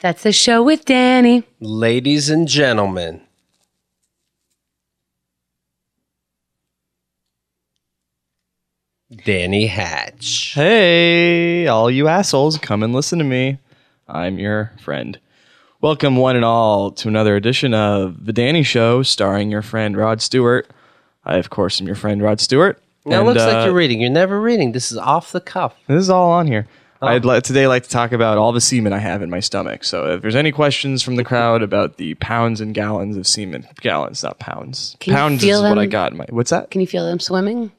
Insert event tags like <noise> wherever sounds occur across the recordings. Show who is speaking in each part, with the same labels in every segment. Speaker 1: That's the show with Danny.
Speaker 2: Ladies and gentlemen, Danny Hatch.
Speaker 3: Hey, all you assholes, come and listen to me. I'm your friend. Welcome, one and all, to another edition of The Danny Show, starring your friend Rod Stewart. I, of course, am your friend Rod Stewart.
Speaker 2: Now it
Speaker 3: And,
Speaker 2: looks
Speaker 3: uh,
Speaker 2: like you're reading. You're never reading. This is off the cuff.
Speaker 3: This is all on here. I'd li- today like to talk about all the semen I have in my stomach. So if there's any questions from the crowd about the pounds and gallons of semen, gallons, not pounds.
Speaker 1: Can you
Speaker 3: pounds
Speaker 1: feel
Speaker 3: is what I
Speaker 1: them?
Speaker 3: got in my. What's that?
Speaker 1: Can you feel them swimming?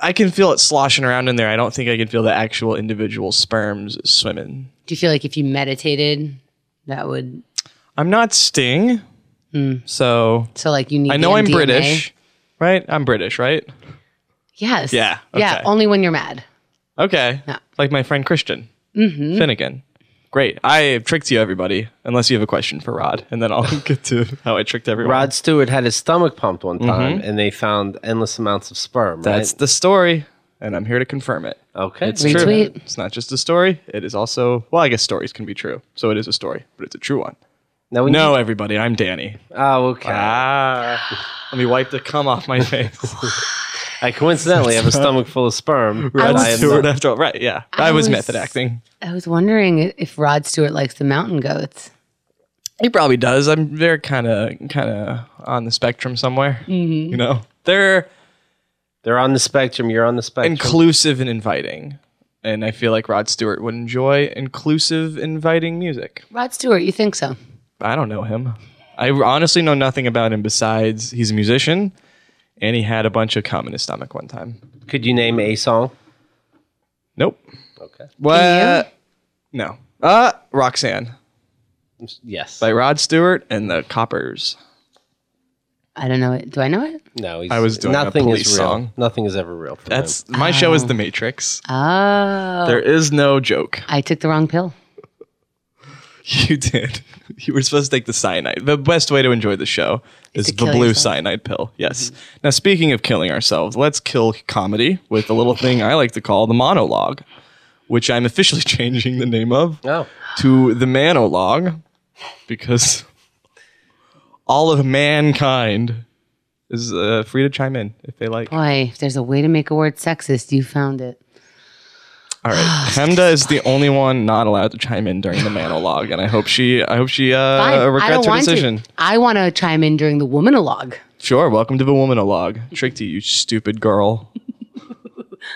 Speaker 3: I can feel it sloshing around in there. I don't think I can feel the actual individual sperms swimming.
Speaker 1: Do you feel like if you meditated, that would
Speaker 3: I'm not Sting, Hmm. so
Speaker 1: so like you need?
Speaker 3: I know
Speaker 1: the
Speaker 3: I'm
Speaker 1: MDMA?
Speaker 3: British, right? I'm British, right?
Speaker 1: Yes.
Speaker 3: Yeah,
Speaker 1: Yeah.
Speaker 3: okay.
Speaker 1: Only when you're mad.
Speaker 3: Okay,
Speaker 1: Yeah.
Speaker 3: like my friend Christian Finnegan. Great, I tricked you, everybody. Unless you have a question for Rod, and then I'll <laughs> get to how I tricked everyone.
Speaker 2: Rod Stewart had his stomach pumped one time, and they found endless amounts of sperm.
Speaker 3: Mm-hmm. that's the story, and I'm here to confirm it.
Speaker 2: right? okay.
Speaker 3: It's true.
Speaker 1: Retweet.
Speaker 3: It's not just a story. It is also well, I guess stories can be true, so it is a story, but it's a true one.
Speaker 2: Now when
Speaker 3: No, everybody, I'm Danny.
Speaker 2: you- oh, okay.
Speaker 3: Ah. Let me wipe the cum off <laughs> my face.
Speaker 2: I coincidentally have a stomach full of sperm.
Speaker 3: Rod
Speaker 2: but I am
Speaker 3: <laughs> Stewart
Speaker 2: not-
Speaker 3: after all. Right, yeah. I, was,
Speaker 1: was-
Speaker 3: method acting.
Speaker 1: I was wondering if Rod Stewart likes the mountain goats.
Speaker 3: He probably does. I'm they're kinda kinda on the spectrum somewhere. You know? They're
Speaker 2: They're on the spectrum. You're on the spectrum.
Speaker 3: inclusive and inviting. And I feel like Rod Stewart would enjoy inclusive, inviting music.
Speaker 1: Rod Stewart, you think so?
Speaker 3: I don't know him. I honestly know nothing about him besides he's a musician and he had a bunch of cum in his stomach one time.
Speaker 2: Could you name a song?
Speaker 3: Nope.
Speaker 2: Okay.
Speaker 3: What? No. Uh, Roxanne
Speaker 2: Yes.
Speaker 3: by Rod Stewart and the Coppers.
Speaker 1: I don't know it. Do I know it?
Speaker 2: no. He's,
Speaker 3: I was doing a
Speaker 2: nothing
Speaker 3: police
Speaker 2: is real.
Speaker 3: song.
Speaker 2: Nothing is ever real. For him.
Speaker 3: That's my show is The Matrix.
Speaker 1: Oh,
Speaker 3: There is no joke.
Speaker 1: I took the wrong pill.
Speaker 3: <laughs> You did. You were supposed to take the cyanide. The best way to enjoy the show is
Speaker 1: to
Speaker 3: the
Speaker 1: kill
Speaker 3: blue
Speaker 1: yourself. Mm-hmm.
Speaker 3: cyanide pill. Yes. Now, speaking of killing ourselves, let's kill comedy with a little thing I like to call the monologue, which I'm officially <laughs> changing the name of
Speaker 2: No.
Speaker 3: to the manologue because all of mankind is uh, free to chime in if they like.
Speaker 1: Boy, if there's a way to make a word sexist, you found it.
Speaker 3: All
Speaker 1: Ah.
Speaker 3: right. Hemda is the only one not allowed to chime in during the monologue, and I hope she, I hope she uh,
Speaker 1: Fine, I don't
Speaker 3: regrets her
Speaker 1: want
Speaker 3: decision.
Speaker 1: to. I want to chime in during the womanologue.
Speaker 3: Sure. Welcome to the womanologue. Tricked you, you stupid girl.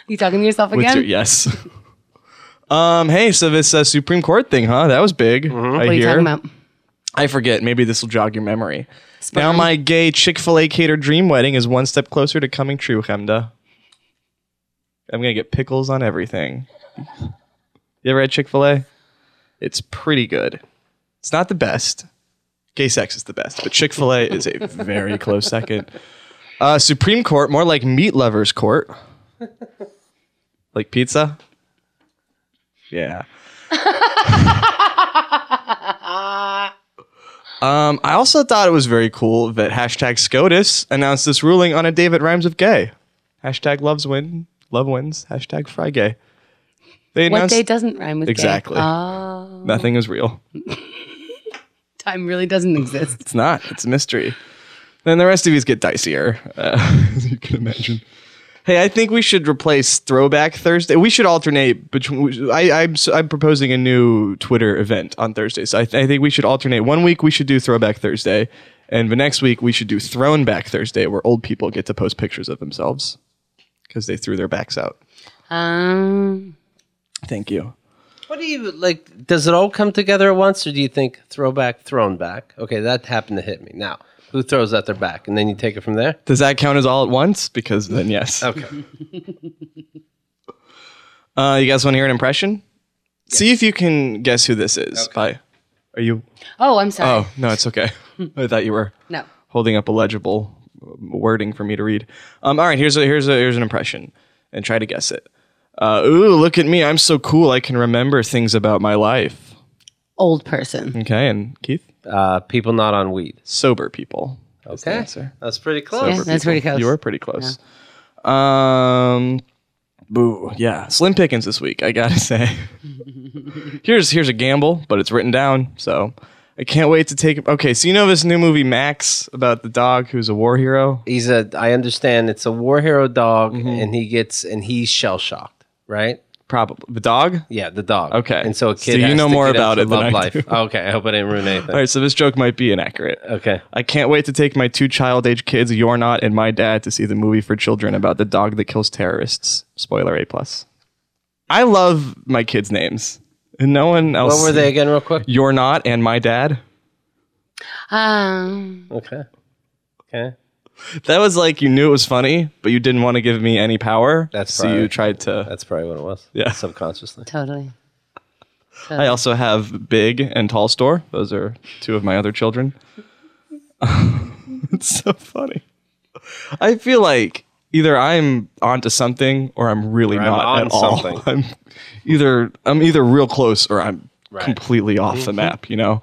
Speaker 1: You talking to yourself
Speaker 3: With
Speaker 1: again?
Speaker 3: your yes. <laughs> um. Hey. So this uh, Supreme Court thing, huh? That was big. I
Speaker 1: Mm-hmm. what are you
Speaker 3: hear.
Speaker 1: talking about?
Speaker 3: I forget. Maybe this will jog your memory. Now my gay Chick Fil A catered dream wedding is one step closer to coming true, Hemda. I'm gonna get pickles on everything. You ever had Chick Fil A? It's pretty good. It's not the best. Gay sex is the best, but Chick Fil A is a very close second. Uh, Supreme Court, more like meat lovers' court, like pizza. Yeah. <laughs> Um, I also thought it was very cool that hashtag SCOTUS announced this ruling on a day that rhymes with gay. Hashtag loves win, love wins, hashtag fry gay. They
Speaker 1: What
Speaker 3: announced
Speaker 1: day doesn't rhyme with gay?
Speaker 3: Exactly.
Speaker 1: Oh,
Speaker 3: nothing is real.
Speaker 1: time really doesn't exist.
Speaker 3: It's not. It's a mystery. Then the rest of these get dicier, uh, <laughs> as you can imagine. Hey, I think we should replace Throwback Thursday. We should alternate between. I, I'm s- I'm proposing a new Twitter event on Thursday, so I, th- I think we should alternate. One week we should do Throwback Thursday, and the next week we should do Thrown Back Thursday, where old people get to post pictures of themselves because they threw their backs out.
Speaker 1: Um,
Speaker 3: Thank you.
Speaker 2: What do you like? Does it all come together at once, or do you think throwback, thrown back? Okay, that happened to hit me. Now, who throws at their back, and then you take it from there?
Speaker 3: Does that count as all at once? Because then yes.
Speaker 2: Okay.
Speaker 3: <laughs> Uh, you guys want to hear an impression? See if you can guess who this is. By, are you?
Speaker 1: oh, I'm sorry.
Speaker 3: Oh no, it's okay. I thought you were
Speaker 1: No.
Speaker 3: holding up a legible uh, wording for me to read. Um, all right, here's a here's a here's an impression, and try to guess it. Uh, ooh, look at me! I'm so cool. I can remember things about my life.
Speaker 1: Old person.
Speaker 3: Okay, and Keith,
Speaker 2: Uh, people not on weed.
Speaker 3: sober people. is the
Speaker 2: Okay.
Speaker 3: answer.
Speaker 2: That's pretty
Speaker 1: Yeah,
Speaker 2: close.
Speaker 1: that's pretty close.
Speaker 3: You were pretty close. Um, Boo. Yeah. Slim pickings this week, I gotta <laughs> say. here's here's a gamble, but it's written down, so I can't wait to take Okay, so you know this new movie Max about the dog who's a war hero?
Speaker 2: He's a. I understand it's a war hero dog,
Speaker 3: Mm-hmm.
Speaker 2: and he gets and he's shell shocked, right?
Speaker 3: Probably the dog?
Speaker 2: Yeah, the dog.
Speaker 3: Okay.
Speaker 2: and so a
Speaker 3: So
Speaker 2: kid.
Speaker 3: you
Speaker 2: has
Speaker 3: know
Speaker 2: to
Speaker 3: more
Speaker 2: get
Speaker 3: about
Speaker 2: into
Speaker 3: it than
Speaker 2: love
Speaker 3: I
Speaker 2: life.
Speaker 3: do.
Speaker 2: <laughs> Okay, I hope I didn't ruin anything.
Speaker 3: All right, so this joke might be inaccurate.
Speaker 2: Okay,
Speaker 3: I can't wait to take my two child age kids, You're Not and my dad, to see the movie for children about the dog that kills terrorists. Spoiler A plus. I love my kids' names. And no one else
Speaker 2: what were they again, real quick?
Speaker 3: You're Not and my dad.
Speaker 1: Um,
Speaker 2: Okay, okay.
Speaker 3: That was like you knew it was funny, but you didn't want to give me any power.
Speaker 2: That's
Speaker 3: so you
Speaker 2: right.
Speaker 3: tried to
Speaker 2: That's probably what it was.
Speaker 3: Yeah. <laughs>
Speaker 2: subconsciously.
Speaker 1: totally.
Speaker 3: I also have Big and Tall Store. Those are two of my other children. <laughs> it's so funny. I feel like either I'm onto something or I'm really
Speaker 2: Or I'm
Speaker 3: not
Speaker 2: on
Speaker 3: at all.
Speaker 2: something.
Speaker 3: <laughs> I'm either I'm either real close or I'm
Speaker 2: Right. Mm-hmm.
Speaker 3: completely off the map, you know.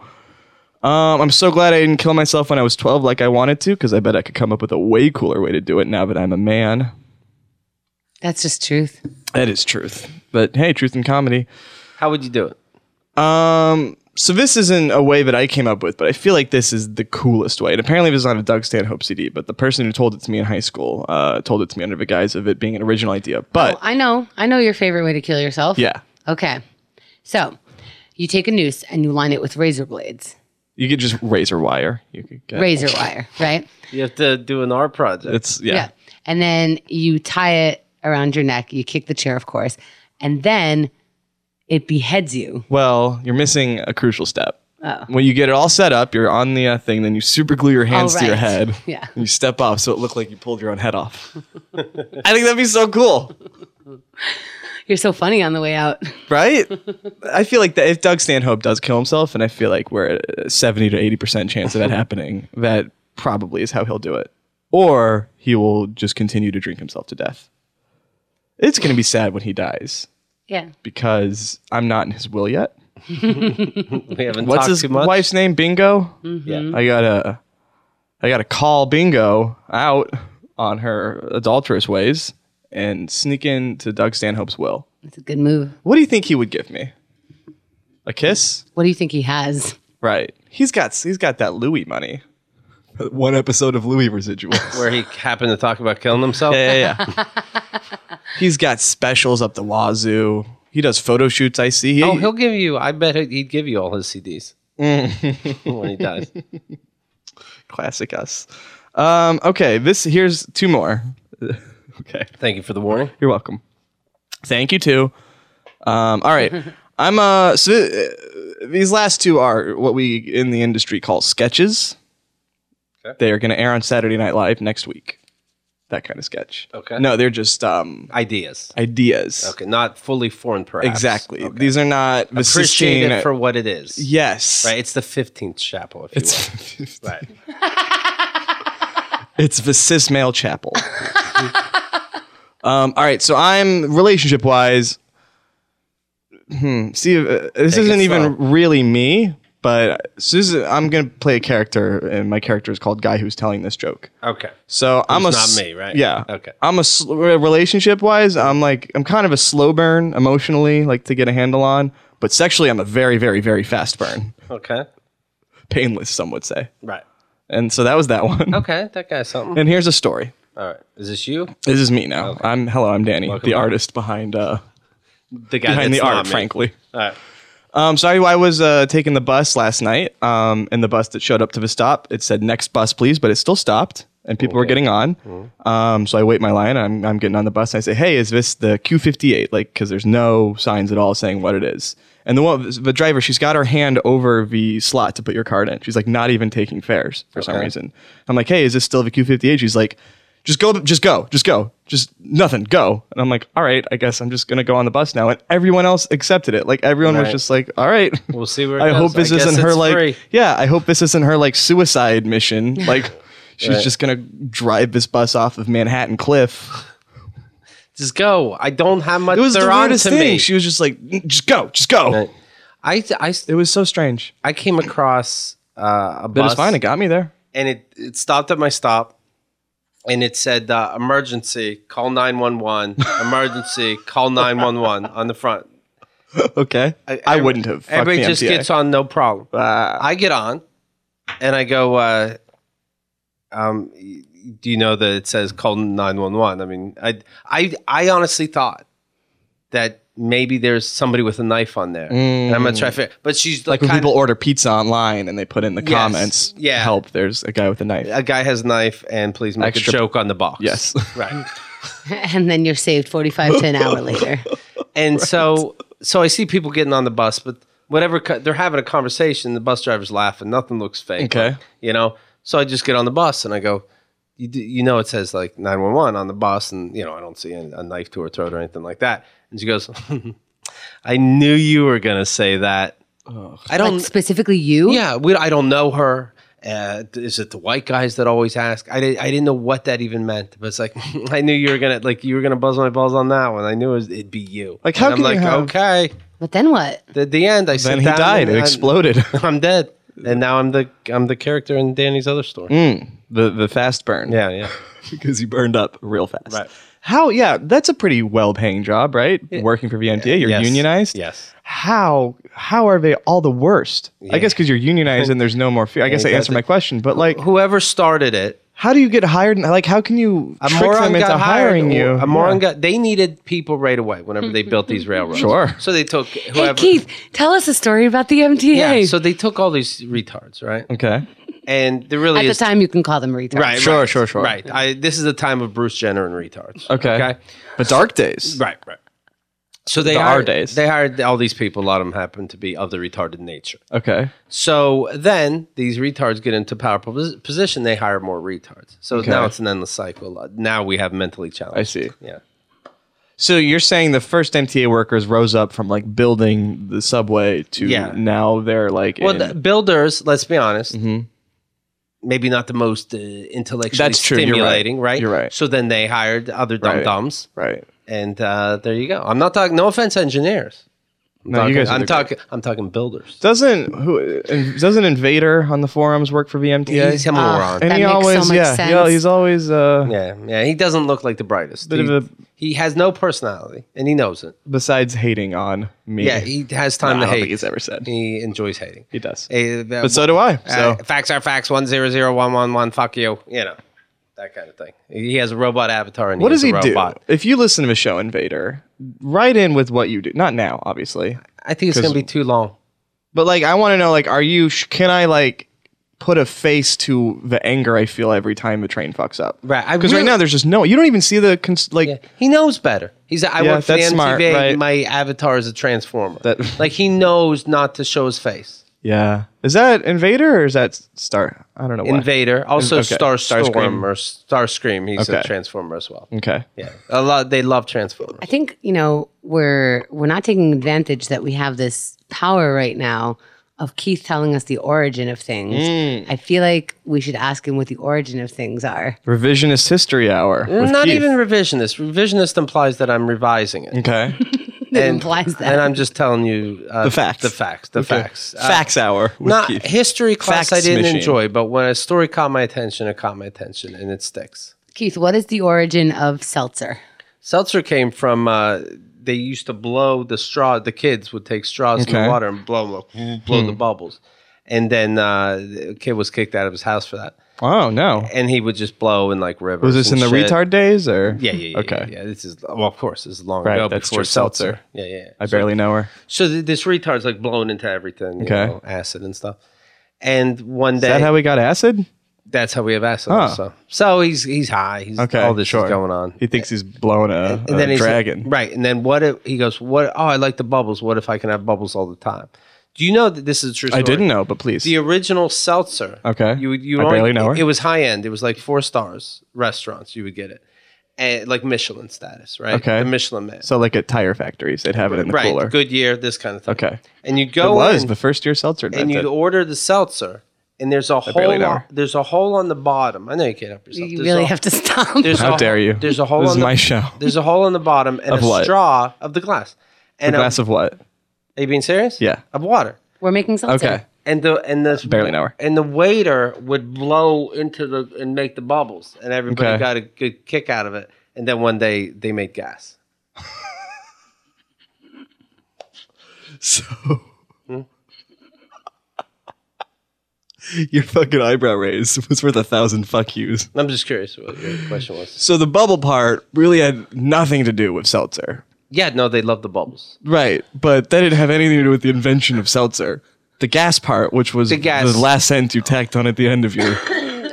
Speaker 3: Um, I'm so glad I didn't kill myself when I was 12 like I wanted to because I bet I could come up with a way cooler way to do it now that I'm a man.
Speaker 1: That's just truth.
Speaker 3: That is truth. But hey, truth in comedy.
Speaker 2: How would you do it?
Speaker 3: Um, so this isn't a way that I came up with, but I feel like this is the coolest way. And apparently, this is not a Doug Stanhope CD, but the person who told it to me in high school uh, told it to me under the guise of it being an original idea. But
Speaker 1: Oh, I know. I know your favorite way to kill yourself.
Speaker 3: yeah,
Speaker 1: Okay. So you take a noose and you line it with razor blades,
Speaker 3: you could just razor wire. You could get
Speaker 1: razor wire, right?
Speaker 2: You have to do an art project.
Speaker 3: It's yeah.
Speaker 1: And then you tie it around your neck. You kick the chair, of course. And then it beheads you.
Speaker 3: Well, you're missing a crucial step.
Speaker 1: Oh.
Speaker 3: When you get it all set up, you're on the uh, thing. Then you super glue your hands to your
Speaker 1: right.
Speaker 3: head.
Speaker 1: Yeah.
Speaker 3: And you step off, so it looked like you pulled your own
Speaker 1: <laughs>
Speaker 3: head off. <laughs> I think that'd be so cool.
Speaker 1: You're so funny on the way out.
Speaker 3: right? <laughs> I feel like that if Doug Stanhope does kill himself, and I feel like we're at a 70 to 80%
Speaker 2: <laughs>
Speaker 3: chance of that happening, that probably is how he'll do it. Or he will just continue to drink himself to death. It's going to be sad when he dies
Speaker 1: Yeah.
Speaker 3: because I'm not in his will yet.
Speaker 2: we haven't
Speaker 3: What's
Speaker 2: talked
Speaker 3: his
Speaker 2: too much. Mm-hmm.
Speaker 3: wife's name? Bingo?
Speaker 2: Yeah.
Speaker 3: I got to I got to call Bingo out on her adulterous ways and sneak into Doug Stanhope's will.
Speaker 1: It's a good move.
Speaker 3: What do you think he would give me? A kiss?
Speaker 1: What do you think he has? <laughs>
Speaker 3: Right. He's got he's got that Louis money. <laughs> One episode of Louis residuals.
Speaker 2: Where he happened to talk about killing himself.
Speaker 3: yeah, yeah, yeah. <laughs> he's got specials up the wazoo. He does photo shoots. I see.
Speaker 2: <laughs>
Speaker 3: He,
Speaker 2: Oh, he'll give you. I bet he'd give you all his CDs
Speaker 3: Mm.
Speaker 2: <laughs> when he
Speaker 3: <laughs>
Speaker 2: dies.
Speaker 3: classic us. Um, okay, this here's two more. <laughs> okay,
Speaker 2: Thank you for the warning.
Speaker 3: you're welcome. Thank you too. Um,
Speaker 2: <laughs>
Speaker 3: all right, I'm uh so uh, these last two are what we in the industry call sketches.
Speaker 2: Okay.
Speaker 3: They are going to air on Saturday Night Live next week. That kind of sketch.
Speaker 2: Okay.
Speaker 3: No, they're just um,
Speaker 2: Ideas.
Speaker 3: ideas.
Speaker 2: Okay, not fully formed, perhaps.
Speaker 3: Exactly.
Speaker 2: Okay.
Speaker 3: These are not the
Speaker 2: Appreciate
Speaker 3: Sistine-
Speaker 2: it for what it is.
Speaker 3: yes.
Speaker 2: Right. It's the fifteenth chapel, if you will.
Speaker 3: <laughs> It's
Speaker 2: Right.
Speaker 3: it's the cis male
Speaker 2: <laughs>
Speaker 3: chapel. um, all right. So I'm relationship wise. Hmm. See, uh, this
Speaker 2: Take it
Speaker 3: isn't
Speaker 2: slow.
Speaker 3: even really me, but Susan, I'm gonna play a character, and my character is called Guy Who's Telling This Joke.
Speaker 2: Okay.
Speaker 3: So I'm a
Speaker 2: Who's not
Speaker 3: s-
Speaker 2: me, right?
Speaker 3: Yeah.
Speaker 2: Okay.
Speaker 3: I'm a sl- relationship wise. I'm like I'm kind of a slow burn emotionally, like to get a handle on, but sexually I'm a very, very, very fast burn, <laughs>
Speaker 2: Okay.
Speaker 3: painless, some would say.
Speaker 2: Right.
Speaker 3: And so that was that <laughs> one.
Speaker 2: Okay. That guy's something.
Speaker 3: And here's a story.
Speaker 2: All right. Is this you?
Speaker 3: This is me now. I'm hello. I'm Danny, the artist behind uh,
Speaker 2: The guy
Speaker 3: behind the
Speaker 2: that's not
Speaker 3: art,
Speaker 2: me.
Speaker 3: frankly.
Speaker 2: All right.
Speaker 3: Um, so I, I was uh, taking the bus last night, um, and the bus that showed up to the stop, it said "next bus, please," but it still stopped, and people were getting on.
Speaker 2: Mm-hmm.
Speaker 3: Um, so I wait my line. I'm, I'm getting on the bus, and I say, "Hey, is this the Q58?" Like, because there's no signs at all saying what it is. And the one, the driver, she's got her hand over the slot to put your card in. She's like not even taking fares for some
Speaker 2: Okay.
Speaker 3: reason. I'm like, "Hey, is this still the Q58?" She's like, "Just go, just go, just go, just nothing, go." And I'm like, "All right, I guess I'm just gonna go on the bus now." And everyone else accepted it. Like everyone was
Speaker 2: Right.
Speaker 3: just like, "All right."
Speaker 2: We'll see where. It
Speaker 3: <laughs> I
Speaker 2: goes.
Speaker 3: hope this
Speaker 2: guess
Speaker 3: isn't her
Speaker 2: it's
Speaker 3: like
Speaker 2: free.
Speaker 3: yeah, I hope this isn't her like
Speaker 2: <laughs>
Speaker 3: suicide mission. Like she's just gonna drive this bus off of Manhattan Cliff.
Speaker 2: Just go. I don't have much.
Speaker 3: It was
Speaker 2: They're
Speaker 3: the
Speaker 2: on
Speaker 3: weirdest
Speaker 2: to
Speaker 3: thing.
Speaker 2: me.
Speaker 3: She was just like, "Mm, just go, just go.
Speaker 2: Right. I, I,
Speaker 3: It was so strange.
Speaker 2: I came across uh, a
Speaker 3: But
Speaker 2: bus.
Speaker 3: it's fine, it got me there.
Speaker 2: and it, it stopped at my stop and it said uh, emergency, call 911, emergency, <laughs> call 911 on the front.
Speaker 3: Okay. I, I wouldn't have. Fuck
Speaker 2: Everybody
Speaker 3: the
Speaker 2: just
Speaker 3: MTA.
Speaker 2: gets on, no problem.
Speaker 3: Ah.
Speaker 2: I get on and I go, uh, um, y- do you know that it says call 911? I mean, I, I, I honestly thought that maybe there's somebody with a knife on there. And I'm going to try to figure But she's
Speaker 3: Mm. like
Speaker 2: like,
Speaker 3: when
Speaker 2: kind
Speaker 3: people order pizza online and they put in the
Speaker 2: Yes.
Speaker 3: comments,
Speaker 2: Yeah.
Speaker 3: help, there's a guy with a knife.
Speaker 2: a guy has a knife and please make
Speaker 3: Extra-
Speaker 2: a joke on the box.
Speaker 3: Yes.
Speaker 2: <laughs> Right.
Speaker 1: and then you're saved 45 to an hour
Speaker 3: <laughs>
Speaker 1: later.
Speaker 2: And so, so I see people getting on the bus, but whatever co- they're having a conversation, the bus driver's laughing. Nothing looks fake.
Speaker 3: Okay.
Speaker 2: you know. So I just get on the bus and I go. You, d- you know it says like nine one one on the bus, and you know I don't see a, a knife to her throat or anything like that. And she goes, <laughs> "I knew you were gonna say that. I don't.
Speaker 1: Like specifically you?
Speaker 2: yeah, we, I don't know her. Uh, is it the white guys that always ask? I, did, I didn't know what that even meant, but it's like <laughs> I knew you were gonna like you were gonna buzz my balls on that one. I knew it was, it'd be you.
Speaker 3: Like, how
Speaker 2: And I'm
Speaker 3: can you
Speaker 2: like
Speaker 3: have-
Speaker 2: okay?
Speaker 1: But then what?
Speaker 2: At the end, I sit
Speaker 3: Then he
Speaker 2: down
Speaker 3: died.
Speaker 2: and
Speaker 3: It
Speaker 2: I'm-
Speaker 3: exploded.
Speaker 2: <laughs> I'm dead, and now I'm the I'm the character in Danny's other story.
Speaker 3: Mm. the the fast burn.
Speaker 2: Yeah, yeah.
Speaker 3: Because he burned up real fast.
Speaker 2: Right.
Speaker 3: How? Yeah, that's a pretty well-paying job, right? Working for VMTA, you're
Speaker 2: Yes.
Speaker 3: unionized.
Speaker 2: Yes.
Speaker 3: How? How are they all the worst? I guess because you're unionized and there's no more fear. I guess I answered
Speaker 2: exactly.
Speaker 3: my question, but like,
Speaker 2: Whoever started it,
Speaker 3: how do you get hired? Like, how can you trick them into hiring you?
Speaker 2: A moron
Speaker 3: Yeah.
Speaker 2: got. They needed people right away. Whenever they built these railroads,
Speaker 3: Sure.
Speaker 2: So they took whoever.
Speaker 1: Hey, Keith, tell us a story about the MTA.
Speaker 2: Yeah. So they took all these retards, right?
Speaker 3: Okay.
Speaker 2: And there really
Speaker 1: At
Speaker 2: is
Speaker 1: the time, you can call them retards.
Speaker 2: Right.
Speaker 3: Sure,
Speaker 2: right,
Speaker 3: sure, sure.
Speaker 2: Right. I, this is the time of Bruce Jenner and retards.
Speaker 3: Okay. But dark days.
Speaker 2: Right. Right. So they
Speaker 3: The R
Speaker 2: hired,
Speaker 3: days.
Speaker 2: they hired all these people. A lot of them happen to be of the retarded nature.
Speaker 3: Okay.
Speaker 2: So then these retards get into powerful pos- position. They hire more retards. So
Speaker 3: Okay.
Speaker 2: now it's an endless cycle. Uh, Now we have mentally challenged.
Speaker 3: I see.
Speaker 2: Yeah.
Speaker 3: So you're saying the first MTA workers rose up from like building the subway to
Speaker 2: Yeah.
Speaker 3: now they're like
Speaker 2: Well,
Speaker 3: in-
Speaker 2: the builders. Let's be honest. Maybe not the most uh, intellectually
Speaker 3: Mm-hmm. That's true. You're right.
Speaker 2: stimulating, right.
Speaker 3: You're right.
Speaker 2: So then they hired other dum
Speaker 3: Right.
Speaker 2: dums,
Speaker 3: right.
Speaker 2: and uh, there you go. I'm not talking. No offense, engineers. I'm
Speaker 3: No, you
Speaker 2: talking,
Speaker 3: guys are
Speaker 2: I'm
Speaker 3: the-
Speaker 2: talking. I'm talking builders.
Speaker 3: Doesn't who doesn't Invader on the forums work for VMTA?
Speaker 2: He's a moron.
Speaker 1: That
Speaker 3: and he
Speaker 1: makes so
Speaker 3: always
Speaker 1: much
Speaker 3: yeah,
Speaker 1: sense.
Speaker 3: yeah he's always uh
Speaker 2: yeah, yeah. He doesn't look like the brightest.
Speaker 3: Bit
Speaker 2: he,
Speaker 3: of a-
Speaker 2: he has no personality, and he knows it.
Speaker 3: besides hating on me.
Speaker 2: Yeah, he has time
Speaker 3: I
Speaker 2: to
Speaker 3: don't
Speaker 2: hate.
Speaker 3: think he's ever said.
Speaker 2: He enjoys hating.
Speaker 3: He does.
Speaker 2: Eh, that-
Speaker 3: but so do I. So
Speaker 2: uh, facts are facts. One zero zero one one one. Fuck you. You know that kind of thing. He has a robot avatar, and
Speaker 3: what
Speaker 2: he
Speaker 3: does
Speaker 2: is
Speaker 3: he
Speaker 2: a
Speaker 3: do?
Speaker 2: robot.
Speaker 3: If you listen to a show Invader, write in with what you do. Not now, obviously.
Speaker 2: I think it's
Speaker 3: 'Cause-
Speaker 2: gonna be too long.
Speaker 3: But like, I want to know, like, are you? Sh- can I like put a face to the anger I feel every time the train fucks up?
Speaker 2: Right, I
Speaker 3: Because right
Speaker 2: really-
Speaker 3: now there's just no. You don't even see the cons- like.
Speaker 2: Yeah, he knows better. He's I
Speaker 3: Yeah,
Speaker 2: work for the
Speaker 3: that's
Speaker 2: MTV.
Speaker 3: smart, right.
Speaker 2: My avatar is a transformer.
Speaker 3: That-
Speaker 2: like he knows not to show his face.
Speaker 3: Yeah. Is that Invader or is that Star? I don't know. why.
Speaker 2: Invader, also
Speaker 3: Okay.
Speaker 2: Star Starscream
Speaker 3: Starscream.
Speaker 2: or Starscream. He's a
Speaker 3: Okay. Mm.
Speaker 2: transformer as well.
Speaker 3: Okay.
Speaker 2: Yeah, a lot. They love transformers.
Speaker 1: I think you know we're we're not taking advantage that we have this power right now of Keith telling us the origin of things. I feel like we should ask him what the origin of things are. <laughs>
Speaker 3: Revisionist History Hour. with
Speaker 2: Mm, Not
Speaker 3: Keith.
Speaker 2: even revisionist. Revisionist implies that I'm revising it.
Speaker 3: Okay.
Speaker 1: It implies that.
Speaker 2: And uh, I'm just telling you uh,
Speaker 3: The facts.
Speaker 2: The facts. The <laughs> facts. Uh,
Speaker 3: <laughs> Facts Hour with
Speaker 2: Not
Speaker 3: Keith.
Speaker 2: history class. I
Speaker 3: Facts
Speaker 2: didn't
Speaker 3: machine.
Speaker 2: enjoy, but when a story caught my attention, it caught my attention, and it sticks.
Speaker 1: Keith, what is the origin of seltzer?
Speaker 2: Seltzer came from. Uh, they used to blow the straw. The kids would take straws in
Speaker 3: Okay. Hmm.
Speaker 2: the water and blow them, like, blow the bubbles, and then uh, the kid was kicked out of his house for that.
Speaker 3: Oh no.
Speaker 2: And he would just blow in like rivers.
Speaker 3: Was this in
Speaker 2: and
Speaker 3: the
Speaker 2: shit.
Speaker 3: retard days or?
Speaker 2: Yeah, yeah, yeah.
Speaker 3: Okay.
Speaker 2: Okay. Yeah, This is well, of course, this is long
Speaker 3: Right,
Speaker 2: ago
Speaker 3: that's
Speaker 2: before
Speaker 3: just seltzer.
Speaker 2: seltzer. Yeah, yeah. yeah.
Speaker 3: I barely know her.
Speaker 2: So th- this retard's like blown into everything, you
Speaker 3: Okay.
Speaker 2: know, acid and stuff. And one
Speaker 3: Is
Speaker 2: day,
Speaker 3: that how we got acid?
Speaker 2: that's how we have acid.
Speaker 3: Huh.
Speaker 2: Also. So he's he's high. He's
Speaker 3: Okay.
Speaker 2: all this
Speaker 3: sure.
Speaker 2: is going on.
Speaker 3: He thinks he's blown a, a
Speaker 2: he's like-
Speaker 3: dragon.
Speaker 2: right? And then what? If, he goes, "What? Oh, I like the bubbles. What if I can have bubbles all the time?" Do you know that this is a true? Story?
Speaker 3: I didn't know, but please.
Speaker 2: The original seltzer.
Speaker 3: Okay.
Speaker 2: You would- you
Speaker 3: I
Speaker 2: would only-
Speaker 3: barely know her.
Speaker 2: It, was high end. It was like four stars restaurants. You would get it, and like Michelin status, right?
Speaker 3: Okay.
Speaker 2: The Michelin man.
Speaker 3: so like at tire factories, they'd have it in the
Speaker 2: right.
Speaker 3: cooler.
Speaker 2: Goodyear. This kind of thing.
Speaker 3: Okay.
Speaker 2: And you
Speaker 3: It
Speaker 2: go
Speaker 3: was
Speaker 2: in,
Speaker 3: the first year seltzer
Speaker 2: and
Speaker 3: invented.
Speaker 2: you'd order the seltzer, and there's a
Speaker 3: barely
Speaker 2: hole.
Speaker 3: know
Speaker 2: On,
Speaker 3: her.
Speaker 2: there's a hole on the bottom. I know you can't help yourself.
Speaker 1: You
Speaker 2: There's
Speaker 1: really
Speaker 2: a-
Speaker 1: have to stop.
Speaker 2: there's
Speaker 3: How
Speaker 2: a-
Speaker 3: dare you?
Speaker 2: There's a hole.
Speaker 3: This
Speaker 2: on
Speaker 3: is
Speaker 2: the, <laughs>
Speaker 3: my show.
Speaker 2: There's a hole on the bottom and
Speaker 3: Of
Speaker 2: a
Speaker 3: what?
Speaker 2: straw of the glass.
Speaker 3: A
Speaker 2: And a-
Speaker 3: glass of what?
Speaker 2: are you being serious?
Speaker 3: Yeah.
Speaker 2: Of water.
Speaker 1: <laughs> We're making seltzer.
Speaker 3: Okay.
Speaker 2: and the and the
Speaker 3: Barely an hour.
Speaker 2: and the waiter would blow into the and make the bubbles, and everybody
Speaker 3: Okay.
Speaker 2: got a good kick out of it. And then one day they made gas.
Speaker 3: <laughs> So <laughs> your fucking eyebrow raise was worth a thousand fuck yous.
Speaker 2: I'm just curious what your question was.
Speaker 3: So the bubble part really had nothing to do with seltzer.
Speaker 2: Yeah, no, they love the bubbles.
Speaker 3: Right, but that didn't have anything to do with the invention of seltzer. The gas part, which was the,
Speaker 2: gas.
Speaker 3: last sentence you tacked on at the end
Speaker 2: <laughs>
Speaker 3: of your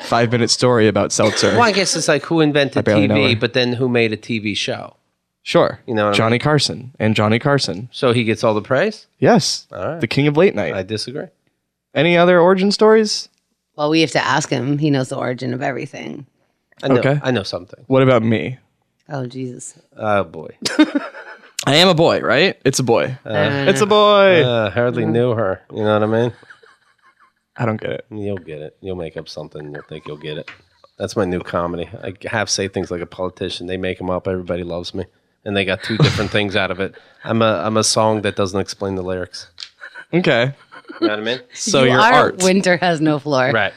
Speaker 3: five minute story about seltzer.
Speaker 2: Well, I guess it's like who invented
Speaker 3: barely know
Speaker 2: TV,
Speaker 3: her.
Speaker 2: but then who made a TV show?
Speaker 3: Sure.
Speaker 2: You know what I
Speaker 3: Johnny Carson and Johnny Carson.
Speaker 2: So he gets all the praise.
Speaker 3: Yes.
Speaker 2: right.
Speaker 3: The king of late night.
Speaker 2: I disagree.
Speaker 3: Any other origin stories?
Speaker 1: Well, we have to ask him. He knows the origin of everything.
Speaker 2: I know,
Speaker 3: Okay.
Speaker 2: I know something.
Speaker 3: What about me?
Speaker 1: Oh Jesus!
Speaker 2: Oh boy,
Speaker 3: I am a boy, right? It's a boy.
Speaker 1: Uh,
Speaker 3: it's a boy.
Speaker 2: uh, hardly knew her. You know what I mean?
Speaker 3: I don't get it.
Speaker 2: You'll get it. You'll make up something. You'll think you'll get it. That's my new comedy. I half say things like a politician. They make them up. Everybody loves me, and they got two
Speaker 3: <laughs>
Speaker 2: different things out of it. I'm a I'm a song that doesn't explain the lyrics.
Speaker 3: Okay.
Speaker 2: You know what I mean?
Speaker 3: So
Speaker 1: You
Speaker 3: your
Speaker 1: are
Speaker 3: art.
Speaker 1: Winter has no floor.
Speaker 2: <laughs> Right.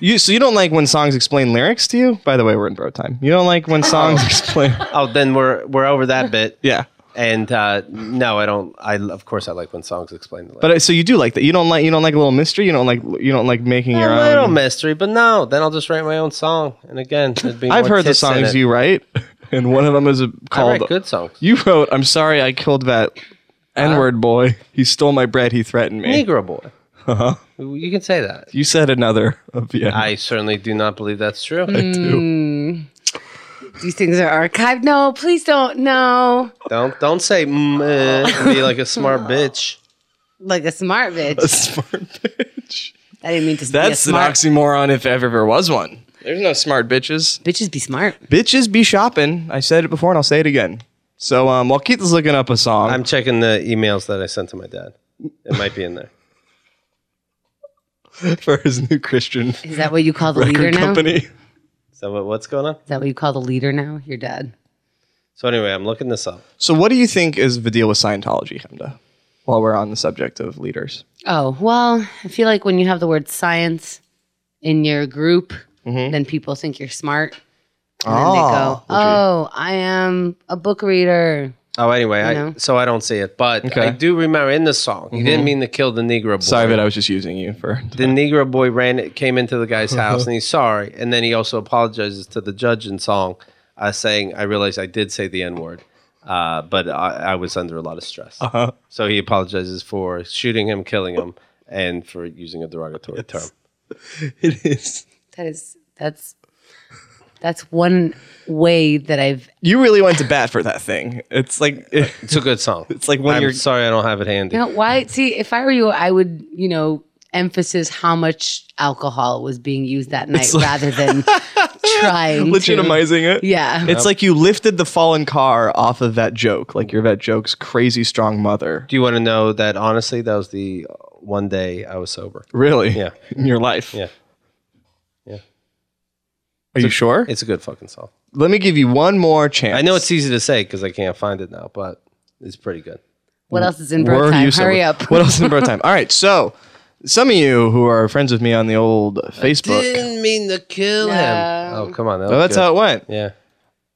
Speaker 3: you so you don't like when songs explain lyrics to you? By the way, we're in bro time. You don't
Speaker 2: <laughs>
Speaker 3: like when songs explain
Speaker 2: Oh, then we're we're over that bit.
Speaker 3: Yeah.
Speaker 2: And uh, no, I don't. I of course I like when songs explain the lyrics.
Speaker 3: But uh, so you do like that. You don't like you don't like a little mystery. You don't like you don't like making your
Speaker 2: a little
Speaker 3: own.
Speaker 2: mystery, but no. Then I'll just write my own song, and again, it'd be
Speaker 3: I've
Speaker 2: more
Speaker 3: heard the
Speaker 2: tits in
Speaker 3: songs
Speaker 2: it.
Speaker 3: you write, <laughs> and one of them is a,
Speaker 2: I
Speaker 3: called.
Speaker 2: write good songs.
Speaker 3: You wrote. I'm sorry, I killed that n-word boy. He stole my bread. He threatened me.
Speaker 2: Negro
Speaker 3: <laughs>
Speaker 2: boy.
Speaker 3: Uh-huh.
Speaker 2: You can say that.
Speaker 3: You said another of yeah.
Speaker 2: I certainly do not believe that's
Speaker 3: <laughs>
Speaker 2: true.
Speaker 1: Mm. These things are archived. No, please don't. No,
Speaker 2: Don't don't say mm, eh, and be like a smart bitch.
Speaker 1: like a smart
Speaker 3: a
Speaker 1: bitch.
Speaker 3: smart <laughs> bitch.
Speaker 1: I didn't mean to.
Speaker 3: That's
Speaker 1: be a smart.
Speaker 3: an oxymoron if ever there was one. There's no smart bitches.
Speaker 1: Bitches be smart.
Speaker 3: Bitches be shopping. I said it before, and I'll say it again. So um, while Keith is looking up a song,
Speaker 2: I'm checking the emails that I sent to my dad. It might be in there.
Speaker 3: <laughs> for his new Christian
Speaker 1: Is that what you call the leader
Speaker 3: record
Speaker 1: now?
Speaker 3: company.
Speaker 2: So what, what's going on?
Speaker 1: Is that what you call the leader now? Your dad.
Speaker 2: So anyway, I'm looking this up.
Speaker 3: So, what do you think is the deal with Scientology, Hemda? While we're on the subject of leaders,
Speaker 1: Oh well, I feel like when you have the word science in your group,
Speaker 3: Mm-hmm.
Speaker 1: then people think you're smart. And then they
Speaker 3: Ah,
Speaker 1: go, "Oh, I am a book reader."
Speaker 2: Oh, anyway, I,
Speaker 1: know.
Speaker 2: so I don't see it, but I
Speaker 3: Okay. Mm-hmm.
Speaker 2: do remember in the song. He didn't mean to kill the Negro boy.
Speaker 3: sorry that I was just using you for. <laughs>
Speaker 2: the Negro boy ran came into the guy's house and he's sorry, and then he also apologizes to the judge in song, uh, saying, "I realize I did say the N word, uh, but I, I was under a lot of stress."
Speaker 3: Uh-huh.
Speaker 2: So he apologizes for shooting him, killing him, and for using a derogatory
Speaker 3: <laughs>
Speaker 2: term.
Speaker 3: It is.
Speaker 1: That is that's that's one way that I've
Speaker 3: You really went to bat for that thing. It's like <laughs> it-
Speaker 2: It's a good song.
Speaker 3: it's like when
Speaker 2: I'm
Speaker 3: you're
Speaker 2: sorry I don't have it handy.
Speaker 1: you know, why see if I were you, I would, you know, emphasis how much alcohol was being used that night rather
Speaker 3: <laughs>
Speaker 1: than trying to-
Speaker 3: legitimizing it.
Speaker 1: yeah.
Speaker 3: It's like you lifted the fallen car off of that joke, like your that joke's crazy strong mother.
Speaker 2: Do you want to know that? Honestly, that was the one day I was sober.
Speaker 3: Really?
Speaker 2: Yeah.
Speaker 3: In your life.
Speaker 2: Yeah.
Speaker 3: Are you sure?
Speaker 2: It's a good fucking song.
Speaker 3: Let me give you one more chance.
Speaker 2: I know it's easy to say because I can't find it now, but it's pretty good.
Speaker 1: what else is in birth time?
Speaker 3: so-
Speaker 1: Hurry up.
Speaker 3: What else in birth
Speaker 1: <laughs>
Speaker 3: time? All right, so some of you who are friends with me on the old Facebook.
Speaker 2: mean to kill
Speaker 1: No.
Speaker 2: Oh come on, that
Speaker 3: Oh, that's how it went.
Speaker 2: Yeah.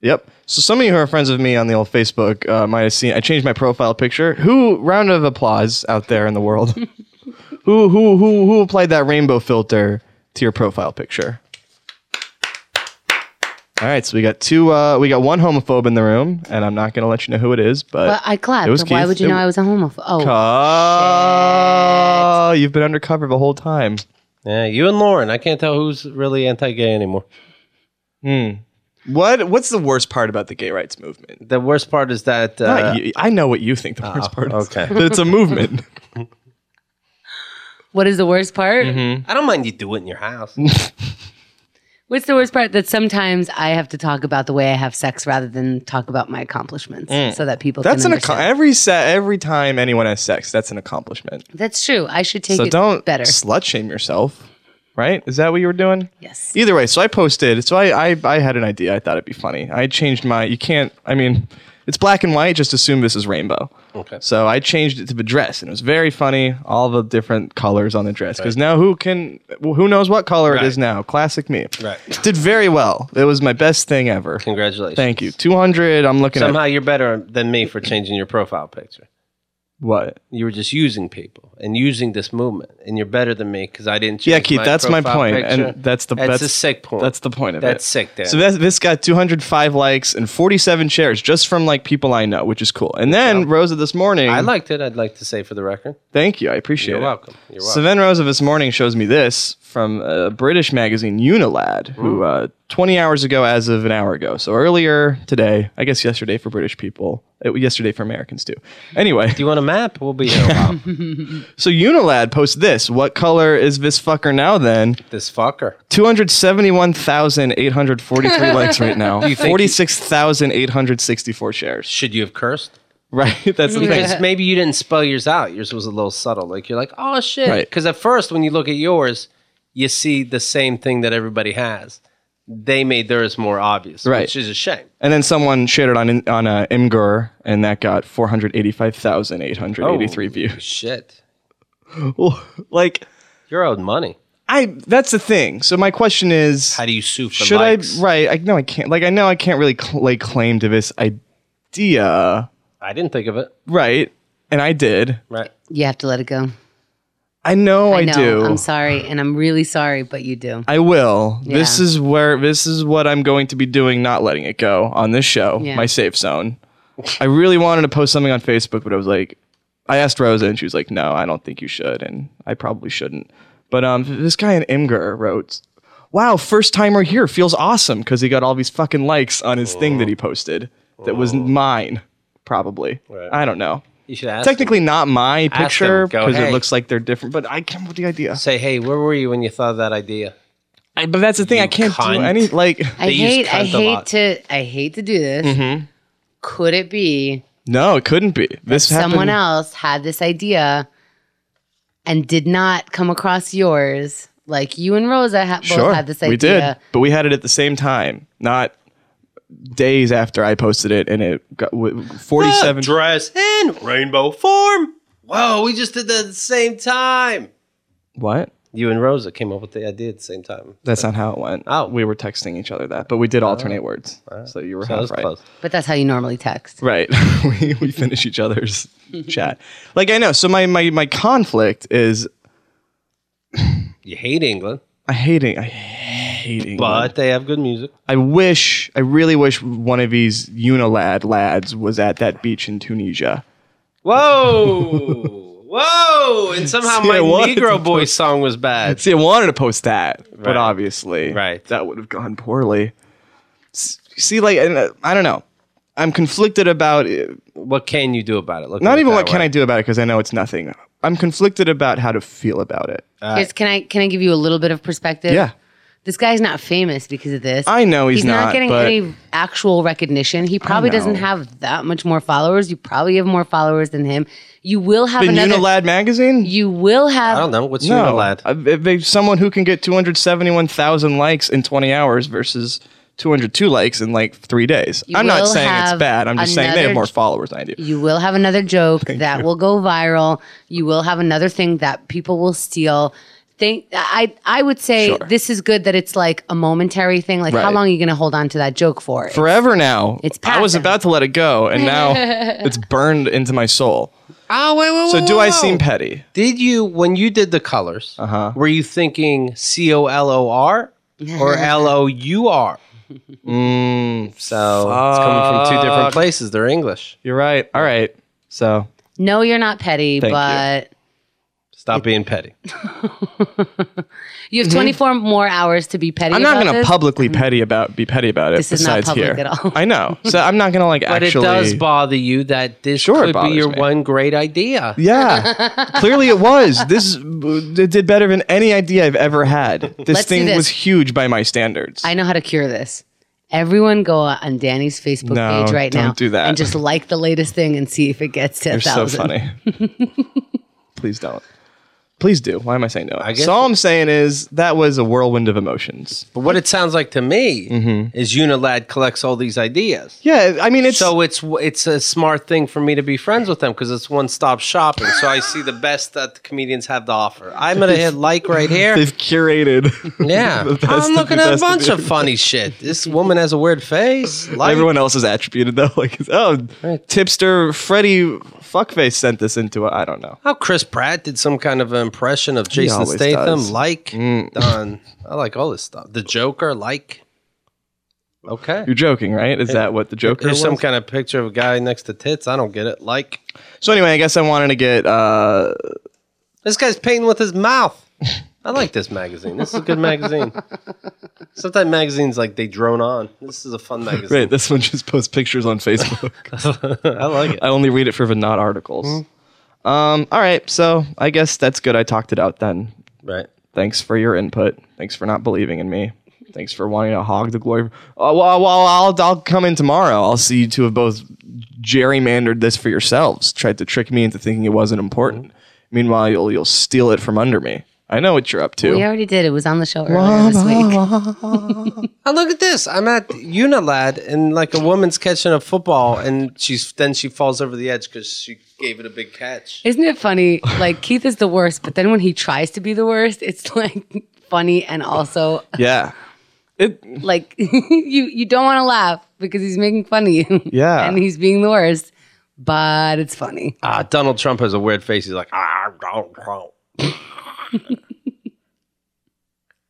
Speaker 3: Yep. So some of you who are friends with me on the old Facebook uh, might have seen I changed my profile picture. Who round of applause out there in the world? <laughs> who who who who applied that rainbow filter to your profile picture? All right, so we got two. Uh, we got one homophobe in the room, and I'm not going to let you know who it is, but
Speaker 1: Well, I clapped.
Speaker 3: It was
Speaker 1: Why
Speaker 3: Keith.
Speaker 1: would you
Speaker 3: It
Speaker 1: know
Speaker 3: w-
Speaker 1: I was a homophobe? Oh,
Speaker 3: Oh, you've been undercover the whole time.
Speaker 2: Yeah, you and Lauren. I can't tell who's really anti-gay anymore.
Speaker 3: What What's the worst part about the gay rights movement? oh,
Speaker 2: The worst part is that uh,
Speaker 3: Not you- I know what you think the worst part is. <laughs>
Speaker 2: okay.
Speaker 3: That it's a movement.
Speaker 1: what is the worst part?
Speaker 3: Mm-hmm.
Speaker 2: I don't mind you do it in your
Speaker 3: <laughs>
Speaker 2: house.
Speaker 1: What's the worst part? That sometimes I have to talk about the way I have sex rather than talk about my accomplishments, so that people
Speaker 3: Mm. That's
Speaker 1: can
Speaker 3: an
Speaker 1: understand.
Speaker 3: accom- every set every time anyone has sex. That's an accomplishment.
Speaker 1: That's true. I should take
Speaker 3: So
Speaker 1: it
Speaker 3: don't
Speaker 1: better.
Speaker 3: slut shame yourself. Right? Is that what you were doing?
Speaker 1: Yes.
Speaker 3: Either way, so I posted. So I, I I had an idea. I thought it'd be funny. I changed my. You can't. I mean, It's black and white. Just assume this is rainbow.
Speaker 2: Okay.
Speaker 3: So I changed it to the dress, and it was very funny. All the different colors on the dress, because now who can, who knows what color
Speaker 2: Right.
Speaker 3: it is now? Classic me.
Speaker 2: Right.
Speaker 3: Did very well. It was my best thing ever.
Speaker 2: Congratulations.
Speaker 3: Thank you. Two hundred. I'm looking
Speaker 2: Somehow
Speaker 3: at
Speaker 2: you're better than me for changing your profile picture.
Speaker 3: what?
Speaker 2: You were just using people and using this movement, and you're better than me because I didn't. Change
Speaker 3: Yeah, Keith. that's my
Speaker 2: profile
Speaker 3: point,
Speaker 2: picture.
Speaker 3: and that's the
Speaker 2: that's,
Speaker 3: that's
Speaker 2: a sick point.
Speaker 3: That's the point of it.
Speaker 2: That's sick, Dan.
Speaker 3: So that, this got 205 likes and 47 shares just from like people I know, which is cool. And then Rosa this morning.
Speaker 2: I liked it. I'd like to say for the record,
Speaker 3: Thank you. I appreciate
Speaker 2: you're
Speaker 3: it.
Speaker 2: welcome. You're welcome.
Speaker 3: So then Rosa this morning shows me this from a British magazine, Unilad, who
Speaker 2: Mm.
Speaker 3: uh, 20 hours ago, as of an hour ago. So earlier today, I guess yesterday for British people, it, yesterday for Americans too. Anyway,
Speaker 2: Do you want a map? We'll be here a
Speaker 3: <laughs>
Speaker 2: while.
Speaker 3: so Unilad posts this. What color is this fucker now then?
Speaker 2: this fucker. <laughs>
Speaker 3: 271,843 likes right now.
Speaker 2: think-
Speaker 3: 46,864 shares. <laughs>
Speaker 2: Should you have cursed?
Speaker 3: Right? That's
Speaker 2: Mm-hmm.
Speaker 3: the thing. <laughs>
Speaker 2: Because maybe you didn't spell yours out. Yours was a little subtle. Like you're like, oh shit.
Speaker 3: Right.
Speaker 2: Because at first, when you look at yours, you see the same thing that everybody has. They made theirs more obvious,
Speaker 3: Right.
Speaker 2: which is a shame.
Speaker 3: And then someone shared it on on uh, Imgur, and that got four hundred eighty five thousand eight hundred eighty three views.
Speaker 2: Shit,
Speaker 3: <laughs> like
Speaker 2: you're owed money.
Speaker 3: I, that's the thing. So my question is,
Speaker 2: How do you sue for
Speaker 3: should
Speaker 2: likes?
Speaker 3: I? Right? I know I can't. Like I know I can't really cl- lay claim to this idea,
Speaker 2: I didn't think of it.
Speaker 3: right? And I did.
Speaker 2: Right.
Speaker 1: You have to let it go.
Speaker 3: I know I,
Speaker 1: know.
Speaker 3: do.
Speaker 1: I'm sorry, and I'm really sorry, but you do.
Speaker 3: I will. This
Speaker 1: Yeah.
Speaker 3: is where this is what I'm going to be doing, not letting it go on this show,
Speaker 1: Yeah.
Speaker 3: my safe zone. I really wanted to post something on Facebook, but I was like, I asked Rosa, and she was like, "No, I don't think you should," and I probably shouldn't. But um, this guy in Imgur wrote, "Wow, first timer here feels awesome because he got all these fucking likes on his thing
Speaker 2: Oh.
Speaker 3: that he posted that was mine, probably.
Speaker 2: Right.
Speaker 3: I don't know.
Speaker 2: You should ask. them.
Speaker 3: Technically, not my
Speaker 2: Ask
Speaker 3: picture
Speaker 2: him, go,
Speaker 3: because
Speaker 2: "Hey."
Speaker 3: it looks like they're different, but I came up with the idea.
Speaker 2: Say, hey, where were you when you thought of that idea?
Speaker 3: I, but that's the thing. I can't do
Speaker 2: cunt.
Speaker 3: any like.
Speaker 1: I
Speaker 2: They use
Speaker 1: hate. I
Speaker 2: cunt a lot.
Speaker 1: hate to. I hate to do this.
Speaker 3: Mm-hmm.
Speaker 1: Could it be
Speaker 3: No, it couldn't be. This happened.
Speaker 1: someone else had this idea and did not come across yours? Like you and Rosa ha-
Speaker 3: Sure,
Speaker 1: both had this idea.
Speaker 3: we did, but we had it at the same time, not days after I posted it, and it got w- forty-seven.
Speaker 2: Dress in rainbow form. Whoa, we just did that at the same time.
Speaker 3: what?
Speaker 2: You and Rosa came up with the idea at the same time.
Speaker 3: That's not how it went.
Speaker 2: Oh.
Speaker 3: we were texting each other that, but we did alternate words, so you were
Speaker 2: That
Speaker 3: half
Speaker 2: was
Speaker 3: right.
Speaker 2: close.
Speaker 1: But that's how you normally text.
Speaker 3: Right, <laughs> we we finish each
Speaker 1: <laughs>
Speaker 3: other's chat. Like I know. So my my my conflict is
Speaker 2: You hate England,
Speaker 3: I hating I hating,
Speaker 2: but they have good music.
Speaker 3: I wish, I really wish one of these Unilad lads was at that beach in Tunisia.
Speaker 2: Whoa, whoa! And
Speaker 3: <laughs>
Speaker 2: somehow
Speaker 3: See,
Speaker 2: my
Speaker 3: I wanted
Speaker 2: Negro
Speaker 3: to
Speaker 2: boy song was bad.
Speaker 3: See, I wanted to post that,
Speaker 2: Right.
Speaker 3: but obviously,
Speaker 2: Right.
Speaker 3: that would have gone poorly. S- See, like, and, uh, I don't know. I'm conflicted about it.
Speaker 2: What can you do about it? Look
Speaker 3: not even what can I do about it because I know it's nothing. I'm conflicted about how to feel about it.
Speaker 1: Here's, can I can I give you a little bit of perspective?
Speaker 3: Uh, Yeah.
Speaker 1: This guy's not famous because of this.
Speaker 3: I know he's
Speaker 1: not,
Speaker 3: not,
Speaker 1: getting
Speaker 3: but-
Speaker 1: any actual recognition. He probably
Speaker 3: know.
Speaker 1: doesn't have that much more followers. You probably have more followers than him. You will have
Speaker 3: In
Speaker 1: another.
Speaker 3: Unilad magazine?
Speaker 1: you will
Speaker 2: I
Speaker 1: have
Speaker 2: don't know. What's you
Speaker 3: No,
Speaker 2: lad?
Speaker 3: I- if they- someone who can get 271,000 likes in 20 hours versus 202 likes in like three days.
Speaker 1: You
Speaker 3: I'm not
Speaker 1: will
Speaker 3: saying it's
Speaker 1: have
Speaker 3: bad. I'm just saying they have
Speaker 1: another-
Speaker 3: more followers than I do.
Speaker 1: you will have another joke that will go viral. You will have another thing that people will steal. Think I I would say
Speaker 3: Sure.
Speaker 1: this is good that it's like a momentary thing. Like how
Speaker 3: Right.
Speaker 1: long are you going to hold on to that joke for?
Speaker 3: forever now.
Speaker 1: It's
Speaker 3: I was
Speaker 1: passive.
Speaker 3: about to let it go, and now it's burned into my soul.
Speaker 2: Oh wait, wait,
Speaker 3: So
Speaker 2: wait,
Speaker 3: do
Speaker 2: wait,
Speaker 3: I
Speaker 2: wait.
Speaker 3: seem petty?
Speaker 2: Did you when you did the colors? Uh-huh. Were you thinking C O L O R or L O U R? Mm, So it's coming from two different places. They're English.
Speaker 3: You're right. All right. So
Speaker 1: no, you're not petty,
Speaker 3: Thank you.
Speaker 1: but.
Speaker 2: Stop being
Speaker 3: <laughs>
Speaker 2: petty.
Speaker 1: You have 24 more hours to be petty.
Speaker 3: Mm-hmm. I'm not
Speaker 1: about
Speaker 3: going to
Speaker 1: this.
Speaker 3: publicly petty about be petty about it.
Speaker 1: This is not
Speaker 3: besides
Speaker 1: public
Speaker 3: here,
Speaker 1: at all.
Speaker 3: I know. So I'm not going to like
Speaker 2: <laughs> But
Speaker 3: actually.
Speaker 2: it does bother you that this
Speaker 3: Sure, it
Speaker 2: could be
Speaker 3: bothers
Speaker 2: your
Speaker 3: me.
Speaker 2: one great idea.
Speaker 1: <laughs>
Speaker 3: yeah, clearly it was. This is- it did better than any idea I've ever had. This
Speaker 1: Let's do
Speaker 3: thing
Speaker 1: this.
Speaker 3: was huge by my standards.
Speaker 1: I know how to cure this. Everyone go on Danny's Facebook
Speaker 3: No,
Speaker 1: page right
Speaker 3: don't
Speaker 1: now
Speaker 3: do that.
Speaker 1: and just like the latest thing and see if it gets to a <laughs>
Speaker 3: You're so
Speaker 1: thousand.
Speaker 3: funny. Please don't. Please do. Why am I saying no? I
Speaker 2: guess-
Speaker 3: so all I'm saying is that was a whirlwind of emotions.
Speaker 2: But what it sounds like to me
Speaker 3: Mm-hmm.
Speaker 2: is Unilad collects all these ideas.
Speaker 3: Yeah, I mean it's
Speaker 2: So it's it's a smart thing for me to be friends with them because it's one stop shopping. So I see the best that the comedians have to offer. I'm gonna hit like right here.
Speaker 3: <laughs>
Speaker 2: <laughs>
Speaker 3: they've curated.
Speaker 2: Yeah,
Speaker 3: the best
Speaker 2: I'm
Speaker 3: of
Speaker 2: looking
Speaker 3: the
Speaker 2: at a
Speaker 3: best of
Speaker 2: bunch
Speaker 3: the-
Speaker 2: of funny shit. This woman has a weird face. Like,
Speaker 3: Everyone else is attributed though. <laughs> Like, oh, tipster Freddy fuckface sent this into. I don't know.
Speaker 2: how Chris Pratt did some kind of impression of Jason
Speaker 3: always
Speaker 2: Statham.
Speaker 3: does. Mm.
Speaker 2: Like, done. I like all this stuff. The Joker, like. Okay.
Speaker 3: You're joking, right? Is that what the Joker
Speaker 2: There's
Speaker 3: was?
Speaker 2: some kind of picture of a guy next to tits. I don't get it. Like,
Speaker 3: so anyway, I guess I wanted to get. uh
Speaker 2: this guy's painting with his mouth. I like this magazine. This is a good magazine. Sometimes magazines like they drone on. This is a fun magazine.
Speaker 3: Right, this one just posts pictures on
Speaker 2: <laughs>
Speaker 3: Facebook.
Speaker 2: I like it. Mm-hmm.
Speaker 3: I only read it for the not articles. Um, all right, so I guess that's good. I talked it out then.
Speaker 2: Right.
Speaker 3: Thanks for your input. Thanks for not believing in me. Thanks for wanting to hog the glory. Oh, well, well, I'll, I'll come in tomorrow. I'll see you two have both gerrymandered this for yourselves. Tried to trick me into thinking it wasn't important. Meanwhile, you'll you'll steal it from under me. I know what you're up to.
Speaker 1: We already did. It was on the show earlier this week.
Speaker 2: Oh, look at this. I'm at Unilad and like a woman's catching a football and she's then she falls over the edge because she gave it a big catch.
Speaker 1: Isn't it funny? Like Keith is the worst, but then when he tries to be the worst, it's like funny and also
Speaker 3: Yeah. It
Speaker 1: like <laughs> you you don't want to laugh because he's making fun of you.
Speaker 3: Yeah.
Speaker 1: and he's being the worst, but it's funny.
Speaker 2: Ah, Donald Trump has a weird face. He's like, ah, Donald Trump. <laughs>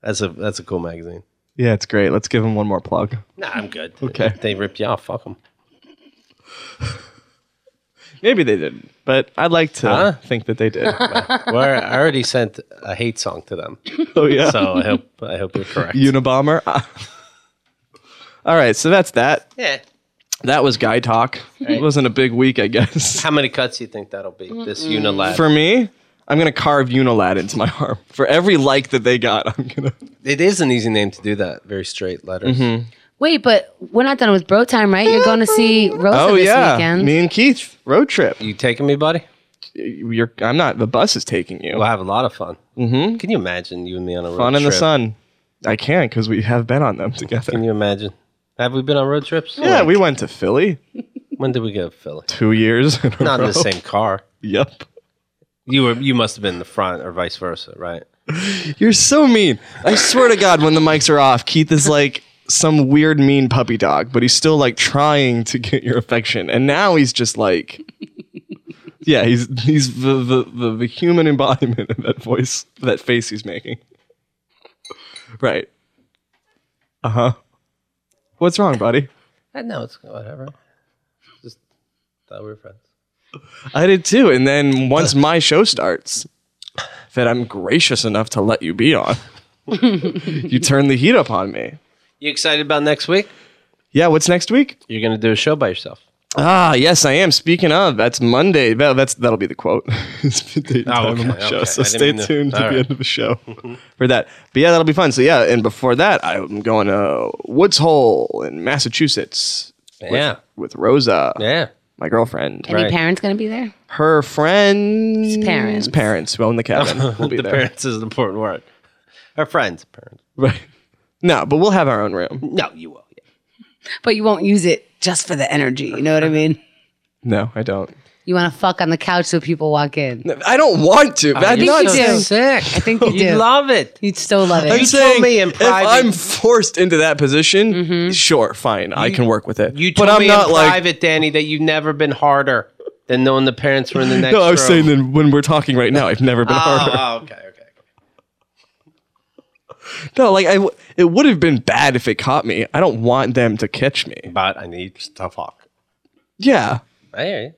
Speaker 2: that's a that's a cool magazine.
Speaker 3: yeah, it's great. Let's give him one more plug.
Speaker 2: Nah, I'm good.
Speaker 3: Okay.
Speaker 2: If they ripped you off. Fuck them.
Speaker 3: Maybe they didn't, but I'd like to
Speaker 2: Huh?
Speaker 3: think that they <laughs> did.
Speaker 2: Well, I already sent a hate song to them,
Speaker 3: oh yeah.
Speaker 2: so I hope I hope you're correct.
Speaker 3: Unabomber. <laughs> All right, so that's that.
Speaker 2: yeah.
Speaker 3: That was guy talk. It wasn't a big week, I guess.
Speaker 2: How many cuts do you think that'll be? This Unilad.
Speaker 3: For me, I'm gonna carve Unilad into my arm. For every like that they got,
Speaker 2: <laughs>
Speaker 3: I'm gonna.
Speaker 2: it is an easy name to do that. Very straight letters.
Speaker 1: Wait, but we're not done with bro time, right? You're going to see Rosa
Speaker 3: Oh
Speaker 1: this
Speaker 3: yeah,
Speaker 1: weekend.
Speaker 3: me and Keith road trip.
Speaker 2: You taking me, buddy?
Speaker 3: You're, I'm not. The bus is taking you.
Speaker 2: We'll have a lot of fun. Mm-hmm. Can you imagine you and me on a road
Speaker 3: Fun
Speaker 2: trip?
Speaker 3: in the sun. I can because we have been on them <laughs> together.
Speaker 2: Can you imagine? Have we been on road trips?
Speaker 3: Yeah, we went to Philly
Speaker 2: When did we go to Philly?
Speaker 3: two years. in a
Speaker 2: Not in the
Speaker 3: row. <laughs>
Speaker 2: same car.
Speaker 3: Yep.
Speaker 2: You were. You must have been in the front, or vice versa, right?
Speaker 3: You're so mean. I swear to God, when the mics are off, Keith is like some weird, mean puppy dog, but he's still like trying to get your affection. And now he's just like, yeah, he's he's the the, the, the human embodiment of that voice, that face he's making. Right. Uh huh. What's wrong, buddy?
Speaker 2: I know it's whatever. Just thought we were friends.
Speaker 3: I did too. And then once my show starts, that I'm gracious enough to let you be on, <laughs> you turn the heat up on me.
Speaker 2: You excited about next week?
Speaker 3: Yeah, what's next week?
Speaker 2: You're gonna do a show by yourself.
Speaker 3: Ah, yes, I am. Speaking of, that's Monday. Well, that's that'll be the quote. <laughs> it's the date
Speaker 2: Oh,
Speaker 3: and time of
Speaker 2: okay,
Speaker 3: my show.
Speaker 2: okay.
Speaker 3: So
Speaker 2: I didn't
Speaker 3: stay
Speaker 2: mean to-
Speaker 3: tuned to,
Speaker 2: all
Speaker 3: the
Speaker 2: right.
Speaker 3: end of
Speaker 2: <laughs>
Speaker 3: the show for that. But yeah, that'll be fun. So yeah, and before that, I'm going to Woods Hole in Massachusetts
Speaker 2: yeah,
Speaker 3: with Rosa,
Speaker 2: yeah.
Speaker 3: my girlfriend.
Speaker 1: Any
Speaker 2: Right.
Speaker 1: parents going to be there?
Speaker 3: Her friends,
Speaker 1: Parents.
Speaker 3: parents who own
Speaker 2: <laughs>
Speaker 3: the cabin, will be
Speaker 2: the
Speaker 3: there.
Speaker 2: parents is an important word. Our friends, parents.
Speaker 3: Right. No, but we'll have our own room.
Speaker 2: No, you will. Yeah.
Speaker 1: But you won't use it just for the energy. You know what I mean?
Speaker 3: No, I don't.
Speaker 1: You want to fuck on the couch so people walk in.
Speaker 3: I don't want to. That's
Speaker 1: think
Speaker 3: not
Speaker 1: you do.
Speaker 2: sick.
Speaker 1: I think
Speaker 3: <laughs>
Speaker 1: you
Speaker 2: You
Speaker 1: do.
Speaker 2: love it.
Speaker 1: You'd so love
Speaker 3: I'm
Speaker 1: it.
Speaker 2: told
Speaker 3: saying
Speaker 2: me in
Speaker 3: if
Speaker 2: private- Mm-hmm.
Speaker 3: I'm forced into that position, sure, fine, I can work with it.
Speaker 2: You told
Speaker 3: but I'm
Speaker 2: me
Speaker 3: not
Speaker 2: in
Speaker 3: like.
Speaker 2: private, Danny, that you've never been harder than knowing the parents were in
Speaker 3: <laughs>
Speaker 2: the next
Speaker 3: no, I
Speaker 2: room.
Speaker 3: was saying that when we're talking right now, I've never been
Speaker 2: Oh,
Speaker 3: harder. <laughs>
Speaker 2: oh, okay, okay. okay.
Speaker 3: No, like I, w- it would have been bad if it caught me. I don't want them to catch me.
Speaker 2: But I need to fuck.
Speaker 3: Yeah,
Speaker 2: I hear you.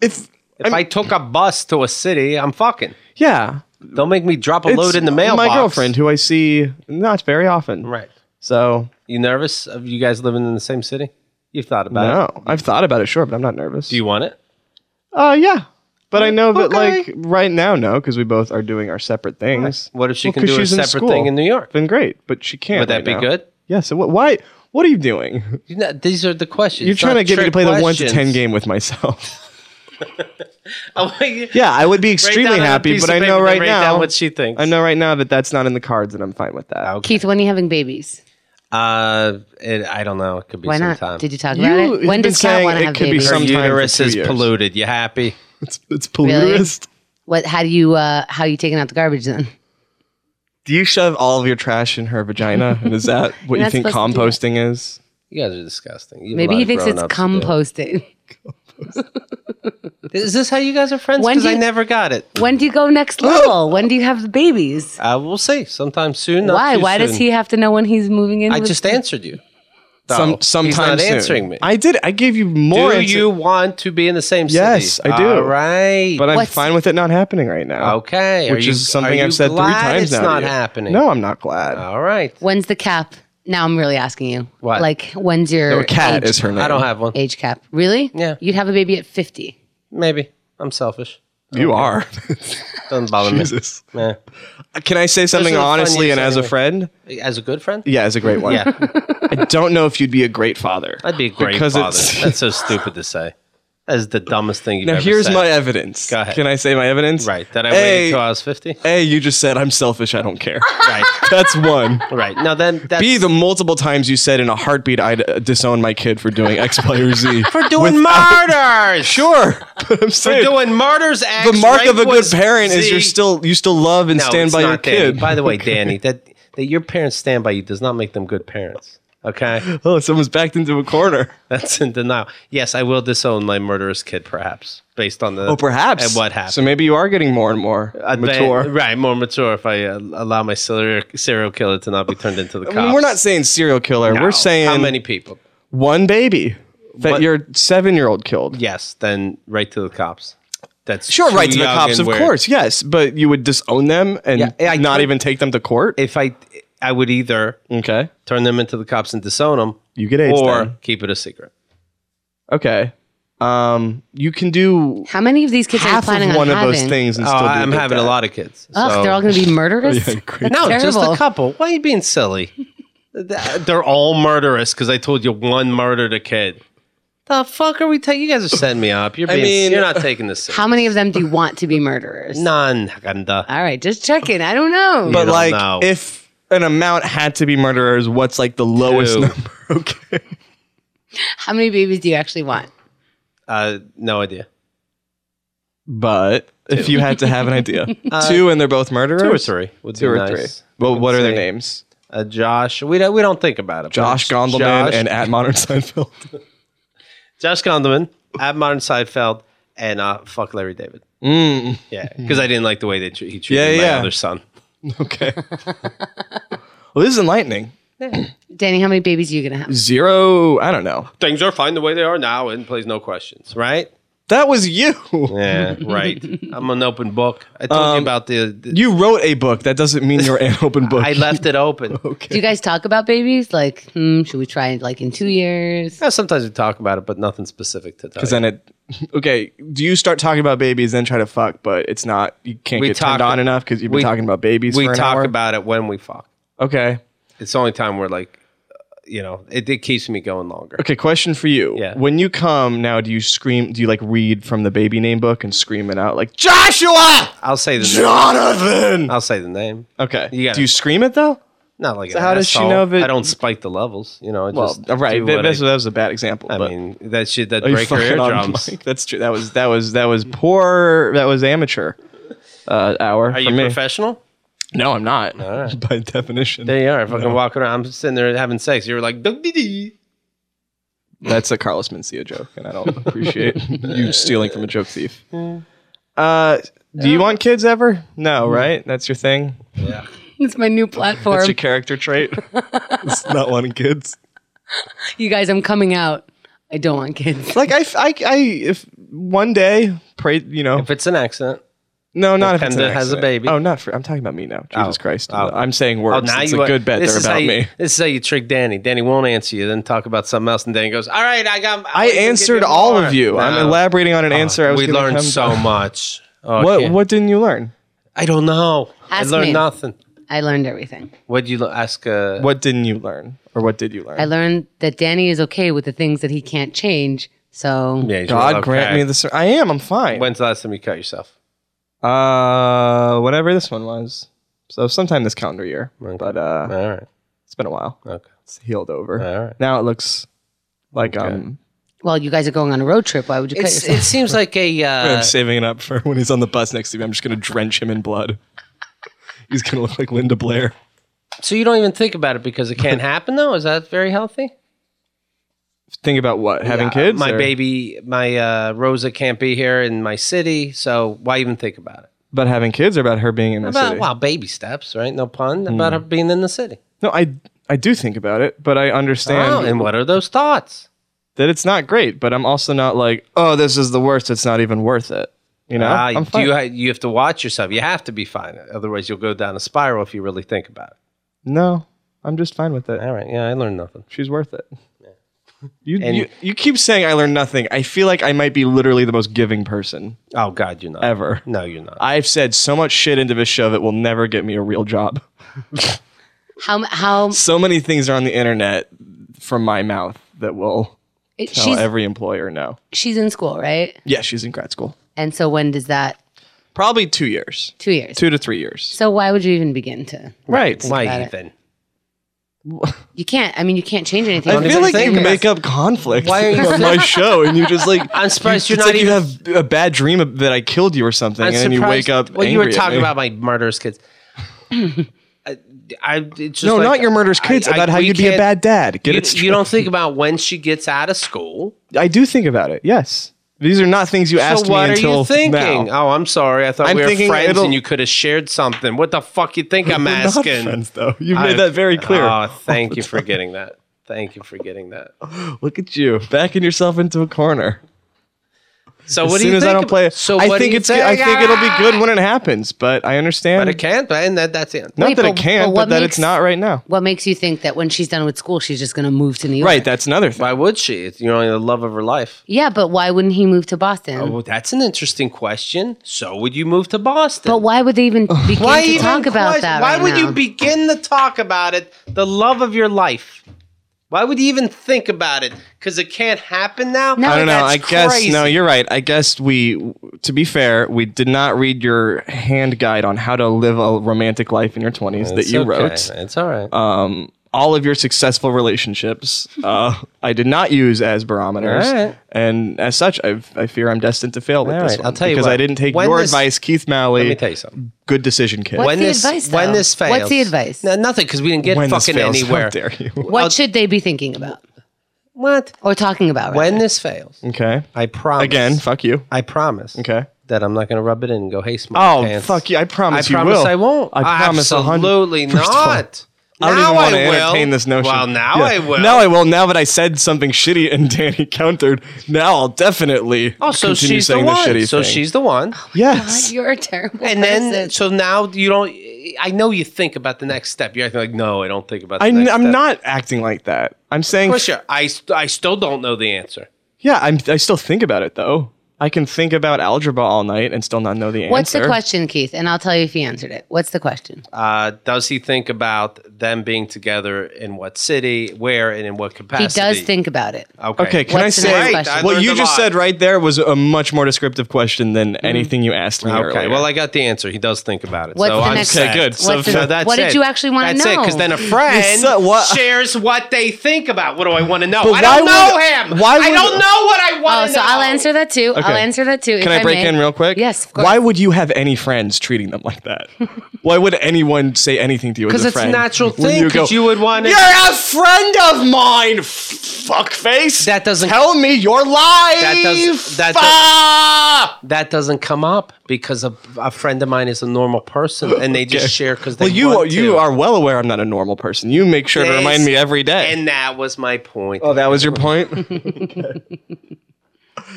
Speaker 3: if
Speaker 2: If i took a bus to a city, I'm fucking.
Speaker 3: yeah,
Speaker 2: Don't make me drop a load
Speaker 3: It's
Speaker 2: in the mailbox.
Speaker 3: My girlfriend, who I see not very often,
Speaker 2: Right.
Speaker 3: So
Speaker 2: You nervous of you guys living in the same city? You've thought about it.
Speaker 3: no, I've thought about it, sure, but I'm not nervous.
Speaker 2: Do you want it?
Speaker 3: Uh, yeah. But I know that,
Speaker 2: Okay.
Speaker 3: like, right now, no, because we both are doing our separate things.
Speaker 2: What if she
Speaker 3: Well,
Speaker 2: can
Speaker 3: 'cause
Speaker 2: do a
Speaker 3: she's in
Speaker 2: separate
Speaker 3: school.
Speaker 2: thing in New York?
Speaker 3: Been great, but she can't.
Speaker 2: Would that
Speaker 3: right
Speaker 2: be
Speaker 3: now.
Speaker 2: good?
Speaker 3: Yeah. So what? Why? What are you doing?
Speaker 2: You know, these are the questions.
Speaker 3: You're
Speaker 2: It's
Speaker 3: trying
Speaker 2: not
Speaker 3: to get me to
Speaker 2: trick
Speaker 3: play the one to
Speaker 2: questions. <laughs>
Speaker 3: ten game with myself.
Speaker 2: Oh, you-
Speaker 3: Yeah, I would be
Speaker 2: write
Speaker 3: extremely
Speaker 2: down on a
Speaker 3: happy,
Speaker 2: piece
Speaker 3: but
Speaker 2: of
Speaker 3: I
Speaker 2: paper,
Speaker 3: know
Speaker 2: then
Speaker 3: right
Speaker 2: write down
Speaker 3: now
Speaker 2: what she thinks.
Speaker 3: I know right now that that's not in the cards, and I'm fine with that.
Speaker 2: Okay.
Speaker 1: Keith, when are you having babies?
Speaker 2: Uh, it, I don't know. It could be
Speaker 1: Why not?
Speaker 2: sometime.
Speaker 1: Did you talk
Speaker 3: You-
Speaker 1: about
Speaker 3: you've
Speaker 1: it? When
Speaker 3: been
Speaker 1: does Cat
Speaker 3: saying
Speaker 1: want
Speaker 3: it
Speaker 1: to have
Speaker 3: could be
Speaker 1: babies?
Speaker 2: Her
Speaker 3: sometime for
Speaker 2: uterus
Speaker 3: two
Speaker 2: is
Speaker 3: years.
Speaker 2: polluted. You happy?
Speaker 3: It's it's
Speaker 1: What? How do you? Uh, how are you taking out the garbage then?
Speaker 3: Do you shove all of your trash in her vagina, and
Speaker 2: <laughs>
Speaker 3: is that what
Speaker 1: You're
Speaker 3: you
Speaker 1: not
Speaker 3: think
Speaker 1: supposed to do
Speaker 3: composting is?
Speaker 2: You guys are disgusting. You have a
Speaker 1: Maybe
Speaker 2: lot
Speaker 1: he
Speaker 2: of
Speaker 1: thinks it's
Speaker 2: grown-ups to
Speaker 1: composting. <laughs>
Speaker 2: do. Is this how you guys are friends?
Speaker 1: When
Speaker 2: Because
Speaker 1: do
Speaker 2: I
Speaker 1: you-
Speaker 2: never got it.
Speaker 1: When do you go next level? when do you have the babies?
Speaker 2: Uh, we'll see. Sometime soon. not
Speaker 1: Why?
Speaker 2: too
Speaker 1: Why does
Speaker 2: soon.
Speaker 1: he have to know when he's moving in?
Speaker 2: I
Speaker 1: with-
Speaker 2: just answered you. No,
Speaker 3: Some
Speaker 2: Oh, he's
Speaker 3: sometime
Speaker 2: not
Speaker 3: soon.
Speaker 2: answering me.
Speaker 3: I did. I gave you more.
Speaker 2: do
Speaker 3: answer-
Speaker 2: you want to be in the same city?
Speaker 3: Yes, I do.
Speaker 2: All right.
Speaker 3: But I'm
Speaker 1: What's-
Speaker 3: fine with it not happening right now.
Speaker 2: okay. Are
Speaker 3: Which
Speaker 2: you-
Speaker 3: is
Speaker 2: are
Speaker 3: something
Speaker 2: you
Speaker 3: I've said three
Speaker 2: glad
Speaker 3: times
Speaker 2: it's
Speaker 3: now. to
Speaker 2: not
Speaker 3: you.
Speaker 2: happening. Oh,
Speaker 3: No, I'm not glad.
Speaker 2: All right.
Speaker 1: When's the cap? Now I'm really asking you.
Speaker 2: What?
Speaker 1: Like, when's your
Speaker 3: Or cat
Speaker 1: age,
Speaker 3: is her name.
Speaker 2: I don't have one.
Speaker 1: age cap? Really?
Speaker 2: Yeah.
Speaker 1: You'd have a baby at 50.
Speaker 2: Maybe I'm selfish.
Speaker 3: You are.
Speaker 2: Doesn't bother me.
Speaker 3: Jesus.
Speaker 2: Meh.
Speaker 3: <laughs> Can I say something
Speaker 2: are the fun
Speaker 3: honestly
Speaker 2: years
Speaker 3: and as a
Speaker 2: anyway.
Speaker 3: friend?
Speaker 2: As a good friend.
Speaker 3: Yeah, as a great one.
Speaker 2: Yeah.
Speaker 3: I don't know if you'd be a great father.
Speaker 2: I'd be a great
Speaker 3: Because
Speaker 2: father.
Speaker 3: it's-
Speaker 2: That's so stupid to say. That is the dumbest thing you've
Speaker 3: Now
Speaker 2: ever
Speaker 3: here's
Speaker 2: said.
Speaker 3: my evidence.
Speaker 2: Go ahead.
Speaker 3: Can I say my evidence?
Speaker 2: right that I waited
Speaker 3: Hey,
Speaker 2: until I was fifty.
Speaker 3: hey, you just said I'm selfish. I
Speaker 2: <laughs>
Speaker 3: don't care.
Speaker 2: Right,
Speaker 3: That's one.
Speaker 2: right. Now then, that's
Speaker 3: B, the multiple times you said in a heartbeat I'd uh, disown my kid for doing X, Y, or Z.
Speaker 2: <laughs> for doing martyrs.
Speaker 3: sure, but I'm
Speaker 2: <laughs> for
Speaker 3: saying
Speaker 2: doing martyrs.
Speaker 3: the
Speaker 2: acts,
Speaker 3: mark of a
Speaker 2: rape
Speaker 3: good
Speaker 2: was-
Speaker 3: parent is
Speaker 2: See?
Speaker 3: you're still you still love and
Speaker 2: No,
Speaker 3: stand
Speaker 2: it's
Speaker 3: by your
Speaker 2: not, Danny.
Speaker 3: kid.
Speaker 2: By the way, Danny, that that your parents stand by you does not make them good parents. Okay,
Speaker 3: <laughs> oh, someone's backed into a corner.
Speaker 2: that's in denial. Yes, I will disown my murderous kid, perhaps based on the
Speaker 3: Oh, perhaps.
Speaker 2: and what happened.
Speaker 3: So maybe you are getting more and more
Speaker 2: Advan-
Speaker 3: mature.
Speaker 2: right? More mature if I uh, allow my serial serial killer to not be turned into the cops.
Speaker 3: I mean, we're not saying serial killer.
Speaker 2: No.
Speaker 3: We're saying
Speaker 2: how many people?
Speaker 3: one baby that
Speaker 2: What-
Speaker 3: your seven year old killed.
Speaker 2: Yes, then right to the cops. That's
Speaker 3: Sure,
Speaker 2: too
Speaker 3: right to the
Speaker 2: young
Speaker 3: cops,
Speaker 2: and
Speaker 3: of
Speaker 2: weird.
Speaker 3: course, yes. But you would disown them and
Speaker 2: Yeah, I
Speaker 3: not
Speaker 2: could-
Speaker 3: even take them to court.
Speaker 2: If I, I would either
Speaker 3: okay.
Speaker 2: turn them into the cops and disown them,
Speaker 3: You get AIDS
Speaker 2: or
Speaker 3: then.
Speaker 2: keep it a secret.
Speaker 3: Okay. Um, you can do
Speaker 1: How many of these kids are you
Speaker 3: half
Speaker 1: planning
Speaker 3: of one
Speaker 1: on
Speaker 3: of
Speaker 1: having?
Speaker 3: those things and
Speaker 2: Oh,
Speaker 3: still do
Speaker 2: I'm
Speaker 3: good
Speaker 2: having a
Speaker 3: death.
Speaker 2: lot of kids.
Speaker 1: Ugh,
Speaker 2: so-
Speaker 1: they're all going
Speaker 3: <laughs>
Speaker 1: to be murderers.
Speaker 3: Yeah, great.
Speaker 2: no, just
Speaker 1: terrible.
Speaker 2: a couple. Why are you being silly? Th- they're all murderous because I told you one murdered a kid. The fuck are we taking? You guys are setting me up. You're being.
Speaker 3: mean-
Speaker 2: you're not taking this.
Speaker 1: <laughs>
Speaker 2: Serious.
Speaker 1: How many of them do you want to be murderers? <laughs>
Speaker 2: None. Hakanda.
Speaker 1: All right, just checking. I don't know.
Speaker 3: But
Speaker 2: don't
Speaker 3: like,
Speaker 2: know.
Speaker 3: if an amount had to be murderers, what's like the lowest
Speaker 2: Two.
Speaker 3: number? Okay.
Speaker 1: How many babies do you actually want?
Speaker 2: Uh, no idea.
Speaker 3: But if you had to have an
Speaker 2: <laughs>
Speaker 3: idea, two and they're both murderers,
Speaker 2: Uh, Two or three. Would be
Speaker 3: two or
Speaker 2: nice.
Speaker 3: three. Well, what are their
Speaker 2: Let's see.
Speaker 3: names?
Speaker 2: Uh, Josh. We don't. We don't think about it. but
Speaker 3: Josh
Speaker 2: it's
Speaker 3: Gondelman
Speaker 2: Josh-
Speaker 3: and at
Speaker 2: <laughs>
Speaker 3: Modern Seinfeld.
Speaker 2: Josh Gondelman, at Modern Seinfeld, and uh, fuck Larry David.
Speaker 3: Mm.
Speaker 2: Yeah, because I didn't like the way that tr- he treated
Speaker 3: Yeah,
Speaker 2: my
Speaker 3: yeah.
Speaker 2: other son.
Speaker 3: <laughs> Okay. well, this is enlightening.
Speaker 1: Danny, how many babies are you going to have?
Speaker 3: Zero. I don't know.
Speaker 2: Things are fine the way they are now, and plays no questions. Right?
Speaker 3: That was you.
Speaker 2: Yeah, <laughs> right. I'm an open book. I told
Speaker 3: Um,
Speaker 2: you about the. the-
Speaker 3: You wrote a book. That doesn't mean you're an open book.
Speaker 2: <laughs> I left it open.
Speaker 1: Do you guys talk about babies? Like, hmm, should we try it like in two years?
Speaker 2: Yeah, sometimes we talk about it, but nothing specific to tell.
Speaker 3: Because
Speaker 2: you.
Speaker 3: <laughs> then it. Okay. Do you start talking about babies, then try to fuck, but it's not. You can't
Speaker 2: We
Speaker 3: get
Speaker 2: talk-
Speaker 3: turned on enough because you've been
Speaker 2: we-
Speaker 3: talking about babies
Speaker 2: we
Speaker 3: for an
Speaker 2: talk
Speaker 3: hour.
Speaker 2: about it when we fuck.
Speaker 3: okay.
Speaker 2: It's the only time we're like, uh, you know, it, it keeps me going longer.
Speaker 3: Okay. Question for you.
Speaker 2: Yeah.
Speaker 3: When you come now, do you scream? Do you like read from the baby name book and scream it out like Joshua,
Speaker 2: I'll say the name.
Speaker 3: Jonathan?
Speaker 2: I'll say the name.
Speaker 3: Okay.
Speaker 2: Uh, You gotta-
Speaker 3: do you scream it though?
Speaker 2: Not like.
Speaker 3: So
Speaker 2: an
Speaker 3: how does she
Speaker 2: asshole.
Speaker 3: know that-
Speaker 2: I don't spike the levels. You know, I
Speaker 3: Well, uh,
Speaker 2: just
Speaker 3: right.
Speaker 2: do
Speaker 3: That,
Speaker 2: what
Speaker 3: that's-
Speaker 2: I,
Speaker 3: that was a bad example.
Speaker 2: I
Speaker 3: but
Speaker 2: mean, that shit that
Speaker 3: Are you
Speaker 2: break her
Speaker 3: fucking on
Speaker 2: eardrums.
Speaker 3: mic? <laughs> That's true. That was that was that was poor. That was amateur uh,
Speaker 2: <laughs>
Speaker 3: hour
Speaker 2: Are
Speaker 3: for
Speaker 2: you
Speaker 3: me.
Speaker 2: professional?
Speaker 3: no, I'm not.
Speaker 2: right.
Speaker 3: <laughs> By definition,
Speaker 2: There you are, fucking walking around. I'm sitting there having sex. You're like, "Dum, dee, dee."
Speaker 3: that's a Carlos Mencia joke, and
Speaker 2: <laughs>
Speaker 3: I don't appreciate you stealing from a joke thief. Uh, do you want kids ever? No, right? That's your thing.
Speaker 1: <laughs> It's my new
Speaker 3: That's
Speaker 1: platform.
Speaker 3: your character trait. it's not wanting kids.
Speaker 1: you guys, I'm coming out. I don't want kids.
Speaker 3: Like I, f- I- I- if one day pray, you know,
Speaker 2: if it's an accident.
Speaker 3: no, not if it's an
Speaker 2: Penda has a
Speaker 3: accident.
Speaker 2: baby.
Speaker 3: Oh, not for. I'm talking about me now. Jesus
Speaker 2: Oh.
Speaker 3: Christ!
Speaker 2: Oh.
Speaker 3: I'm saying words. it's a
Speaker 2: are-
Speaker 3: good bet.
Speaker 2: this
Speaker 3: They're
Speaker 2: is how
Speaker 3: about
Speaker 2: you-
Speaker 3: me.
Speaker 2: This is how you trick Danny. Danny won't answer you, then talk about something else, and Danny goes, "All right, I got."
Speaker 3: I answered all of you. I'm elaborating on an answer. I was
Speaker 2: Oh, we
Speaker 3: gonna
Speaker 2: learned
Speaker 3: come
Speaker 2: so
Speaker 3: to.
Speaker 2: much.
Speaker 3: What
Speaker 2: Okay.
Speaker 3: What didn't you learn?
Speaker 2: I don't know.
Speaker 1: Ask
Speaker 2: I learned
Speaker 1: me.
Speaker 2: nothing.
Speaker 1: I learned everything.
Speaker 2: What'd you lo- ask? Uh,
Speaker 3: What didn't you learn, or what did you learn?
Speaker 1: I learned that Danny is okay with the things that he can't change, So
Speaker 2: Yeah, you
Speaker 3: God
Speaker 2: love
Speaker 3: grant
Speaker 2: crack.
Speaker 3: me the. Sur- I am. I'm fine.
Speaker 2: When's the last time you cut yourself?
Speaker 3: Uh, whatever this one was. So sometime this calendar year,
Speaker 2: Okay.
Speaker 3: but uh,
Speaker 2: All right.
Speaker 3: it's been a while.
Speaker 2: Okay.
Speaker 3: It's healed over.
Speaker 2: All right.
Speaker 3: Now it looks like
Speaker 2: Okay.
Speaker 3: um,
Speaker 1: well, you guys are going on a road trip. Why would you cut
Speaker 2: It's,
Speaker 1: <laughs> yourself?
Speaker 2: it seems like a.
Speaker 3: I'm
Speaker 2: Uh,
Speaker 3: saving it up for when he's on the bus next to me. I'm just gonna drench him in blood. he's gonna look like Linda Blair.
Speaker 2: so you don't even think about it because it
Speaker 3: <laughs>
Speaker 2: can't happen though. Is that very healthy?
Speaker 3: Think about what having
Speaker 2: Uh,
Speaker 3: kids.
Speaker 2: My
Speaker 3: or-
Speaker 2: baby, my uh, Rosa can't be here in my city, so why even think about it?
Speaker 3: But having kids or about her being in the
Speaker 2: About
Speaker 3: city. Hmm.
Speaker 2: wow, baby steps, right? No pun about her being in the city.
Speaker 3: No, I I do think about it, but I understand
Speaker 2: Oh, and what are those thoughts?
Speaker 3: that it's not great. But I'm also not like, oh, this is the worst. It's not even worth it. You know.
Speaker 2: Ah,
Speaker 3: I'm
Speaker 2: do you
Speaker 3: fine.
Speaker 2: ha- you have to watch yourself. You have to be fine, otherwise you'll go down a spiral if you really think about it.
Speaker 3: no, I'm just fine with it.
Speaker 2: All right, yeah, I learned nothing.
Speaker 3: She's worth it. You,
Speaker 2: And-
Speaker 3: you you keep saying I learned nothing. I feel like I might be literally the most giving person
Speaker 2: Oh God, you're not.
Speaker 3: ever.
Speaker 2: No, you're not.
Speaker 3: I've said so much shit into this show that will never get me a real job.
Speaker 1: how how
Speaker 3: So many things are on the internet from my mouth that will
Speaker 1: it,
Speaker 3: tell
Speaker 1: she's
Speaker 3: every employer no.
Speaker 1: she's in school, right?
Speaker 3: Yeah, she's in grad school.
Speaker 1: And so when does that?
Speaker 3: Probably two years,
Speaker 1: Two years.
Speaker 3: two to three years.
Speaker 1: So why would you even begin to?
Speaker 3: Right.
Speaker 2: Why
Speaker 1: about it.
Speaker 2: even?
Speaker 1: You can't. I mean, you can't change anything.
Speaker 3: I
Speaker 2: What
Speaker 3: feel
Speaker 2: is
Speaker 3: like
Speaker 2: it
Speaker 3: you
Speaker 2: thinking?
Speaker 3: make up conflict
Speaker 2: Why are you-
Speaker 3: <laughs> on my show, and you just like
Speaker 2: <laughs> I'm surprised
Speaker 3: you,
Speaker 2: you're
Speaker 3: it's
Speaker 2: not
Speaker 3: like
Speaker 2: even-
Speaker 3: you have a bad dream of, that I killed you or something,
Speaker 2: I'm
Speaker 3: and then you
Speaker 2: surprised-
Speaker 3: wake up.
Speaker 2: Well, you were
Speaker 3: angry at
Speaker 2: talking
Speaker 3: me.
Speaker 2: about my murderous
Speaker 3: <laughs>
Speaker 2: kids. I, I, it's just
Speaker 3: no,
Speaker 2: like-
Speaker 3: not your murderous
Speaker 2: I-
Speaker 3: kids.
Speaker 2: I-
Speaker 3: about how
Speaker 2: we
Speaker 3: you'd be a
Speaker 2: can't-
Speaker 3: bad dad. Get
Speaker 2: You,
Speaker 3: it
Speaker 2: you don't think about when she gets out of school.
Speaker 3: I do think about it. Yes, these are not things <laughs> you asked
Speaker 2: so what
Speaker 3: me
Speaker 2: are
Speaker 3: until
Speaker 2: you thinking? Oh,
Speaker 3: now.
Speaker 2: I'm sorry. I thought
Speaker 3: I'm
Speaker 2: we were
Speaker 3: thinking
Speaker 2: friends
Speaker 3: it'll-
Speaker 2: and you could have shared something. What the fuck you think I'm
Speaker 3: We're not
Speaker 2: asking?
Speaker 3: friends, though. You made
Speaker 2: I-
Speaker 3: that very clear. <laughs>
Speaker 2: Oh, thank you for getting that. Thank you for getting that.
Speaker 3: Look at you backing yourself into a corner.
Speaker 2: So
Speaker 3: As
Speaker 2: what do
Speaker 3: soon
Speaker 2: you
Speaker 3: as
Speaker 2: think?
Speaker 3: I don't
Speaker 2: ab-
Speaker 3: play,
Speaker 2: so
Speaker 3: I
Speaker 2: what do
Speaker 3: think
Speaker 2: you Ah!
Speaker 3: it's. good- I think it'll be good when it happens. But I understand.
Speaker 2: But it can't. And that, that's it.
Speaker 3: not
Speaker 1: Wait,
Speaker 3: that
Speaker 1: but-
Speaker 3: it can't,
Speaker 1: but
Speaker 3: but,
Speaker 1: what
Speaker 3: that
Speaker 1: makes-
Speaker 3: it's not right now.
Speaker 1: What makes you think that when she's done with school, she's just going to move to New York?
Speaker 3: Right, that's another thing.
Speaker 2: Why would she? It's you know the love of her life.
Speaker 1: Yeah, but why wouldn't he move to Boston?
Speaker 2: Well, that's an interesting question. So would you move to Boston?
Speaker 1: but why would they
Speaker 3: <laughs>
Speaker 1: even begin
Speaker 2: why
Speaker 1: to
Speaker 2: even
Speaker 1: talk about
Speaker 2: question-
Speaker 1: that?
Speaker 2: Why
Speaker 1: right
Speaker 2: would
Speaker 1: now?
Speaker 2: you begin to talk about it? The love of your life. Why would you even think about it? Because it can't happen now.
Speaker 1: No.
Speaker 3: I don't know.
Speaker 2: That's
Speaker 3: I guess
Speaker 2: crazy.
Speaker 3: no. You're right. I guess we, to be fair, we did not read your hand guide on how to live a romantic life in your 20s that
Speaker 2: It's
Speaker 3: you
Speaker 2: okay.
Speaker 3: wrote.
Speaker 2: It's all right.
Speaker 3: all of your successful relationships uh, I did not use as barometers,
Speaker 2: All right.
Speaker 3: and as such, I've, I fear I'm destined to fail with
Speaker 2: All
Speaker 3: this
Speaker 2: right,
Speaker 3: one
Speaker 2: I'll tell you
Speaker 3: because
Speaker 2: what.
Speaker 3: I didn't take
Speaker 2: When
Speaker 3: your
Speaker 2: this-
Speaker 3: advice, Keith Malley.
Speaker 2: Let me tell you something.
Speaker 3: Good decision, kid.
Speaker 1: What?
Speaker 2: when
Speaker 1: the
Speaker 2: this
Speaker 1: advice,
Speaker 2: when
Speaker 1: though?
Speaker 2: this fails,
Speaker 1: What's the advice?
Speaker 2: No, nothing, because we didn't get
Speaker 3: When this
Speaker 2: fucking <laughs>
Speaker 3: fails, <laughs> how
Speaker 2: anywhere.
Speaker 3: dare you?
Speaker 1: what should they be thinking about
Speaker 2: What?
Speaker 1: or talking about? rather?
Speaker 2: When this fails,
Speaker 3: Okay,
Speaker 2: I promise.
Speaker 3: again, fuck you.
Speaker 2: I promise.
Speaker 3: Okay.
Speaker 2: That I'm not going to rub it in and go, hey, smart
Speaker 3: Oh, fuck you! I
Speaker 2: I
Speaker 3: promise you
Speaker 2: promise
Speaker 3: will.
Speaker 2: I won't.
Speaker 3: I promise a hundred-
Speaker 2: absolutely
Speaker 3: First of all,
Speaker 2: not.
Speaker 3: I don't
Speaker 2: now
Speaker 3: even want to
Speaker 2: I will.
Speaker 3: entertain this notion.
Speaker 2: Well, now
Speaker 3: Yeah.
Speaker 2: I will.
Speaker 3: Now I will. Now that I said something shitty and <laughs> Danny countered, now I'll definitely
Speaker 2: Oh, so
Speaker 3: continue
Speaker 2: she's the
Speaker 3: saying
Speaker 2: one.
Speaker 3: shitty
Speaker 2: so
Speaker 3: thing.
Speaker 2: she's the one.
Speaker 1: Oh,
Speaker 3: yes.
Speaker 1: <laughs> you're a terrible.
Speaker 2: And then, so now you don't. I know you think about the next step. You're acting like, no, I don't think about. The
Speaker 3: I,
Speaker 2: next
Speaker 3: am
Speaker 2: step.
Speaker 3: not acting like that. I'm saying
Speaker 2: Of course, you're- I st- I still don't know the answer.
Speaker 3: Yeah, I'm, I still think about it though. I can think about algebra all night and still not know the answer.
Speaker 1: What's the question, Keith? And I'll tell you if he answered it. What's the question?
Speaker 2: Uh, does he think about them being together in what city, where, and in what
Speaker 1: he
Speaker 2: capacity?
Speaker 1: does think about it.
Speaker 2: Okay.
Speaker 3: Okay, can
Speaker 1: What's the
Speaker 3: I say
Speaker 1: next question? I
Speaker 3: what
Speaker 2: learned
Speaker 3: you
Speaker 2: a
Speaker 3: just
Speaker 2: lot. Mm-hmm.
Speaker 3: said right there was a much more descriptive question than anything you asked me
Speaker 2: Okay.
Speaker 3: earlier.
Speaker 2: Well, I got the answer. He does think about it.
Speaker 1: What's
Speaker 2: so
Speaker 1: the
Speaker 2: I'm
Speaker 1: next
Speaker 2: set.
Speaker 3: Okay, good.
Speaker 1: What's
Speaker 3: So-
Speaker 1: the-
Speaker 2: So <laughs> that's
Speaker 1: what
Speaker 2: it.
Speaker 1: did you actually want to
Speaker 2: That's
Speaker 1: know?
Speaker 2: it, because then a friend
Speaker 3: so- what-
Speaker 2: shares what they think about. What do I want to know?
Speaker 3: But
Speaker 2: I don't
Speaker 3: why would-
Speaker 2: know him.
Speaker 3: why
Speaker 2: I
Speaker 3: would-
Speaker 2: don't know what I
Speaker 1: Oh,
Speaker 2: want to
Speaker 1: so
Speaker 2: know.
Speaker 1: I'll answer that too.
Speaker 3: Okay.
Speaker 1: I'll answer that too.
Speaker 3: can
Speaker 1: if
Speaker 3: I break
Speaker 1: may.
Speaker 3: in real quick?
Speaker 1: Yes, of course.
Speaker 3: Why would you have any friends treating them
Speaker 2: <laughs>
Speaker 3: like that? Why would anyone say anything to you as
Speaker 2: Because
Speaker 3: a
Speaker 2: it's a
Speaker 3: friend?
Speaker 2: natural
Speaker 3: when
Speaker 2: thing. Because you, would want to.
Speaker 3: You're a friend of mine, f- fuckface.
Speaker 2: That doesn't-
Speaker 3: tell me you're lying.
Speaker 2: That does- that does-
Speaker 3: Ah!
Speaker 2: That doesn't come up because a, a friend of mine is a normal person and they just share because they
Speaker 3: Well, you
Speaker 2: want
Speaker 3: you
Speaker 2: to.
Speaker 3: are well aware I'm not a normal person. You make sure to
Speaker 2: Yes.
Speaker 3: remind me every day.
Speaker 2: And that was my point.
Speaker 3: Oh, that was
Speaker 2: <laughs>
Speaker 3: your point? <laughs>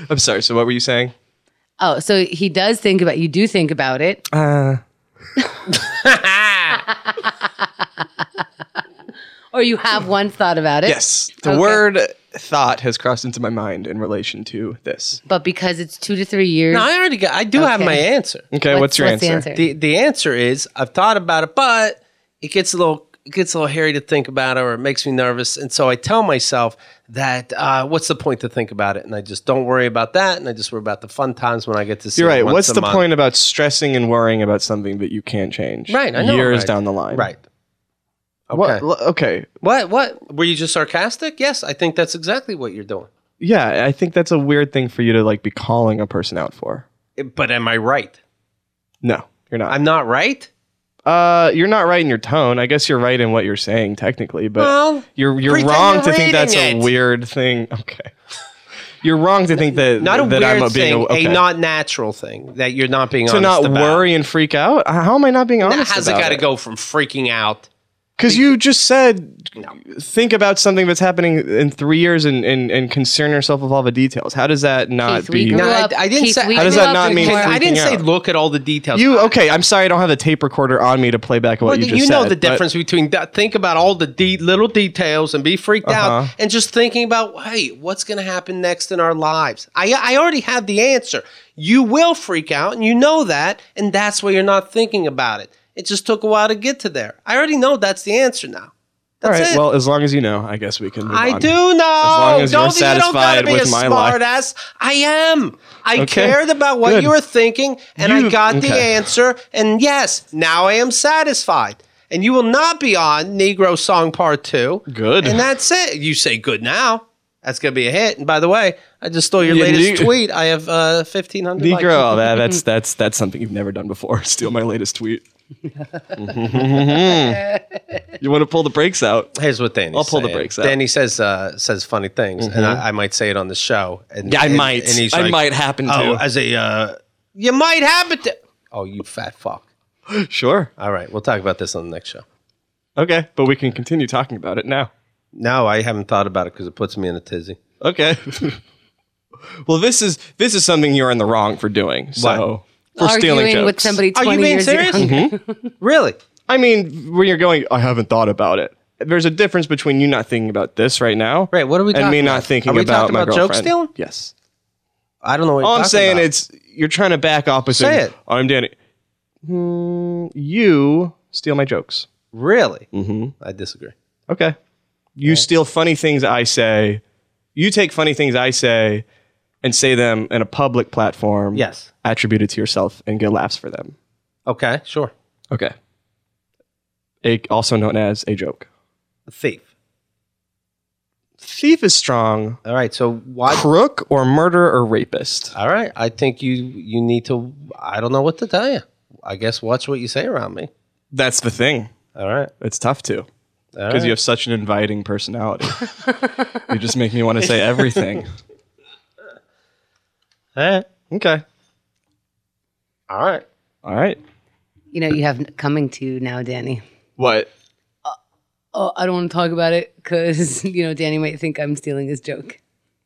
Speaker 3: I'm sorry. So, what were you saying?
Speaker 1: Oh, so he does think about. You do think about it.
Speaker 3: Uh,
Speaker 1: <laughs> Or you have once thought about it.
Speaker 3: yes. The
Speaker 1: Okay.
Speaker 3: word thought has crossed into my mind in relation to this.
Speaker 1: But because it's two to three years.
Speaker 2: No, I already got. I do have
Speaker 1: Okay.
Speaker 2: my answer.
Speaker 3: Okay. What's, your
Speaker 1: what's the
Speaker 3: answer?
Speaker 1: answer?
Speaker 2: The the answer is I've thought about it, but it gets a little it gets a little hairy to think about it, or it makes me nervous, and so I tell myself that uh, what's the point to think about it? And I just don't worry about that, and I just worry about the fun times when I get to see.
Speaker 3: You're
Speaker 2: it
Speaker 3: right.
Speaker 2: once
Speaker 3: What's
Speaker 2: a
Speaker 3: the
Speaker 2: month.
Speaker 3: point about stressing and worrying about something that you can't change?
Speaker 2: Right, I know,
Speaker 3: Years
Speaker 2: right.
Speaker 3: down the line.
Speaker 2: Right. Okay.
Speaker 3: What? l- Okay.
Speaker 2: What? What? Were you just sarcastic? Yes, I think that's exactly what you're doing.
Speaker 3: Yeah, I think that's a weird thing for you to like be calling a person out for.
Speaker 2: But am I right?
Speaker 3: No, you're not.
Speaker 2: I'm not right.
Speaker 3: uh, you're not right in your tone. I guess you're right in what you're saying technically, but
Speaker 2: Well,
Speaker 3: you're you're
Speaker 2: pretend
Speaker 3: wrong
Speaker 2: you're
Speaker 3: to think
Speaker 2: reading
Speaker 3: that's a
Speaker 2: it.
Speaker 3: weird thing. <laughs> Okay. You're wrong to think that
Speaker 2: Not a
Speaker 3: that
Speaker 2: weird
Speaker 3: I'm a being
Speaker 2: thing,
Speaker 3: okay.
Speaker 2: a not natural thing that you're not being
Speaker 3: to
Speaker 2: honest
Speaker 3: not
Speaker 2: about.
Speaker 3: worry and freak out. How am I not being
Speaker 2: Now,
Speaker 3: honest?
Speaker 2: How's it
Speaker 3: about
Speaker 2: got to go from freaking out?
Speaker 3: Because you just said, think about something that's happening in three years and, and, and concern yourself with all the details. How does that not
Speaker 1: Keith, we
Speaker 3: be?
Speaker 1: grew
Speaker 2: No, I-
Speaker 1: up-
Speaker 2: I didn't
Speaker 1: Keith,
Speaker 2: say-
Speaker 1: we
Speaker 2: How
Speaker 3: does
Speaker 1: grew
Speaker 3: that
Speaker 1: up
Speaker 3: not
Speaker 1: in
Speaker 3: mean
Speaker 1: more-
Speaker 2: I didn't
Speaker 3: freaking
Speaker 2: say
Speaker 3: out.
Speaker 2: look at all the details.
Speaker 3: you okay? I'm sorry, I don't have a tape recorder on me to play back what
Speaker 2: Well,
Speaker 3: you
Speaker 2: you,
Speaker 3: just said.
Speaker 2: know the
Speaker 3: but-
Speaker 2: difference between that, think about all the de- little details and be freaked out, and just thinking about hey, what's going to happen next in our lives. I I already have the answer. You will freak out, and you know that, and that's why you're not thinking about it. It just took a while to get to there. I already know that's the answer now.
Speaker 3: All
Speaker 2: That's
Speaker 3: right.
Speaker 2: it.
Speaker 3: Well, as long as you know, I guess we can. Move
Speaker 2: I
Speaker 3: on.
Speaker 2: do
Speaker 3: <laughs>
Speaker 2: know.
Speaker 3: long as
Speaker 2: don't
Speaker 3: you're
Speaker 2: think you don't gotta
Speaker 3: satisfied
Speaker 2: be
Speaker 3: with
Speaker 2: a
Speaker 3: my life.
Speaker 2: smart ass. I am. I
Speaker 3: Okay.
Speaker 2: cared about what
Speaker 3: Good.
Speaker 2: you were thinking, and
Speaker 3: You-
Speaker 2: I got the
Speaker 3: okay.
Speaker 2: answer. And yes, now I am satisfied. And you will not be on Negro Song Part Two.
Speaker 3: Good.
Speaker 2: And that's it. You say good now. That's gonna be a hit. And by the way, I just stole your
Speaker 3: Yeah,
Speaker 2: latest
Speaker 3: neg-
Speaker 2: tweet. I have uh, fifteen hundred.
Speaker 3: Negro, oh, that, that's that's that's something you've never done before. <laughs> Steal my
Speaker 2: <laughs>
Speaker 3: latest tweet. you want to pull the brakes out?
Speaker 2: Here's what Danny.
Speaker 3: I'll pull the brakes out.
Speaker 2: Danny says uh, says funny things, and I, I might say it on the show. And
Speaker 3: Yeah, I
Speaker 2: and-
Speaker 3: might.
Speaker 2: And he's
Speaker 3: I
Speaker 2: like,
Speaker 3: might happen to.
Speaker 2: Oh, as a uh, you might happen to. Oh, you fat fuck.
Speaker 3: <laughs> sure.
Speaker 2: All right, we'll talk about this on the next show.
Speaker 3: Okay, but we can continue talking about it now.
Speaker 2: No, I haven't thought about it because it puts me in a tizzy.
Speaker 3: Okay. <laughs> well, this is this is something you're in the wrong for doing. So for
Speaker 1: arguing
Speaker 3: stealing jokes. Mm-hmm.
Speaker 1: with somebody
Speaker 2: Are you
Speaker 1: 20
Speaker 2: being
Speaker 1: years
Speaker 2: serious?
Speaker 1: younger.
Speaker 2: Really?
Speaker 3: I mean, when you're going, I haven't thought about it. There's a difference between you not thinking about this right now,
Speaker 2: Right, what are we
Speaker 3: and me
Speaker 2: talking
Speaker 3: not
Speaker 2: about?
Speaker 3: thinking
Speaker 2: Are we
Speaker 3: about
Speaker 2: talking
Speaker 3: my
Speaker 2: about joke
Speaker 3: girlfriend.
Speaker 2: stealing?
Speaker 3: Yes.
Speaker 2: I don't know what
Speaker 3: All
Speaker 2: you're
Speaker 3: I'm
Speaker 2: talking
Speaker 3: saying
Speaker 2: about.
Speaker 3: it's you're trying to back off and
Speaker 2: Say it.
Speaker 3: I'm Danny. Hmm, you steal my jokes.
Speaker 2: really. Mm-hmm. I disagree.
Speaker 3: Okay. You steal funny things I say. You take funny things I say and say them in a public platform.
Speaker 2: Yes.
Speaker 3: Attribute it to yourself and get laughs for them.
Speaker 2: Okay, sure.
Speaker 3: Okay. A, also known as a joke.
Speaker 2: A thief.
Speaker 3: Thief is strong.
Speaker 2: All right, so why?
Speaker 3: Crook or murderer or rapist.
Speaker 2: All right, I think you you need to. I don't know what to tell you. I guess watch what you say around me.
Speaker 3: That's the thing.
Speaker 2: All right,
Speaker 3: It's tough to
Speaker 2: all
Speaker 3: because
Speaker 2: right.
Speaker 3: you have such an inviting personality. you just make me want to say everything.
Speaker 2: all right,
Speaker 3: <laughs>
Speaker 2: Eh.
Speaker 3: Okay.
Speaker 2: all right.
Speaker 3: All right.
Speaker 1: You know, you have n- coming to you now, Danny.
Speaker 3: What?
Speaker 1: Oh, I don't want to talk about it because, <laughs> you know, Danny might think I'm stealing his joke.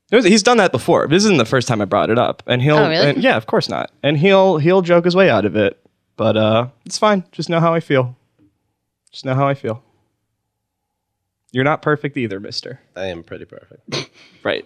Speaker 3: There's- he's done that before. This isn't the first time I brought it up, and he'll.
Speaker 1: Oh, really?
Speaker 3: and- yeah, of course not. And he'll he'll joke his way out of it, but uh, it's fine. Just know how I feel. Just know how I feel. You're not perfect either, Mister.
Speaker 2: I am pretty perfect.
Speaker 3: Right.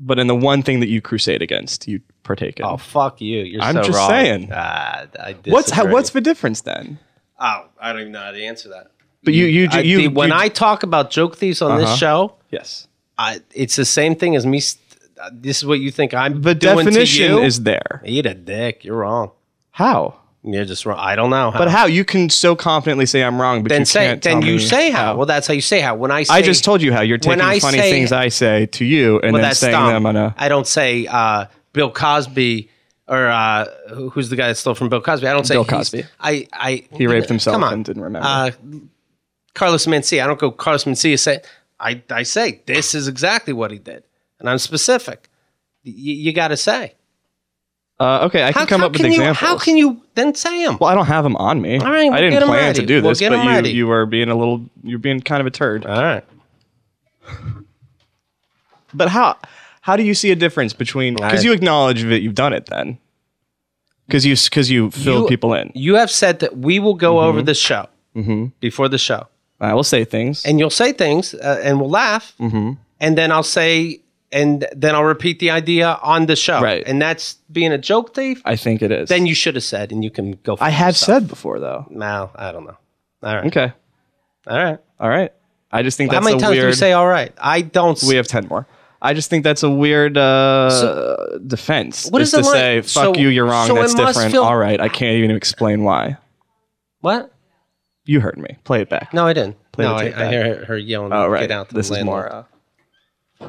Speaker 3: But in the one thing that you crusade against, you partake in.
Speaker 2: Oh fuck you! You're
Speaker 3: I'm
Speaker 2: so
Speaker 3: just
Speaker 2: wrong.
Speaker 3: saying.
Speaker 2: Ah, I disagree.
Speaker 3: what's how, what's the difference then?
Speaker 2: Oh, I don't even know how to answer that.
Speaker 3: But you you
Speaker 2: I-
Speaker 3: you,
Speaker 2: the-
Speaker 3: you
Speaker 2: when
Speaker 3: you-
Speaker 2: I talk about joke thieves on
Speaker 3: Uh-huh.
Speaker 2: this show,
Speaker 3: yes.
Speaker 2: I, it's the same thing as me. St- uh, this is what you think I'm
Speaker 3: The
Speaker 2: doing to
Speaker 3: definition
Speaker 2: you.
Speaker 3: is there.
Speaker 2: eat a dick. You're wrong.
Speaker 3: How?
Speaker 2: You're just wrong. I don't know. How.
Speaker 3: But how you can so confidently say I'm wrong, but
Speaker 2: then
Speaker 3: you
Speaker 2: say
Speaker 3: can't tell
Speaker 2: then you
Speaker 3: me
Speaker 2: say how. Well, that's how you say how. When I say,
Speaker 3: I just told you how you're
Speaker 2: When
Speaker 3: taking
Speaker 2: I
Speaker 3: funny
Speaker 2: say-
Speaker 3: things I say to you and
Speaker 2: well,
Speaker 3: then
Speaker 2: that's
Speaker 3: saying
Speaker 2: dumb.
Speaker 3: them on a.
Speaker 2: I don't say uh, Bill Cosby or uh, who- who's the guy that stole from Bill Cosby. I don't say
Speaker 3: Bill
Speaker 2: he's-
Speaker 3: Cosby.
Speaker 2: I I
Speaker 3: He raped himself
Speaker 2: Come on.
Speaker 3: and didn't remember.
Speaker 2: Uh, Carlos Mencia. I don't go Carlos Mencia say I I say this is exactly what he did, and I'm specific. Y- you got to say.
Speaker 3: Uh, okay, I can come up with
Speaker 2: can
Speaker 3: examples.
Speaker 2: You, how can you then say them?
Speaker 3: Well, I don't have them on me.
Speaker 2: right, we'll
Speaker 3: I
Speaker 2: get
Speaker 3: didn't
Speaker 2: 'em
Speaker 3: plan
Speaker 2: ready.
Speaker 3: to do
Speaker 2: We'll
Speaker 3: this,
Speaker 2: get 'em
Speaker 3: but
Speaker 2: ready. Uh,
Speaker 3: you you are being a little, you're being kind of a turd.
Speaker 2: All right.
Speaker 3: But how how do you see a difference between because
Speaker 2: I-
Speaker 3: you acknowledge that you've done it then because you because you fill
Speaker 2: You-
Speaker 3: people in.
Speaker 2: You have said that we will go
Speaker 3: Mm-hmm.
Speaker 2: over the show before the show,
Speaker 3: I will say things.
Speaker 2: and you'll say things, uh, and we'll laugh, and then I'll say, and then I'll repeat the idea on the show,
Speaker 3: Right.
Speaker 2: And that's being a joke thief.
Speaker 3: I think it is.
Speaker 2: then you should have said, and you can go.
Speaker 3: I have said before though.
Speaker 2: No, I don't know. All right.
Speaker 3: Okay.
Speaker 2: All right.
Speaker 3: All right. I just think
Speaker 2: How
Speaker 3: that's
Speaker 2: many
Speaker 3: a
Speaker 2: times do
Speaker 3: weird.
Speaker 2: we say all right? I don't. s-
Speaker 3: we have ten more. I just think that's a weird uh, defense.
Speaker 2: What
Speaker 3: is
Speaker 2: is the
Speaker 3: to
Speaker 2: line-
Speaker 3: say,
Speaker 2: so-
Speaker 3: "Fuck you, you're wrong.
Speaker 2: so
Speaker 3: that's
Speaker 2: it must
Speaker 3: different."
Speaker 2: feel-
Speaker 3: All right, I can't even explain why.
Speaker 2: what?
Speaker 3: You heard me. Play it back.
Speaker 2: No, I didn't.
Speaker 3: Play
Speaker 2: no,
Speaker 3: the tape
Speaker 2: I, I
Speaker 3: back.
Speaker 2: hear her yelling.
Speaker 3: Oh, right.
Speaker 2: Get out. to the
Speaker 3: this is
Speaker 2: landlord."
Speaker 3: more. Uh,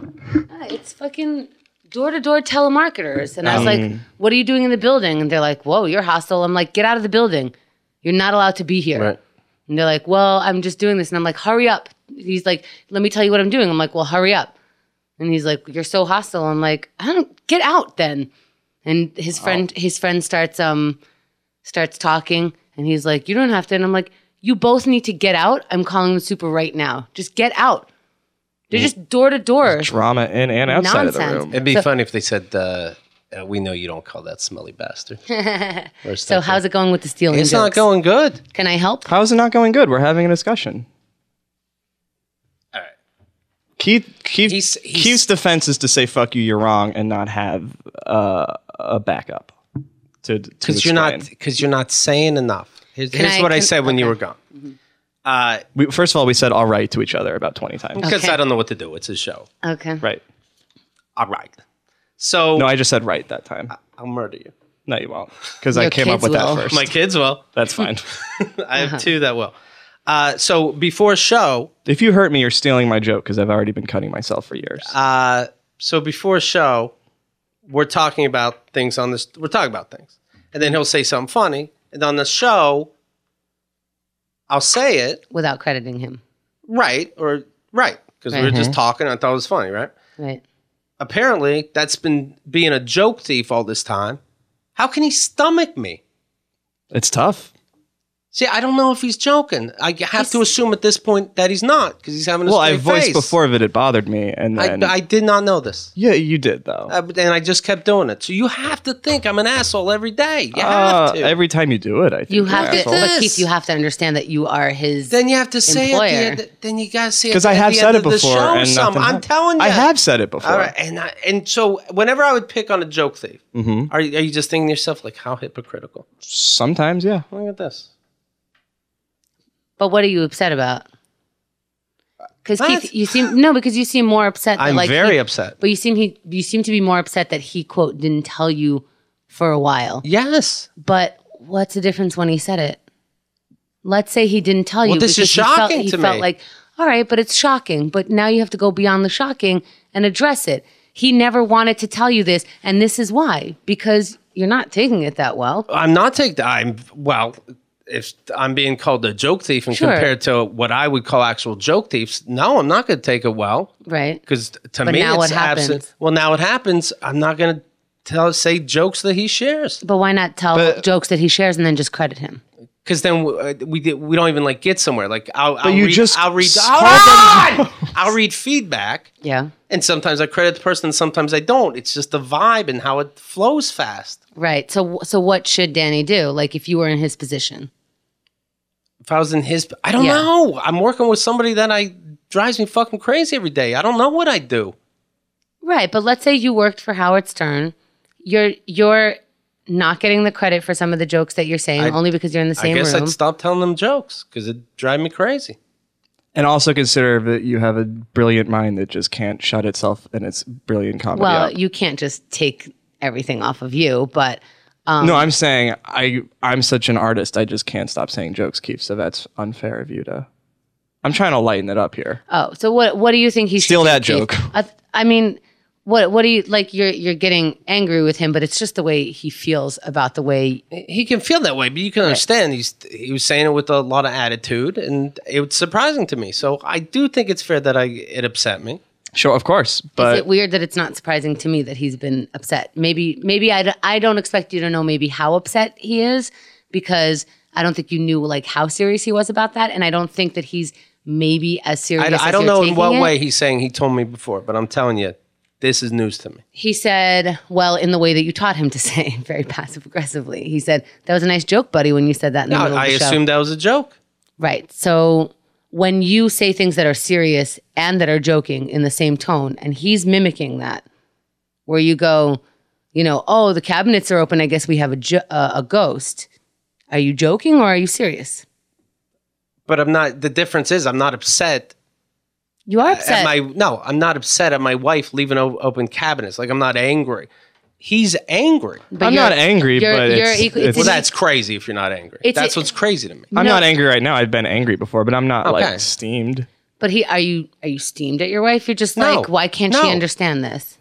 Speaker 1: "Ah, it's fucking door to door telemarketers. And I was like, what are you doing in the building? And they're like, whoa, you're hostile. I'm like, get out of the building. You're not allowed to be here.
Speaker 2: Right.
Speaker 1: And they're like, well, I'm just doing this. And I'm like, hurry up. He's like, let me tell you what I'm doing. I'm like, well, hurry up. And he's like, you're so hostile. I'm like, I don't get out then. And his friend, his friend starts, um, starts talking and he's like, you don't have to. And I'm like, you both need to get out. I'm calling the super right now. Just get out. They're just door to door.
Speaker 3: drama in and outside of the
Speaker 1: Nonsense.
Speaker 3: room.
Speaker 2: uh, It'd be funny if they said, uh, uh, "We know you don't call that smelly bastard."
Speaker 1: So how's it going with the stealing?
Speaker 2: It's not
Speaker 1: jokes?
Speaker 2: going good.
Speaker 1: Can I help?
Speaker 3: How is it not going good? We're having a discussion. Keith, Keith,
Speaker 2: He's- he's-
Speaker 3: Keith's defense is to say "fuck you, you're wrong" and not have uh, a backup. To
Speaker 2: because
Speaker 3: because
Speaker 2: you're not because you're not saying enough. Here's, here's
Speaker 1: I-
Speaker 2: what I
Speaker 1: can-
Speaker 2: said when you
Speaker 1: okay.
Speaker 2: were gone. Uh,
Speaker 3: We, first of all, we said "all right" to each other about twenty times.
Speaker 2: because
Speaker 1: Okay.
Speaker 2: I don't know what to do. It's a show.
Speaker 1: Okay.
Speaker 3: Right?
Speaker 2: All right. So
Speaker 3: No, I just said "right" that time.
Speaker 2: I'll murder you.
Speaker 3: No, you won't, because I
Speaker 1: Your
Speaker 3: came up
Speaker 1: kids
Speaker 3: with
Speaker 1: will.
Speaker 3: that first.
Speaker 2: My kids will.
Speaker 3: <laughs> That's fine.
Speaker 2: I have two that will. Uh, so before show,
Speaker 3: if you hurt me, you're stealing my joke because I've already been cutting myself for years.
Speaker 2: uh, so before show, we're talking about things on this. We're talking about things, and then he'll say something funny, and on the show, I'll say it
Speaker 1: Without crediting him.
Speaker 2: right or right because we were just talking. I thought it was funny, right?
Speaker 1: Right.
Speaker 2: apparently that's been being a joke thief all this time. How can he stomach me?
Speaker 3: it's tough.
Speaker 2: See, I don't know if he's joking. I have to assume at this point that he's not because he's having a
Speaker 3: Well, I
Speaker 2: straight
Speaker 3: voiced
Speaker 2: face.
Speaker 3: before that it bothered me, and
Speaker 2: I,
Speaker 3: then
Speaker 2: I did not know this,
Speaker 3: yeah, you did though.
Speaker 2: uh, but- and I just kept doing it. So you have to think I'm an asshole every day. You
Speaker 3: Uh,
Speaker 2: have to.
Speaker 3: every time you do it, I think
Speaker 1: You have to,
Speaker 2: asshole.
Speaker 1: but
Speaker 2: This.
Speaker 1: Keith, you have to understand that you are his.
Speaker 2: then you have to say it.
Speaker 1: Employer.
Speaker 2: At the end, then you gotta say it.
Speaker 3: because I
Speaker 2: at
Speaker 3: have
Speaker 2: the
Speaker 3: said
Speaker 2: end
Speaker 3: it
Speaker 2: of the
Speaker 3: before.
Speaker 2: show
Speaker 3: and
Speaker 2: some.
Speaker 3: nothing
Speaker 2: I'm
Speaker 3: happened.
Speaker 2: telling you,
Speaker 3: I have said it before.
Speaker 2: All right, and I, and so whenever I would pick on a joke thief,
Speaker 3: Mm-hmm.
Speaker 2: are you- are you just thinking to yourself like how hypocritical?
Speaker 3: Sometimes, yeah.
Speaker 2: Look at this.
Speaker 1: but what are you upset about? Because
Speaker 2: What?
Speaker 1: Keith, you seem no, because you seem more upset. That,
Speaker 2: I'm
Speaker 1: like,
Speaker 2: very
Speaker 1: he-
Speaker 2: upset.
Speaker 1: But you seem he, you seem to be more upset that he quote didn't tell you for a while.
Speaker 2: Yes.
Speaker 1: But what's the difference when he said it? Let's say he didn't tell
Speaker 2: Well,
Speaker 1: you.
Speaker 2: this is
Speaker 1: because he felt-
Speaker 2: shocking
Speaker 1: he
Speaker 2: to
Speaker 1: felt
Speaker 2: me.
Speaker 1: like, all right, but it's shocking. But now you have to go beyond the shocking and address it. He never wanted to tell you this, and this is why because you're not taking it that well.
Speaker 2: I'm not taking. I'm well. If I'm being called a joke thief and
Speaker 1: Sure.
Speaker 2: compared to what I would call actual joke thieves, no, I'm not going to take it well
Speaker 1: Right.
Speaker 2: because to
Speaker 1: But
Speaker 2: me
Speaker 1: now
Speaker 2: it's
Speaker 1: it happens.
Speaker 2: absent. Well, now it happens. I'm not going to tell say jokes that he shares
Speaker 1: But why not tell
Speaker 3: But-
Speaker 1: jokes that he shares and then just credit him?
Speaker 2: because then we, uh, we did- we don't even like get somewhere. Like I'll, I'll
Speaker 3: you
Speaker 2: read,
Speaker 3: just
Speaker 2: I'll read
Speaker 3: called
Speaker 2: Hold
Speaker 3: <laughs>
Speaker 2: on! I'll read feedback.
Speaker 1: Yeah.
Speaker 2: And sometimes I credit the person, and sometimes I don't. It's just the vibe and how it flows fast.
Speaker 1: Right. So so what should Danny do? Like if you were in his position.
Speaker 2: if I was in his, I don't
Speaker 1: Yeah.
Speaker 2: know. I'm working with somebody that I drives me fucking crazy every day. I don't know what I do.
Speaker 1: Right, but let's say you worked for Howard Stern. You're you're not getting the credit for some of the jokes that you're saying only because you're in the same
Speaker 2: I guess
Speaker 1: room.
Speaker 2: I'd stop telling them jokes because it drive me crazy.
Speaker 3: And also consider that you have a brilliant mind that just can't shut itself in its brilliant comedy.
Speaker 1: well,
Speaker 3: up.
Speaker 1: you can't just take everything off of you, but um,
Speaker 3: no, I'm saying I I'm such an artist. I just can't stop saying jokes, Keith. So that's unfair of you to. I'm trying to lighten it up here.
Speaker 1: oh, so what what do you think he should
Speaker 3: Steal
Speaker 1: do,
Speaker 3: that
Speaker 1: Keith?
Speaker 3: joke.
Speaker 1: I, th- I mean, what what do you like you're you're getting angry with him, but it's just the way he feels about the way
Speaker 2: He can feel that way, but you can understand. He's he was saying it with a lot of attitude, and it was surprising to me. So I do think it's fair that I it upset me.
Speaker 3: Sure, of course, but
Speaker 1: is it weird that it's not surprising to me that he's been upset? Maybe, maybe I, d- I don't expect you to know maybe how upset he is because I don't think you knew like how serious he was about that, and I don't think that he's maybe as serious.
Speaker 2: I,
Speaker 1: as
Speaker 2: I don't
Speaker 1: you're
Speaker 2: know in
Speaker 1: taking
Speaker 2: what
Speaker 1: it.
Speaker 2: way he's saying he told me before, but I'm telling you, this is news to me.
Speaker 1: he said. Well, in the way that you taught him to <laughs> say, very passive aggressively. He said that was a nice joke, buddy, when you said that. In the
Speaker 2: I,
Speaker 1: middle
Speaker 2: I
Speaker 1: of the show."
Speaker 2: assumed that was a joke.
Speaker 1: Right. So when you say things that are serious and that are joking in the same tone, and he's mimicking that, where you go, you know, oh, the cabinets are open. I guess we have a jo- uh, a ghost. Are you joking or are you serious?
Speaker 2: But I'm not. The difference is I'm not upset
Speaker 1: You are
Speaker 2: at
Speaker 1: upset.
Speaker 2: my no, I'm not upset at my wife leaving o- open cabinets. Like I'm not angry. He's angry.
Speaker 1: but
Speaker 3: I'm
Speaker 1: you're-
Speaker 3: not angry,
Speaker 1: you're-
Speaker 3: but
Speaker 1: you're
Speaker 3: it's-
Speaker 1: equal-
Speaker 3: it's-
Speaker 2: Well,
Speaker 1: an-
Speaker 2: that's crazy if you're not angry.
Speaker 1: It's-
Speaker 2: That's what's crazy to me.
Speaker 3: I'm
Speaker 1: No.
Speaker 3: not angry right now. I've been angry before, but I'm not
Speaker 2: Okay.
Speaker 3: like steamed.
Speaker 1: But he, are you are you steamed at your wife? You're just
Speaker 2: No.
Speaker 1: like, why can't
Speaker 2: No.
Speaker 1: she understand this?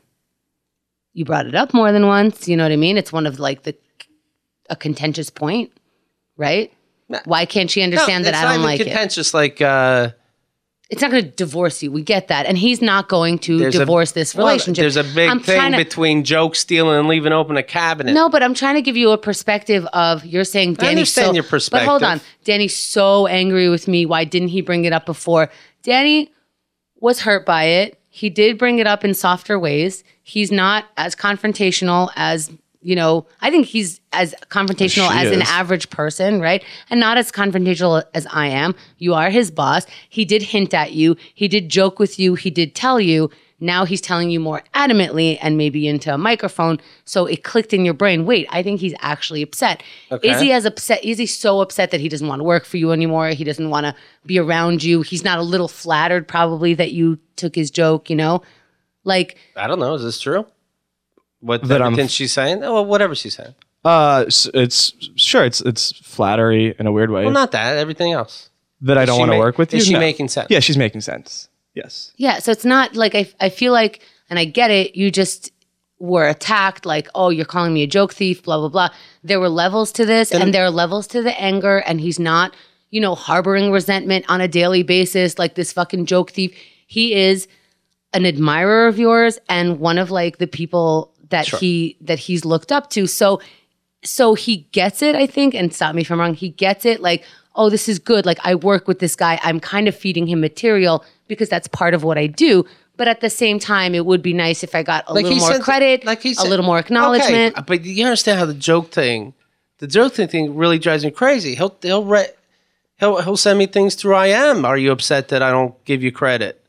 Speaker 1: You brought it up more than once. You know what I mean? It's one of like the a contentious point, right? Why can't she understand
Speaker 2: no,
Speaker 1: that
Speaker 2: it's
Speaker 1: I
Speaker 2: not
Speaker 1: don't
Speaker 2: even
Speaker 1: like it?
Speaker 2: contentious. Like uh,
Speaker 1: It's not going to divorce you. We get that, and he's not going to
Speaker 2: there's a-
Speaker 1: divorce this
Speaker 2: well,
Speaker 1: relationship.
Speaker 2: there's a big
Speaker 1: I'm
Speaker 2: thing
Speaker 1: trying to-
Speaker 2: between joke stealing and leaving open a cabinet.
Speaker 1: No, but I'm trying to give you a perspective of you're saying Danny.
Speaker 2: understand
Speaker 1: so,
Speaker 2: your
Speaker 1: But hold on,
Speaker 2: perspective.
Speaker 1: Danny's so angry with me. Why didn't he bring it up before? Danny was hurt by it. He did bring it up in softer ways. He's not as confrontational as you know. I think he's as confrontational
Speaker 3: She
Speaker 1: as an
Speaker 3: is.
Speaker 1: average person, right? And not as confrontational as I am. You are his boss. He did hint at you. He did joke with you. He did tell you. Now he's telling you more adamantly and maybe into a microphone. So it clicked in your brain. Wait, I think he's actually upset. Is he as upset? Is he so upset that he doesn't want to work for you anymore? He doesn't want to be around you. He's not a little flattered, probably, that you took his joke, you know? Like,
Speaker 2: I don't know. Is this true? What
Speaker 3: That I'm-
Speaker 2: everything she's saying? Oh, well, whatever she's saying.
Speaker 3: Uh, s- it's sure it's it's flattery in a weird way
Speaker 2: Well, not that. Everything else.
Speaker 3: that I don't
Speaker 2: she
Speaker 3: want to
Speaker 2: ma-
Speaker 3: work with you.
Speaker 2: is she
Speaker 3: No.
Speaker 2: making sense?
Speaker 3: Yeah, she's making sense. Yes.
Speaker 1: Yeah, so it's not like I, I feel like, and I get it, you just were attacked, like, oh, you're calling me a joke thief, blah, blah, blah. There were levels to this, and, there are levels to the anger, and he's not, you know, harboring resentment on a daily basis, like this fucking joke thief. He is an admirer of yours and one of like the people that he that he's looked up to. So so he gets it, I think, and stop me if I'm wrong. He gets it like, oh, this is good. Like, I work with this guy. I'm kind of feeding him material because that's part of what I do. But at the same time, it would be nice if I got a little more
Speaker 2: said-
Speaker 1: credit,
Speaker 2: he
Speaker 1: a
Speaker 2: said-
Speaker 1: little more acknowledgement.
Speaker 2: Okay, but you understand how the joke thing, the joke thing, thing really drives me crazy. He'll he'll re- he'll he'll send me things through IM. Are you upset that I don't give you credit?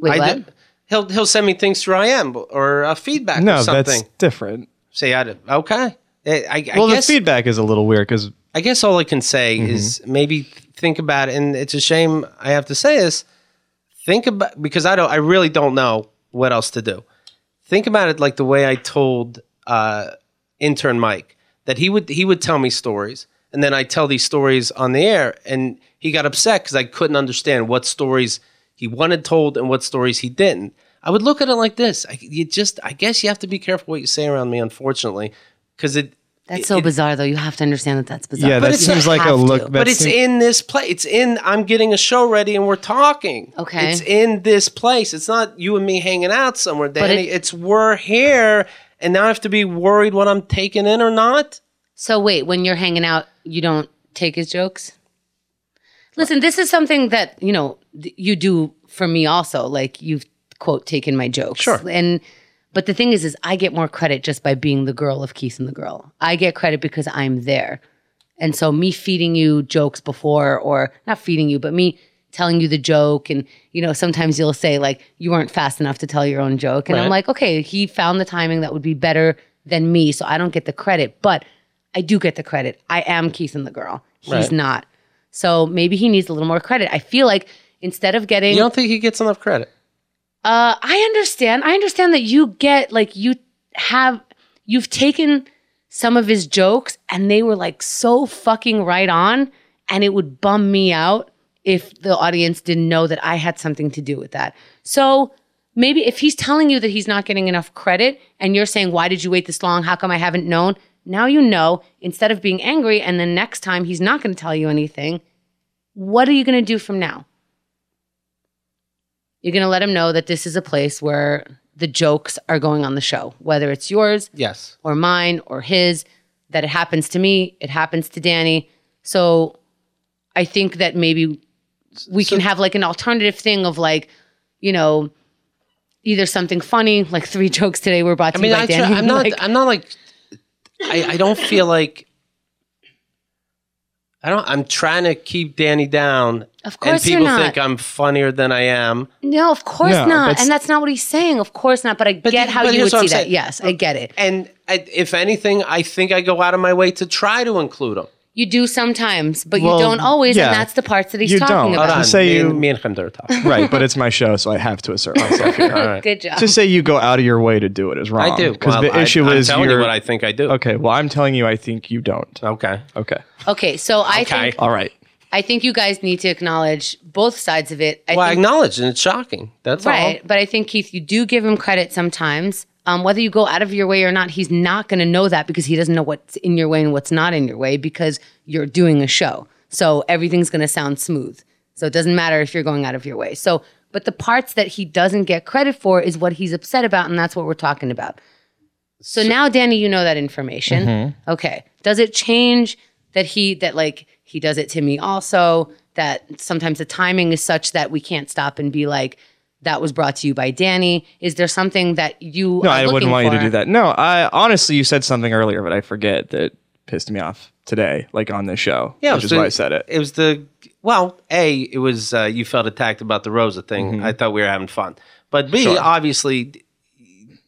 Speaker 1: Wait,
Speaker 2: I
Speaker 1: what?
Speaker 2: did- he'll he'll send me things through IM or uh, feedback
Speaker 3: No,
Speaker 2: or
Speaker 3: that's
Speaker 2: something.
Speaker 3: different.
Speaker 2: Say I did- okay. I, I, I
Speaker 3: Well,
Speaker 2: guess
Speaker 3: the feedback is a little weird because
Speaker 2: I guess all I can say is maybe think about it, and it's a shame I have to say this. Think about because I don't, I really don't know what else to do. Think about it like the way I told uh, intern Mike that he would he would tell me stories, and then I tell these stories on the air, and he got upset because I couldn't understand what stories he wanted told and what stories he didn't. I would look at it like this: I, you just, I guess, you have to be careful what you say around me, unfortunately, because it.
Speaker 1: that's so
Speaker 2: it-
Speaker 1: bizarre, though. You have to understand that that's bizarre.
Speaker 3: yeah, that
Speaker 2: it's
Speaker 3: seems
Speaker 1: not-
Speaker 3: like a
Speaker 1: have
Speaker 3: look.
Speaker 1: to.
Speaker 3: that
Speaker 2: but it's
Speaker 3: seems-
Speaker 2: in this place. It's in. I'm getting a show ready, and we're talking.
Speaker 1: Okay.
Speaker 2: It's in this place. It's not you and me hanging out somewhere, Danny.
Speaker 1: it-
Speaker 2: it's we're here, and now I have to be worried what I'm taking in or not.
Speaker 1: So wait, when you're hanging out, you don't take his jokes? Listen, this is something that, you know, th- you do for me also. Like you've quote taken my jokes.
Speaker 2: Sure.
Speaker 1: And but the thing is is I get more credit just by being the girl of Keith and the Girl. I get credit because I'm there. And so me feeding you jokes before or not feeding you, but me telling you the joke and you know sometimes you'll say like you weren't fast enough to tell your own joke and I'm
Speaker 2: Right.
Speaker 1: like okay he found the timing that would be better than me so I don't get the credit but I do get the credit I am Keith and the girl he's
Speaker 2: Right.
Speaker 1: not so maybe he needs a little more credit I feel like instead of getting
Speaker 2: You don't think he gets enough credit?
Speaker 1: uh, I understand. I understand that you get like you have you've taken some of his jokes and they were like so fucking right on and it would bum me out if the audience didn't know that I had something to do with that. So maybe if he's telling you that he's not getting enough credit and you're saying why did you wait this long? How come I haven't known? Now you know instead of being angry and then next time he's not going to tell you anything. What are you going to do from now? You're going to let him know that this is a place where the jokes are going on the show, whether it's yours
Speaker 2: Yes.
Speaker 1: or mine or his, that it happens to me, it happens to Danny. So I think that maybe we can have like an alternative thing of like, you know, either something funny, like three <laughs> jokes today were brought to
Speaker 2: I mean,
Speaker 1: me by
Speaker 2: I try,
Speaker 1: Danny. <laughs>
Speaker 2: I'm not.
Speaker 1: like-
Speaker 2: I'm not like. I, I don't feel like. I don't. I'm trying to keep Danny down.
Speaker 1: Of course
Speaker 2: and people
Speaker 1: you're not.
Speaker 2: think I'm funnier than I am.
Speaker 1: no, of course
Speaker 3: No,
Speaker 1: not.
Speaker 3: that's-
Speaker 1: and that's not what he's saying. Of course not. But I get how
Speaker 2: but
Speaker 1: you
Speaker 2: here's
Speaker 1: would
Speaker 2: what
Speaker 1: see
Speaker 2: I'm
Speaker 1: that.
Speaker 2: saying.
Speaker 1: Yes, I get it.
Speaker 2: And I, if anything, I think I go out of my way to try to include him.
Speaker 1: You do sometimes, but
Speaker 3: Well,
Speaker 1: you don't always,
Speaker 3: yeah.
Speaker 1: and that's the parts that he's
Speaker 3: You
Speaker 1: talking
Speaker 3: don't.
Speaker 2: Hold
Speaker 1: about.
Speaker 2: on.
Speaker 3: say
Speaker 2: me,
Speaker 3: you-
Speaker 2: and, me and Hunter are talking.
Speaker 3: right, but it's my show, so I have to assert myself. here.
Speaker 2: All right.
Speaker 1: Good job.
Speaker 3: to say you go out of your way to do it is
Speaker 2: <laughs>
Speaker 3: wrong.
Speaker 2: I do
Speaker 3: because
Speaker 2: Well,
Speaker 3: the
Speaker 2: I-
Speaker 3: issue
Speaker 2: I'm
Speaker 3: is
Speaker 2: telling
Speaker 3: you're.
Speaker 2: you what I think I do.
Speaker 3: okay, well, I'm telling you, I think you don't.
Speaker 2: Okay.
Speaker 3: Okay,
Speaker 1: okay, so I
Speaker 2: Okay.
Speaker 1: think
Speaker 3: all right.
Speaker 1: I think you guys need to acknowledge both sides of it. I
Speaker 2: Well, I
Speaker 1: think
Speaker 2: acknowledge, and it's shocking. That's
Speaker 1: Right. But I think, Keith, you do give him credit sometimes. Um, whether you go out of your way or not, he's not going to know that because he doesn't know what's in your way and what's not in your way because you're doing a show. So everything's going to sound smooth. So it doesn't matter if you're going out of your way. So, but the parts that he doesn't get credit for is what he's upset about. And that's what we're talking about. So, now, Danny, you know that information.
Speaker 3: Mm-hmm.
Speaker 1: Okay. Does it change that he, that like he does it to me also? That sometimes the timing is such that we can't stop and be like, that was brought to you by Danny. Is there something that you?
Speaker 3: No,
Speaker 1: are
Speaker 3: I
Speaker 1: looking
Speaker 3: wouldn't want you to
Speaker 1: for?
Speaker 3: do that. No, I honestly, you said something earlier, but I forget that pissed me off today, like on this show.
Speaker 2: Yeah, it
Speaker 3: which
Speaker 2: was
Speaker 3: is
Speaker 2: the-
Speaker 3: why I said it.
Speaker 2: It was the well, a it was uh, you felt attacked about the Rosa thing.
Speaker 3: Mm-hmm.
Speaker 2: I thought we were having fun, but b obviously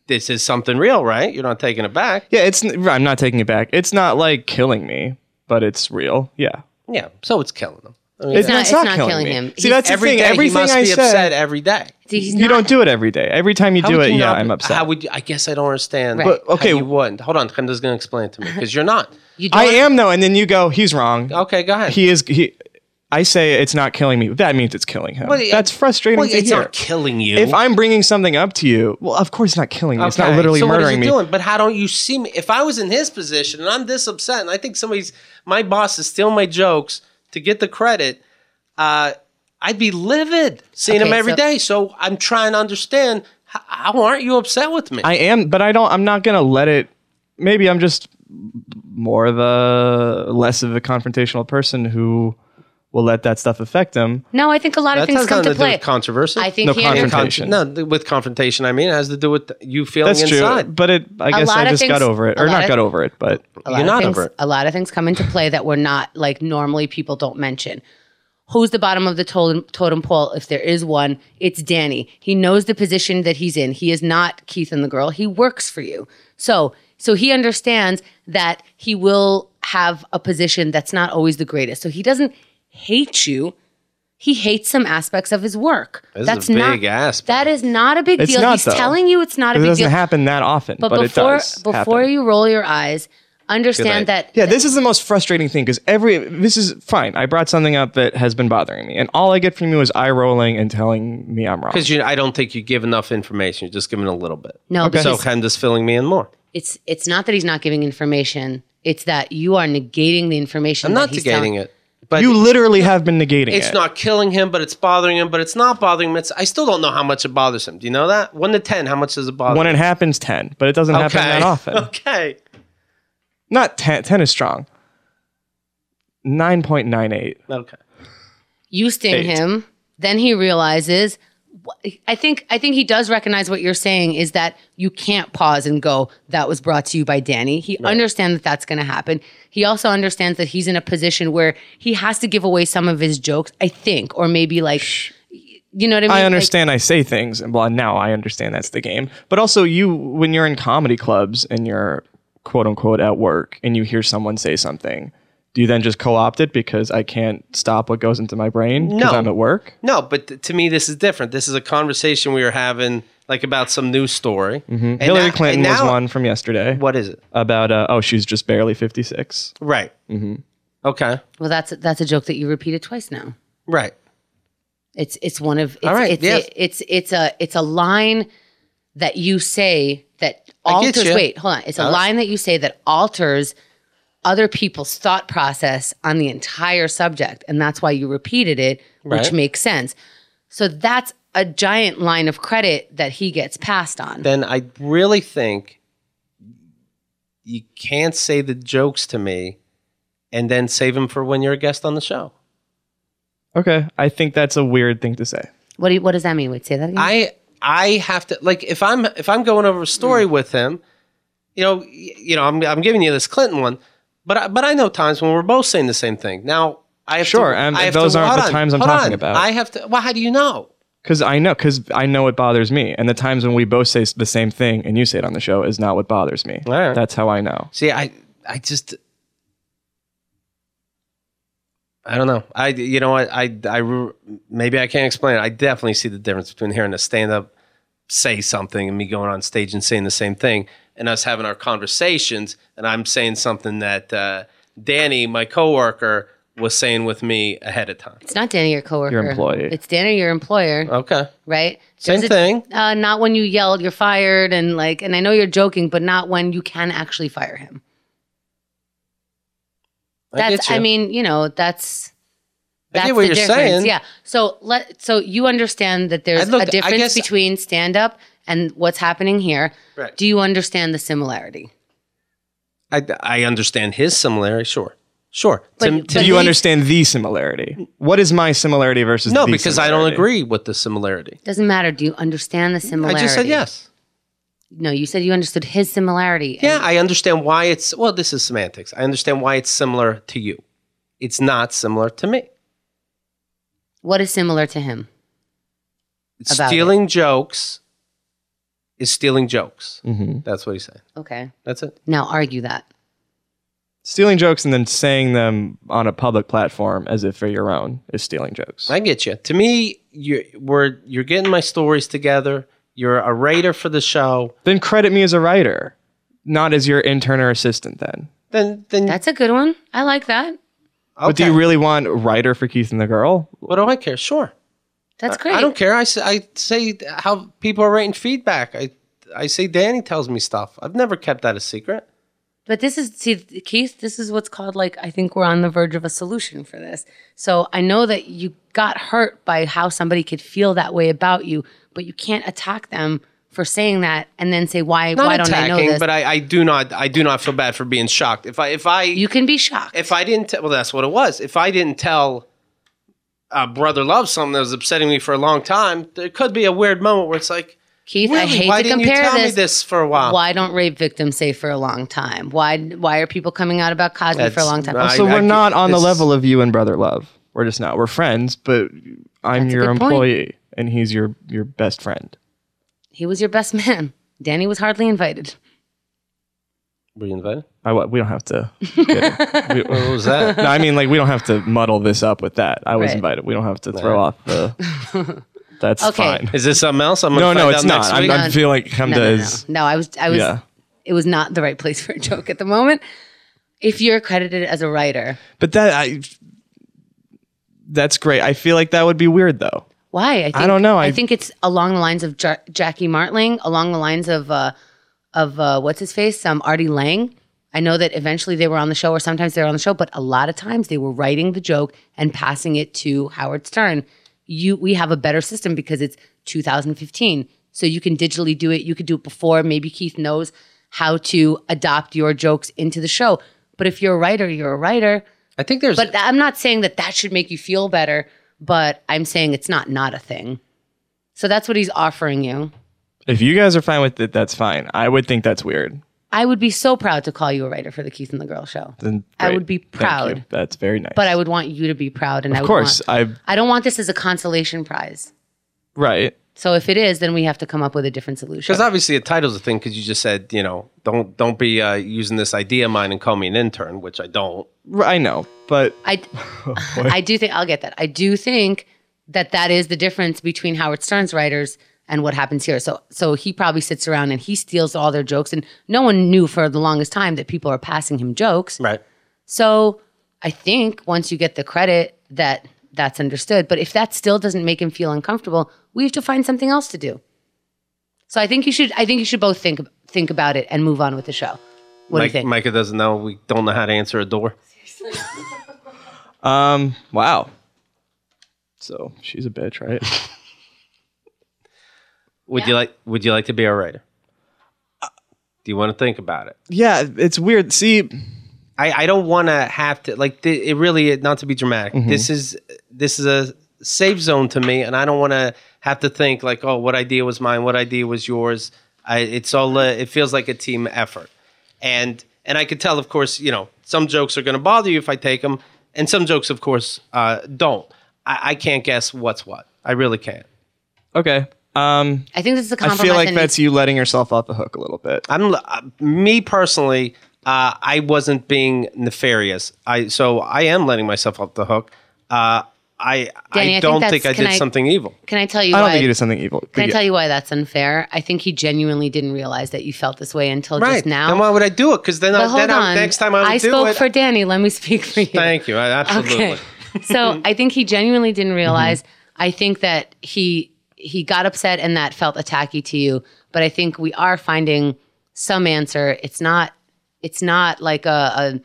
Speaker 2: this is something real, right? You're not taking it back.
Speaker 3: Yeah, it's. n- I'm not taking it back. It's not like killing me, but it's real. Yeah.
Speaker 2: Yeah, so it's killing them. I mean,
Speaker 1: not- it's not killing him.
Speaker 3: See,
Speaker 1: He's-
Speaker 3: that's the
Speaker 2: every
Speaker 3: thing.
Speaker 2: day
Speaker 3: Everything
Speaker 2: he must
Speaker 3: I
Speaker 2: be
Speaker 3: said,
Speaker 2: upset every day.
Speaker 1: See, he's
Speaker 3: you
Speaker 1: not-
Speaker 3: don't do it every day. Every time you
Speaker 2: How
Speaker 3: do
Speaker 2: would
Speaker 3: it,
Speaker 2: you
Speaker 3: yeah,
Speaker 2: not be-
Speaker 3: I'm upset.
Speaker 2: How would you, I guess I don't understand?
Speaker 1: Right.
Speaker 2: But
Speaker 1: But,
Speaker 2: okay,
Speaker 3: okay.
Speaker 2: you wouldn't. Hold on, Kendra's gonna explain it to me because you're <laughs> not.
Speaker 1: You don't,
Speaker 3: I am though, and then you go, he's wrong.
Speaker 2: Okay, go ahead.
Speaker 3: He is. He. I say it's not killing me. That means it's killing him.
Speaker 2: Well, it-
Speaker 3: That's frustrating
Speaker 2: well,
Speaker 3: to
Speaker 2: it's
Speaker 3: hear.
Speaker 2: not killing you.
Speaker 3: if I'm bringing something up to you, well, of course it's not killing me. It's not
Speaker 2: Okay,
Speaker 3: literally
Speaker 2: so what is
Speaker 3: murdering
Speaker 2: it
Speaker 3: me.
Speaker 2: Doing? But how don't you see me? If I was in his position and I'm this upset, and I think somebody's my boss is stealing my jokes to get the credit, uh, I'd be livid seeing him
Speaker 1: Okay,
Speaker 2: every
Speaker 1: so-
Speaker 2: day. So I'm trying to understand how, how aren't you upset with me?
Speaker 3: I am, but I don't. I'm not gonna let it. Maybe I'm just more of a less of a confrontational person who will let that stuff affect him.
Speaker 1: No, I think a lot of
Speaker 2: that
Speaker 1: things
Speaker 2: has
Speaker 1: come to
Speaker 2: nothing to do
Speaker 1: play.
Speaker 2: with controversy.
Speaker 1: I think
Speaker 3: No
Speaker 1: he
Speaker 3: confrontation.
Speaker 1: under-
Speaker 3: confrontation.
Speaker 2: No, th- with confrontation. I mean, it has to do with you feeling
Speaker 3: That's
Speaker 2: inside.
Speaker 3: true. But it. I guess
Speaker 1: lot
Speaker 3: I
Speaker 1: of
Speaker 3: just
Speaker 1: things-
Speaker 3: got over it,
Speaker 1: a
Speaker 3: or
Speaker 1: lot
Speaker 3: not
Speaker 1: of-
Speaker 3: got over it, but
Speaker 1: a lot
Speaker 2: You're
Speaker 1: of
Speaker 2: not
Speaker 1: things,
Speaker 2: over it.
Speaker 1: A lot of things come into play that we're not like normally people don't mention. Who's the bottom of the totem, totem pole? If there is one, it's Danny. He knows the position that he's in. He is not Keith and the girl. He works for you. So, so he understands that he will have a position that's not always the greatest. So he doesn't hate you. He hates some aspects of his work.
Speaker 2: This is a
Speaker 1: that's
Speaker 2: big
Speaker 1: not,
Speaker 2: aspect.
Speaker 1: That is not a big
Speaker 3: It's
Speaker 1: deal.
Speaker 3: not,
Speaker 1: he's
Speaker 3: though.
Speaker 1: telling you it's not a
Speaker 3: it
Speaker 1: big
Speaker 3: doesn't
Speaker 1: deal.
Speaker 3: happen that often. But, it
Speaker 1: before
Speaker 3: does.
Speaker 1: before
Speaker 3: happen.
Speaker 1: you roll your eyes, understand
Speaker 2: Good night.
Speaker 1: that
Speaker 3: Yeah, this is the most frustrating thing because every this is fine. I brought something up that has been bothering me, and all I get from you is eye rolling and telling me I'm wrong.
Speaker 2: Because you, I don't think you give enough information. You're just giving a little bit.
Speaker 1: No, Okay.
Speaker 2: so
Speaker 1: because-
Speaker 2: I'm just filling me in more.
Speaker 1: it's it's not that he's not giving information. It's that you are negating the information.
Speaker 2: I'm
Speaker 1: that
Speaker 2: not
Speaker 1: he's
Speaker 2: negating
Speaker 1: telling-
Speaker 2: it, but
Speaker 3: You literally have been negating
Speaker 2: It's
Speaker 3: it.
Speaker 2: not killing him, but it's bothering him, but it's not bothering him. It's, I still don't know how much it bothers him. Do you know that? One to 10, how much does it bother
Speaker 3: when
Speaker 2: him?
Speaker 3: it happens ten, but it doesn't happen that
Speaker 2: <laughs>
Speaker 3: often.
Speaker 2: okay.
Speaker 3: Not ten. Ten is strong. Nine point nine eight.
Speaker 2: Okay.
Speaker 1: You sting
Speaker 3: Eight.
Speaker 1: him, then he realizes. wh- I think I think he does recognize what you're saying is that you can't pause and go. That was brought to you by Danny. He understands that that's going to happen. He also understands that he's in a position where he has to give away some of his jokes. I think, or maybe like, you know what I mean.
Speaker 3: I
Speaker 1: Like,
Speaker 3: understand. I say things, and well, now I understand that's the game. But also, you when you're in comedy clubs and you're quote unquote at work, and you hear someone say something. Do you then just co-opt it because I can't stop what goes into my brain because
Speaker 2: No.
Speaker 3: I'm at work?
Speaker 2: No, but th- to me, this is different. This is a conversation we were having, like about some news story. And now-
Speaker 3: Mm-hmm. Hillary
Speaker 2: and
Speaker 3: Clinton was
Speaker 2: now-
Speaker 3: one from yesterday
Speaker 2: What is it?
Speaker 3: about uh, oh she's just barely 56.
Speaker 2: Right. Mm-hmm.
Speaker 3: Mm-hmm.
Speaker 2: Okay.
Speaker 1: Well, that's that's a joke that you repeated twice now.
Speaker 2: Right.
Speaker 1: It's it's one of it's
Speaker 2: right,
Speaker 1: it's,
Speaker 2: yes.
Speaker 1: it's it's a it's a line that you say that alters
Speaker 2: you.
Speaker 1: wait, hold on. It's a line that you say that alters other people's thought process on the entire subject and that's why you repeated it,
Speaker 2: Right.
Speaker 1: which makes sense. So that's a giant line of credit that he gets passed on.
Speaker 2: Then I really think you can't say the jokes to me and then save them for when you're a guest on the show.
Speaker 3: Okay, I think that's a weird thing to say.
Speaker 1: what do you, what does that mean? Wait, say that again.
Speaker 2: I I have to like if I'm if I'm going over a story
Speaker 3: Mm.
Speaker 2: with him, you know, y- you know, I'm I'm giving you this Clinton one, but I, but I know times when we're both saying the same thing. Now I have
Speaker 3: Sure,
Speaker 2: to,
Speaker 3: and
Speaker 2: I have
Speaker 3: those aren't
Speaker 2: hold
Speaker 3: the times I'm
Speaker 2: hold
Speaker 3: talking
Speaker 2: on.
Speaker 3: about.
Speaker 2: I have to. Well, how do you know?
Speaker 3: Cuz I know cuz I know it bothers me and the times when we both say s- the same thing and you say it on the show is not what bothers me.
Speaker 2: All right.
Speaker 3: That's how I know.
Speaker 2: See, I I just I don't know. I you know what I I re- maybe I can't explain it. I definitely see the difference between hearing a stand up say something and me going on stage and saying the same thing, and us having our conversations, and I'm saying something that uh, Danny, my coworker, was saying with me ahead of time.
Speaker 1: It's not Danny, your coworker.
Speaker 3: Your employee.
Speaker 1: It's Danny, your employer,
Speaker 2: Okay,
Speaker 1: right?
Speaker 2: same
Speaker 1: There's a-
Speaker 2: thing.
Speaker 1: Uh, not when you yelled, you're fired, and like, and I know you're joking, but not when you can actually fire him.
Speaker 2: I
Speaker 1: That's,
Speaker 2: get you.
Speaker 1: I, mean, you know, that's.
Speaker 2: I
Speaker 1: That's
Speaker 2: get what
Speaker 1: the
Speaker 2: you're
Speaker 1: difference.
Speaker 2: saying.
Speaker 1: Yeah. So let so you understand that there's
Speaker 2: I look- I
Speaker 1: a difference
Speaker 2: guess-
Speaker 1: between stand up and what's happening here.
Speaker 2: Right.
Speaker 1: Do you understand the similarity?
Speaker 2: I I understand his similarity. Sure, sure.
Speaker 1: But-
Speaker 2: To- to
Speaker 1: but
Speaker 3: Do you
Speaker 1: he-
Speaker 3: understand the similarity? What is my similarity versus
Speaker 2: No,
Speaker 3: the
Speaker 2: because I don't
Speaker 3: similarity?
Speaker 2: agree with the similarity.
Speaker 1: Doesn't matter. Do you understand the similarity?
Speaker 2: I just said yes.
Speaker 1: No, you said you understood his similarity.
Speaker 2: Yeah, I understand why it's well, this is semantics. I understand why it's similar to you. It's not similar to me.
Speaker 1: What is similar to him? About it.
Speaker 2: stealing jokes is stealing jokes.
Speaker 3: Mhm.
Speaker 2: That's what he's saying.
Speaker 1: Okay.
Speaker 2: That's it.
Speaker 1: Now argue that.
Speaker 3: Stealing jokes and then saying them on a public platform as if they're your own is stealing jokes.
Speaker 2: I get you. To me, you we're you're getting my stories together. You're a rater for the show.
Speaker 3: then credit me as a writer, not as your intern or assistant then.
Speaker 2: Then then
Speaker 1: That's a good one. I like that.
Speaker 3: But do
Speaker 2: okay.
Speaker 3: you really want writer for Keith and the Girl?
Speaker 2: what do I care? Sure.
Speaker 1: That's great.
Speaker 2: I don't care. I say, I say how people are writing feedback. I I say Danny tells me stuff. I've never kept that a secret.
Speaker 1: But this is see, Keith. This is what's called like I think we're on the verge of a solution for this. So I know that you got hurt by how somebody could feel that way about you, but you can't attack them for saying that and then say why
Speaker 2: Not
Speaker 1: why don't I
Speaker 2: attacking,
Speaker 1: know this?
Speaker 2: but I, I do not I do not feel bad for being shocked. If I if I
Speaker 1: you can be shocked.
Speaker 2: if I didn't tell, well, that's what it was. If I didn't tell uh, brother love something that was upsetting me for a long time, there could be a weird moment where it's like,
Speaker 1: Keith, I
Speaker 2: really,
Speaker 1: hate
Speaker 2: why
Speaker 1: to
Speaker 2: didn't you
Speaker 1: compare
Speaker 2: tell me
Speaker 1: this.
Speaker 2: this for a while?
Speaker 1: Why don't rape victims say for a long time? Why why are people coming out about Cosby for a
Speaker 2: That's
Speaker 1: long time? Oh,
Speaker 2: not-
Speaker 3: So
Speaker 2: I- I
Speaker 3: we're
Speaker 2: get-
Speaker 3: not on the
Speaker 2: this-
Speaker 3: level of you and brother love. We're just not. We're friends, but I'm
Speaker 1: That's a
Speaker 3: your
Speaker 1: good point.
Speaker 3: employee and he's your your best friend.
Speaker 1: He was your best man. Danny was hardly invited.
Speaker 2: Were you invited?
Speaker 3: I, wa- we don't have to. get it. We-
Speaker 2: What was that? <laughs>
Speaker 3: no, I mean like we don't have to muddle this up with that. I was
Speaker 1: Right.
Speaker 3: invited. We don't have to throw off the.
Speaker 1: <laughs>
Speaker 3: That's
Speaker 1: Okay.
Speaker 3: fine.
Speaker 2: Is this something else? I'm
Speaker 3: No,
Speaker 2: gonna
Speaker 3: no,
Speaker 2: find
Speaker 3: it's
Speaker 2: out
Speaker 3: not.
Speaker 2: next
Speaker 3: I'm,
Speaker 2: week.
Speaker 3: I'm feeling like Hemda
Speaker 1: no, no, no.
Speaker 3: is.
Speaker 1: No, I was, I was,
Speaker 3: Yeah.
Speaker 1: it was not the right place for a joke at the moment. If you're credited as a writer,
Speaker 3: But that I. That's great. I feel like that would be weird though.
Speaker 1: why? I, think,
Speaker 3: don't know.
Speaker 1: I,
Speaker 3: I-
Speaker 1: think it's along the lines of ja- Jackie Martling, along the lines of uh, of uh, what's his face, um, Artie Lang. I know that eventually they were on the show, or sometimes they were on the show, but a lot of times they were writing the joke and passing it to Howard Stern. You, we have a better system because it's 2015, so you can digitally do it. You could do it before. Maybe Keith knows how to adopt your jokes into the show. But if you're a writer, you're a writer.
Speaker 2: I think there's.
Speaker 1: But th- I'm not saying that that should make you feel better, but I'm saying it's not not a thing. So that's what he's offering you.
Speaker 3: If you guys are fine with it, that's fine. I would think that's weird.
Speaker 1: I would be so proud to call you a writer for the Keith and the Girl show.
Speaker 3: Then
Speaker 1: I
Speaker 3: great.
Speaker 1: would be
Speaker 3: Thank you.
Speaker 1: proud.
Speaker 3: That's very nice.
Speaker 1: But I would want you to be proud and I
Speaker 3: of
Speaker 1: would
Speaker 3: course,
Speaker 1: want,
Speaker 3: I
Speaker 1: I don't want this as a consolation prize.
Speaker 3: right.
Speaker 1: So if it is, then we have to come up with a different solution.
Speaker 2: because obviously a title's a thing because you just said you know don't don't be uh, using this idea of mine and call me an intern which I don't
Speaker 3: R- I know, but
Speaker 1: I I do think I'll get that. I do think that that is the difference between Howard Stern's writers and what happens here. So so he probably sits around and he steals all their jokes and no one knew for the longest time that people are passing him jokes.
Speaker 2: right
Speaker 1: So I think once you get the credit that that's understood, but if that still doesn't make him feel uncomfortable, we have to find something else to do. So I think you should I think you should both think think about it and move on with the show. What do you
Speaker 2: Mike,
Speaker 1: think?
Speaker 2: Micah doesn't know we don't know how to answer a door
Speaker 3: um, wow. So she's a bitch, right?
Speaker 2: would you like would you like to be a writer do you want to think about it
Speaker 3: <laughs> yeah, it's weird. See,
Speaker 2: I, I don't want to have to like th- it really not to be dramatic. This is this is a safe zone to me, and I don't want to have to think like, oh, what idea was mine, what idea was yours. I, it's all uh, it feels like a team effort, and and I could tell, of course, you know, some jokes are going to bother you if I take them, and some jokes, of course, uh, don't. I, I can't guess what's what. I really can't.
Speaker 3: okay. Um,
Speaker 1: I think this is a
Speaker 3: I
Speaker 1: compromise.
Speaker 3: feel like
Speaker 1: and-
Speaker 3: that's you letting yourself off the hook a little bit.
Speaker 2: I'm uh, me personally. uh, I wasn't being nefarious. I so I am letting myself off the hook. Uh, I
Speaker 1: Danny, I
Speaker 2: I
Speaker 1: think
Speaker 2: don't
Speaker 1: that's-
Speaker 2: think, I
Speaker 1: can
Speaker 2: did
Speaker 1: I-
Speaker 2: something evil.
Speaker 1: Can I tell you
Speaker 3: I don't
Speaker 1: why?
Speaker 3: think you did something evil.
Speaker 1: can I
Speaker 3: But
Speaker 1: tell you why that's unfair? I think he genuinely didn't realize that you felt this way until just now.
Speaker 2: Then why would I do it? Because then, I,
Speaker 1: but hold
Speaker 2: then I,
Speaker 1: on.
Speaker 2: next time I would do
Speaker 1: spoke
Speaker 2: it.
Speaker 1: for Danny. Let me speak for you.
Speaker 2: Thank you. I- Absolutely.
Speaker 1: Okay. so I think he genuinely didn't realize. I think that he he got upset and that felt attacky to you. But I think we are finding some answer. It's not it's not like a, a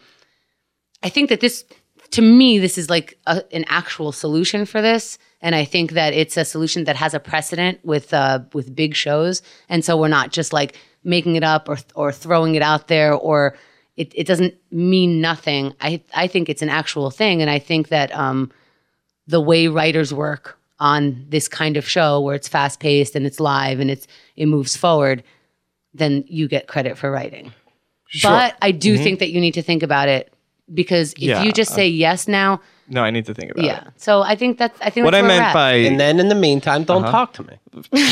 Speaker 1: I think that this to me this is like a, an actual solution for this. And I think that it's a solution that has a precedent with uh, with big shows, and so we're not just like making it up or or throwing it out there or it, it doesn't mean nothing. I I think it's an actual thing, and I think that um, the way writers work on this kind of show where it's fast paced and it's live and it's it moves forward, then you get credit for writing. But I do think that you need to think about it because if
Speaker 3: Mm-hmm. Yeah,
Speaker 1: you just say yes now,
Speaker 3: No, I need to think about
Speaker 1: yeah. So I think that's I think
Speaker 3: it. What I
Speaker 1: that's where we're
Speaker 3: meant
Speaker 1: at.
Speaker 3: by
Speaker 2: And then in the meantime,
Speaker 3: Uh-huh.
Speaker 2: don't talk
Speaker 3: <laughs>
Speaker 2: to me.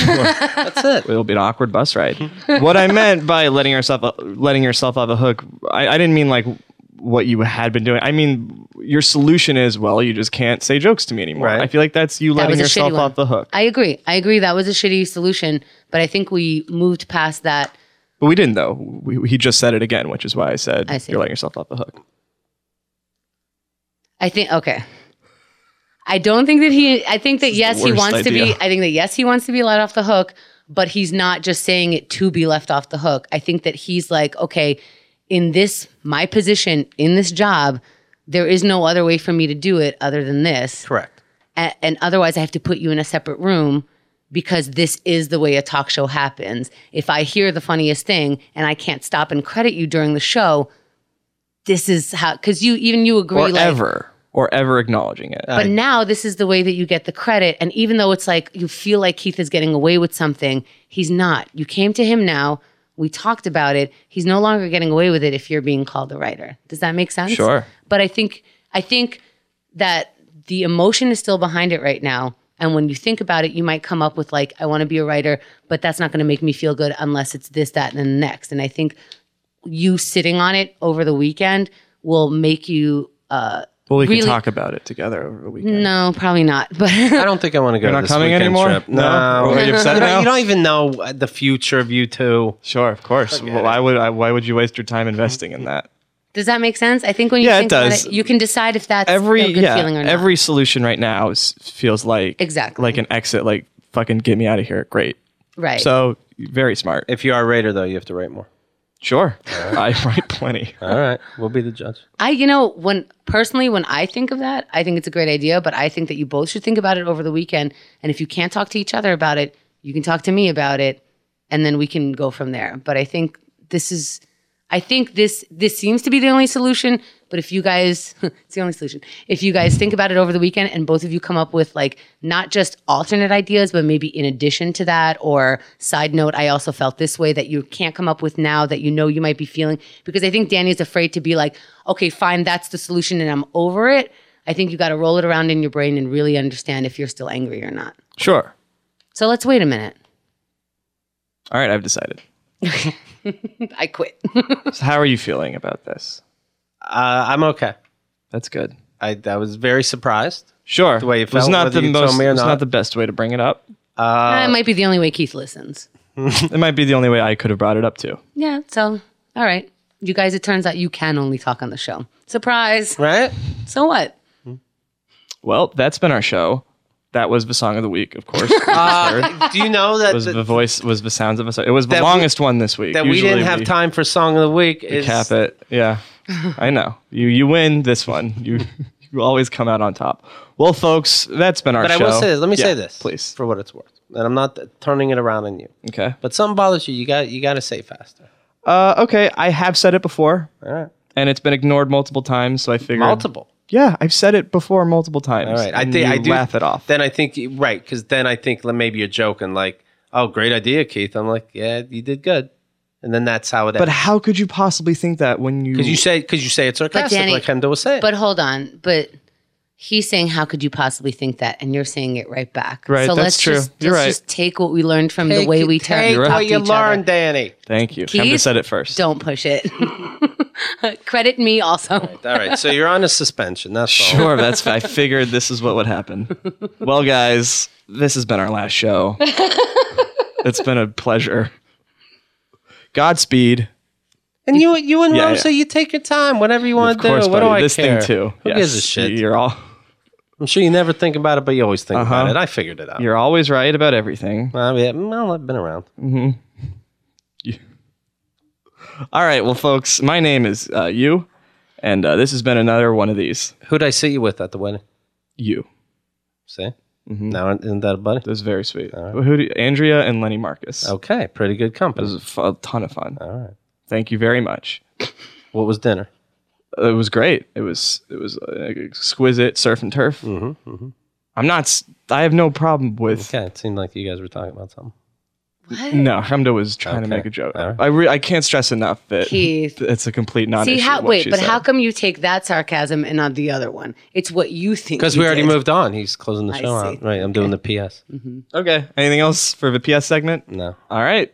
Speaker 2: That's it.
Speaker 3: it'll be an awkward
Speaker 1: <laughs>
Speaker 3: bus ride. what I meant by letting yourself letting yourself off a hook, I, I didn't mean like what you had been doing. I mean your solution is well, you just can't say jokes to me anymore.
Speaker 2: Right.
Speaker 3: I feel like that's you letting
Speaker 1: was a
Speaker 3: yourself
Speaker 1: shitty one.
Speaker 3: off the hook.
Speaker 1: I agree. I agree. That was a shitty solution, but I think we moved past that.
Speaker 3: But we didn't though. We, he just said it again, which is why I said
Speaker 1: I see.
Speaker 3: you're letting yourself off the hook.
Speaker 1: I think okay. I don't think that he. I think that yes, he
Speaker 3: worst
Speaker 1: wants to be.
Speaker 3: idea.
Speaker 1: I think that yes, he wants to be let off the hook, but he's not just saying it to be left off the hook. I think that he's like, okay, in this my position in this job, there is no other way for me to do it other than this,
Speaker 2: Correct.
Speaker 1: and, and otherwise I have to put you in a separate room because this is the way a talk show happens. If I hear the funniest thing and I can't stop and credit you during the show. This is how, because you even you agree,
Speaker 3: Or
Speaker 1: like,
Speaker 3: ever. Or ever acknowledging it.
Speaker 1: but now this is the way that you get the credit. And even though it's like you feel like Keith is getting away with something, he's not. You came to him now. We talked about it. He's no longer getting away with it if you're being called a writer. Does that make sense?
Speaker 3: Sure.
Speaker 1: But I think I think that the emotion is still behind it right now. And when you think about it, you might come up with like, I want to be a writer, but that's not going to make me feel good unless it's this, that, and then the next. And I think you sitting on it over the weekend will make you uh
Speaker 3: well, we
Speaker 1: really-
Speaker 3: can talk about it together over the weekend.
Speaker 1: no, probably not. <laughs> But
Speaker 2: I don't think I want to go.
Speaker 3: You're
Speaker 2: to
Speaker 3: not
Speaker 2: this
Speaker 3: coming
Speaker 2: weekend
Speaker 3: anymore?
Speaker 2: Trip.
Speaker 3: No?
Speaker 2: No.
Speaker 3: Are you upset
Speaker 2: You don't-
Speaker 3: now?
Speaker 2: You don't even know uh, the future of you two.
Speaker 3: Sure, of course. Well, why would I, why would you waste your time investing
Speaker 1: <laughs>
Speaker 3: in that?
Speaker 1: Does that make sense? I think when you
Speaker 3: Yeah, it
Speaker 1: think about
Speaker 3: does.
Speaker 1: it, you can decide if that's
Speaker 3: every
Speaker 1: a good
Speaker 3: yeah,
Speaker 1: feeling or not.
Speaker 3: every solution right now is, feels like
Speaker 1: Exactly.
Speaker 3: like an exit like fucking get me out of here great
Speaker 1: right.
Speaker 3: so very smart
Speaker 2: If you are a raider, though, you have to rate more.
Speaker 3: sure <laughs> i write plenty
Speaker 2: All right, we'll be the judge.
Speaker 1: I, you know, when personally, when I think of that, I think it's a great idea, but I think that you both should think about it over the weekend. And if you can't talk to each other about it, you can talk to me about it, and then we can go from there. But I think this is, I think this this seems to be the only solution. But if you guys, <laughs> it's the only solution. If you guys think about it over the weekend, and both of you come up with like not just alternate ideas, but maybe in addition to that, or side note, I also felt this way that you can't come up with now that you know you might be feeling, because I think Danny is afraid to be like, okay, fine, that's the solution, and I'm over it. I think you got to roll it around in your brain and really understand if you're still angry or not.
Speaker 3: sure
Speaker 1: So let's wait a minute.
Speaker 3: all right i've decided
Speaker 1: I quit. <laughs>
Speaker 3: so how are you feeling about this
Speaker 2: Uh, I'm okay.
Speaker 3: that's good
Speaker 2: I, I was very surprised.
Speaker 3: sure
Speaker 2: way you
Speaker 3: It was
Speaker 2: felt,
Speaker 3: not
Speaker 2: whether
Speaker 3: the
Speaker 2: you told
Speaker 3: most
Speaker 2: me or
Speaker 3: it's
Speaker 2: not.
Speaker 3: not the best way to bring it up
Speaker 1: that might be the only way Keith listens.
Speaker 3: it might be the only way i could have brought it up to
Speaker 1: Yeah. So, all right. You guys, it turns out you can only talk on the show. Surprise.
Speaker 2: Right?
Speaker 1: So what?
Speaker 3: well that's been our show that was the song of the week
Speaker 2: <laughs>
Speaker 3: of course
Speaker 2: Uh, do you know that
Speaker 3: was
Speaker 2: that,
Speaker 3: the voice was the sounds of us it was the
Speaker 2: That we-
Speaker 3: longest one this week
Speaker 2: that we
Speaker 3: Usually
Speaker 2: didn't have time for song of the week? Is
Speaker 3: cap it.
Speaker 2: <laughs>
Speaker 3: Yeah, I know. You you win this one. You you always come out on top. Well, folks, that's been our
Speaker 2: But I
Speaker 3: show.
Speaker 2: will say this. Let me
Speaker 3: Yeah,
Speaker 2: say this,
Speaker 3: please.
Speaker 2: for what it's worth. And I'm not turning it around on you.
Speaker 3: Okay.
Speaker 2: But something bothers you. You got you got to say faster.
Speaker 3: Uh, okay. I have said it before,
Speaker 2: All right.
Speaker 3: and it's been ignored multiple times. So I figured
Speaker 2: Multiple.
Speaker 3: Yeah, I've said it before multiple times.
Speaker 2: All right. I
Speaker 3: and
Speaker 2: think
Speaker 3: you
Speaker 2: I do
Speaker 3: laugh it off.
Speaker 2: Then I think right because then I think like, maybe you're joking like, oh, great idea, Keith. I'm like, yeah, you did good. And then that's how it.
Speaker 3: but
Speaker 2: ends.
Speaker 3: how could you possibly think that when you?
Speaker 2: Because you say because you say it's sarcastic,
Speaker 1: Danny-
Speaker 2: like Hendo was saying.
Speaker 1: But hold on. But he's saying, how could you possibly think that? And you're saying it right back.
Speaker 3: Right,
Speaker 1: So
Speaker 3: that's
Speaker 1: let's
Speaker 3: true.
Speaker 1: just,
Speaker 3: You're
Speaker 1: let's
Speaker 3: right.
Speaker 1: just take what we learned from the
Speaker 2: Take
Speaker 1: way
Speaker 2: it-
Speaker 1: we turn
Speaker 2: take
Speaker 1: talk
Speaker 2: what
Speaker 1: to
Speaker 2: you
Speaker 1: each
Speaker 2: learned,
Speaker 1: other.
Speaker 2: Danny.
Speaker 3: Thank you.
Speaker 1: Keith,
Speaker 3: Kemba said it 1st
Speaker 1: Don't push it. <laughs> Credit me also.
Speaker 2: <laughs> All right, so you're on a suspension. That's
Speaker 3: <laughs>
Speaker 2: all.
Speaker 3: <laughs> Sure, that's. I figured this is what
Speaker 2: <laughs>
Speaker 3: would happen. Well, guys, this has been our last show. it's been a pleasure. Godspeed.
Speaker 2: And you, you and
Speaker 3: Yeah,
Speaker 2: Rosa, you take your time, whatever you want
Speaker 3: of
Speaker 2: to do.
Speaker 3: course,
Speaker 2: What do
Speaker 3: buddy.
Speaker 2: I
Speaker 3: this
Speaker 2: care?
Speaker 3: thing too.
Speaker 2: Who
Speaker 3: Yes,
Speaker 2: gives a shit?
Speaker 3: You're all.
Speaker 2: I'm sure you never think about it, but you always think about
Speaker 3: Uh-huh.
Speaker 2: it. I figured it out.
Speaker 3: You're always right about everything.
Speaker 2: Uh, yeah, well, I've been around.
Speaker 3: All right, well, folks, my name is uh, you, and uh, this has been another one of these.
Speaker 2: Who'd I see you with at the wedding?
Speaker 3: You.
Speaker 2: See?
Speaker 3: Mm-hmm.
Speaker 2: Now, isn't that a buddy?
Speaker 3: That's very sweet. Who do, Andrea and Lenny Marcus. Oh.
Speaker 2: Okay, pretty good
Speaker 3: It was
Speaker 2: company.
Speaker 3: a fu- a ton of fun.
Speaker 2: All right.
Speaker 3: Thank you very much.
Speaker 2: What was dinner?
Speaker 3: It was great. It was it was uh, exquisite surf and turf. I'm not. s- I have no problem with.
Speaker 2: Mm-hmm, Okay, it seemed like you guys were talking about something.
Speaker 1: What?
Speaker 3: No, Hamda was trying to
Speaker 2: Okay.
Speaker 3: make a joke.
Speaker 2: All right.
Speaker 3: I re- I can't stress enough that
Speaker 1: Keith.
Speaker 3: it's a complete non-issue.
Speaker 1: See how?
Speaker 3: what
Speaker 1: Wait,
Speaker 3: she
Speaker 1: but
Speaker 3: said.
Speaker 1: how come you take that sarcasm and not the other one? It's what you think.
Speaker 2: Because
Speaker 1: you
Speaker 2: we already
Speaker 1: did.
Speaker 2: moved on. He's closing the
Speaker 1: I
Speaker 2: show
Speaker 1: see.
Speaker 2: out. Right, I'm doing the PS.
Speaker 3: Okay. Anything else for the PS segment?
Speaker 2: No.
Speaker 3: All right.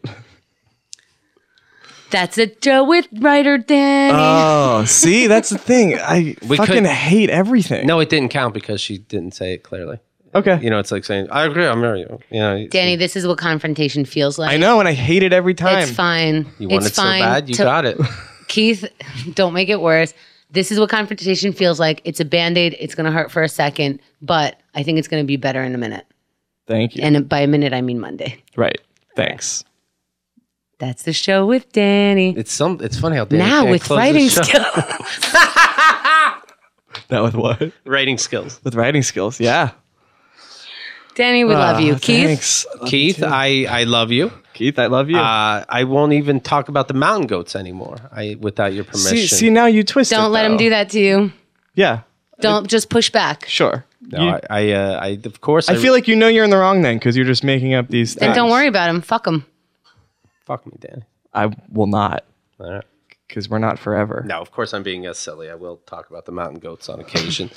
Speaker 1: That's a Joe with writer Danny.
Speaker 3: <laughs> Oh, see, that's the thing. I
Speaker 2: We
Speaker 3: fucking
Speaker 2: could-
Speaker 3: hate everything.
Speaker 2: No, it didn't count because she didn't say it clearly.
Speaker 3: Okay.
Speaker 2: You know, it's like saying, I agree, I'm married. You know,
Speaker 1: Danny, this is what confrontation feels like.
Speaker 3: I know, and I hate it every time.
Speaker 1: It's fine.
Speaker 2: you want
Speaker 1: it's
Speaker 2: it so
Speaker 1: fine
Speaker 2: bad, you
Speaker 1: to-
Speaker 2: got it.
Speaker 1: Keith, <laughs> don't make it worse. This is what confrontation feels like. It's a band aid. It's going to hurt for a second, but I think it's going to be better in a minute.
Speaker 3: Thank you.
Speaker 1: And by a minute, I mean Monday.
Speaker 3: right. Thanks.
Speaker 1: That's the show with Danny.
Speaker 2: It's some. It's funny how Danny
Speaker 1: Now
Speaker 2: can't
Speaker 1: with
Speaker 2: close
Speaker 1: writing
Speaker 2: the show.
Speaker 1: skills. <laughs>
Speaker 3: That with what?
Speaker 2: writing skills.
Speaker 3: With writing skills. Yeah.
Speaker 1: Danny, we love you.
Speaker 3: Ah,
Speaker 1: Keith,
Speaker 3: Thanks.
Speaker 2: Keith, I I love you.
Speaker 3: Keith, I love you.
Speaker 2: Uh, I won't even talk about the mountain goats anymore. I without your permission.
Speaker 3: see, see, now you twist it.
Speaker 1: don't let him
Speaker 3: though.
Speaker 1: do that to you.
Speaker 3: Yeah.
Speaker 1: Don't just push back.
Speaker 3: Sure.
Speaker 2: no,
Speaker 3: You-
Speaker 2: I I, uh, I of course
Speaker 3: I feel like you know you're in the wrong then because you're just making up these
Speaker 1: Then
Speaker 3: things.
Speaker 1: don't worry about him. Fuck him.
Speaker 2: fuck me, Danny.
Speaker 3: I will not
Speaker 2: All right.
Speaker 3: because we're not forever.
Speaker 2: No, of course I'm being uh, silly. I will talk about the mountain goats on <laughs> occasion.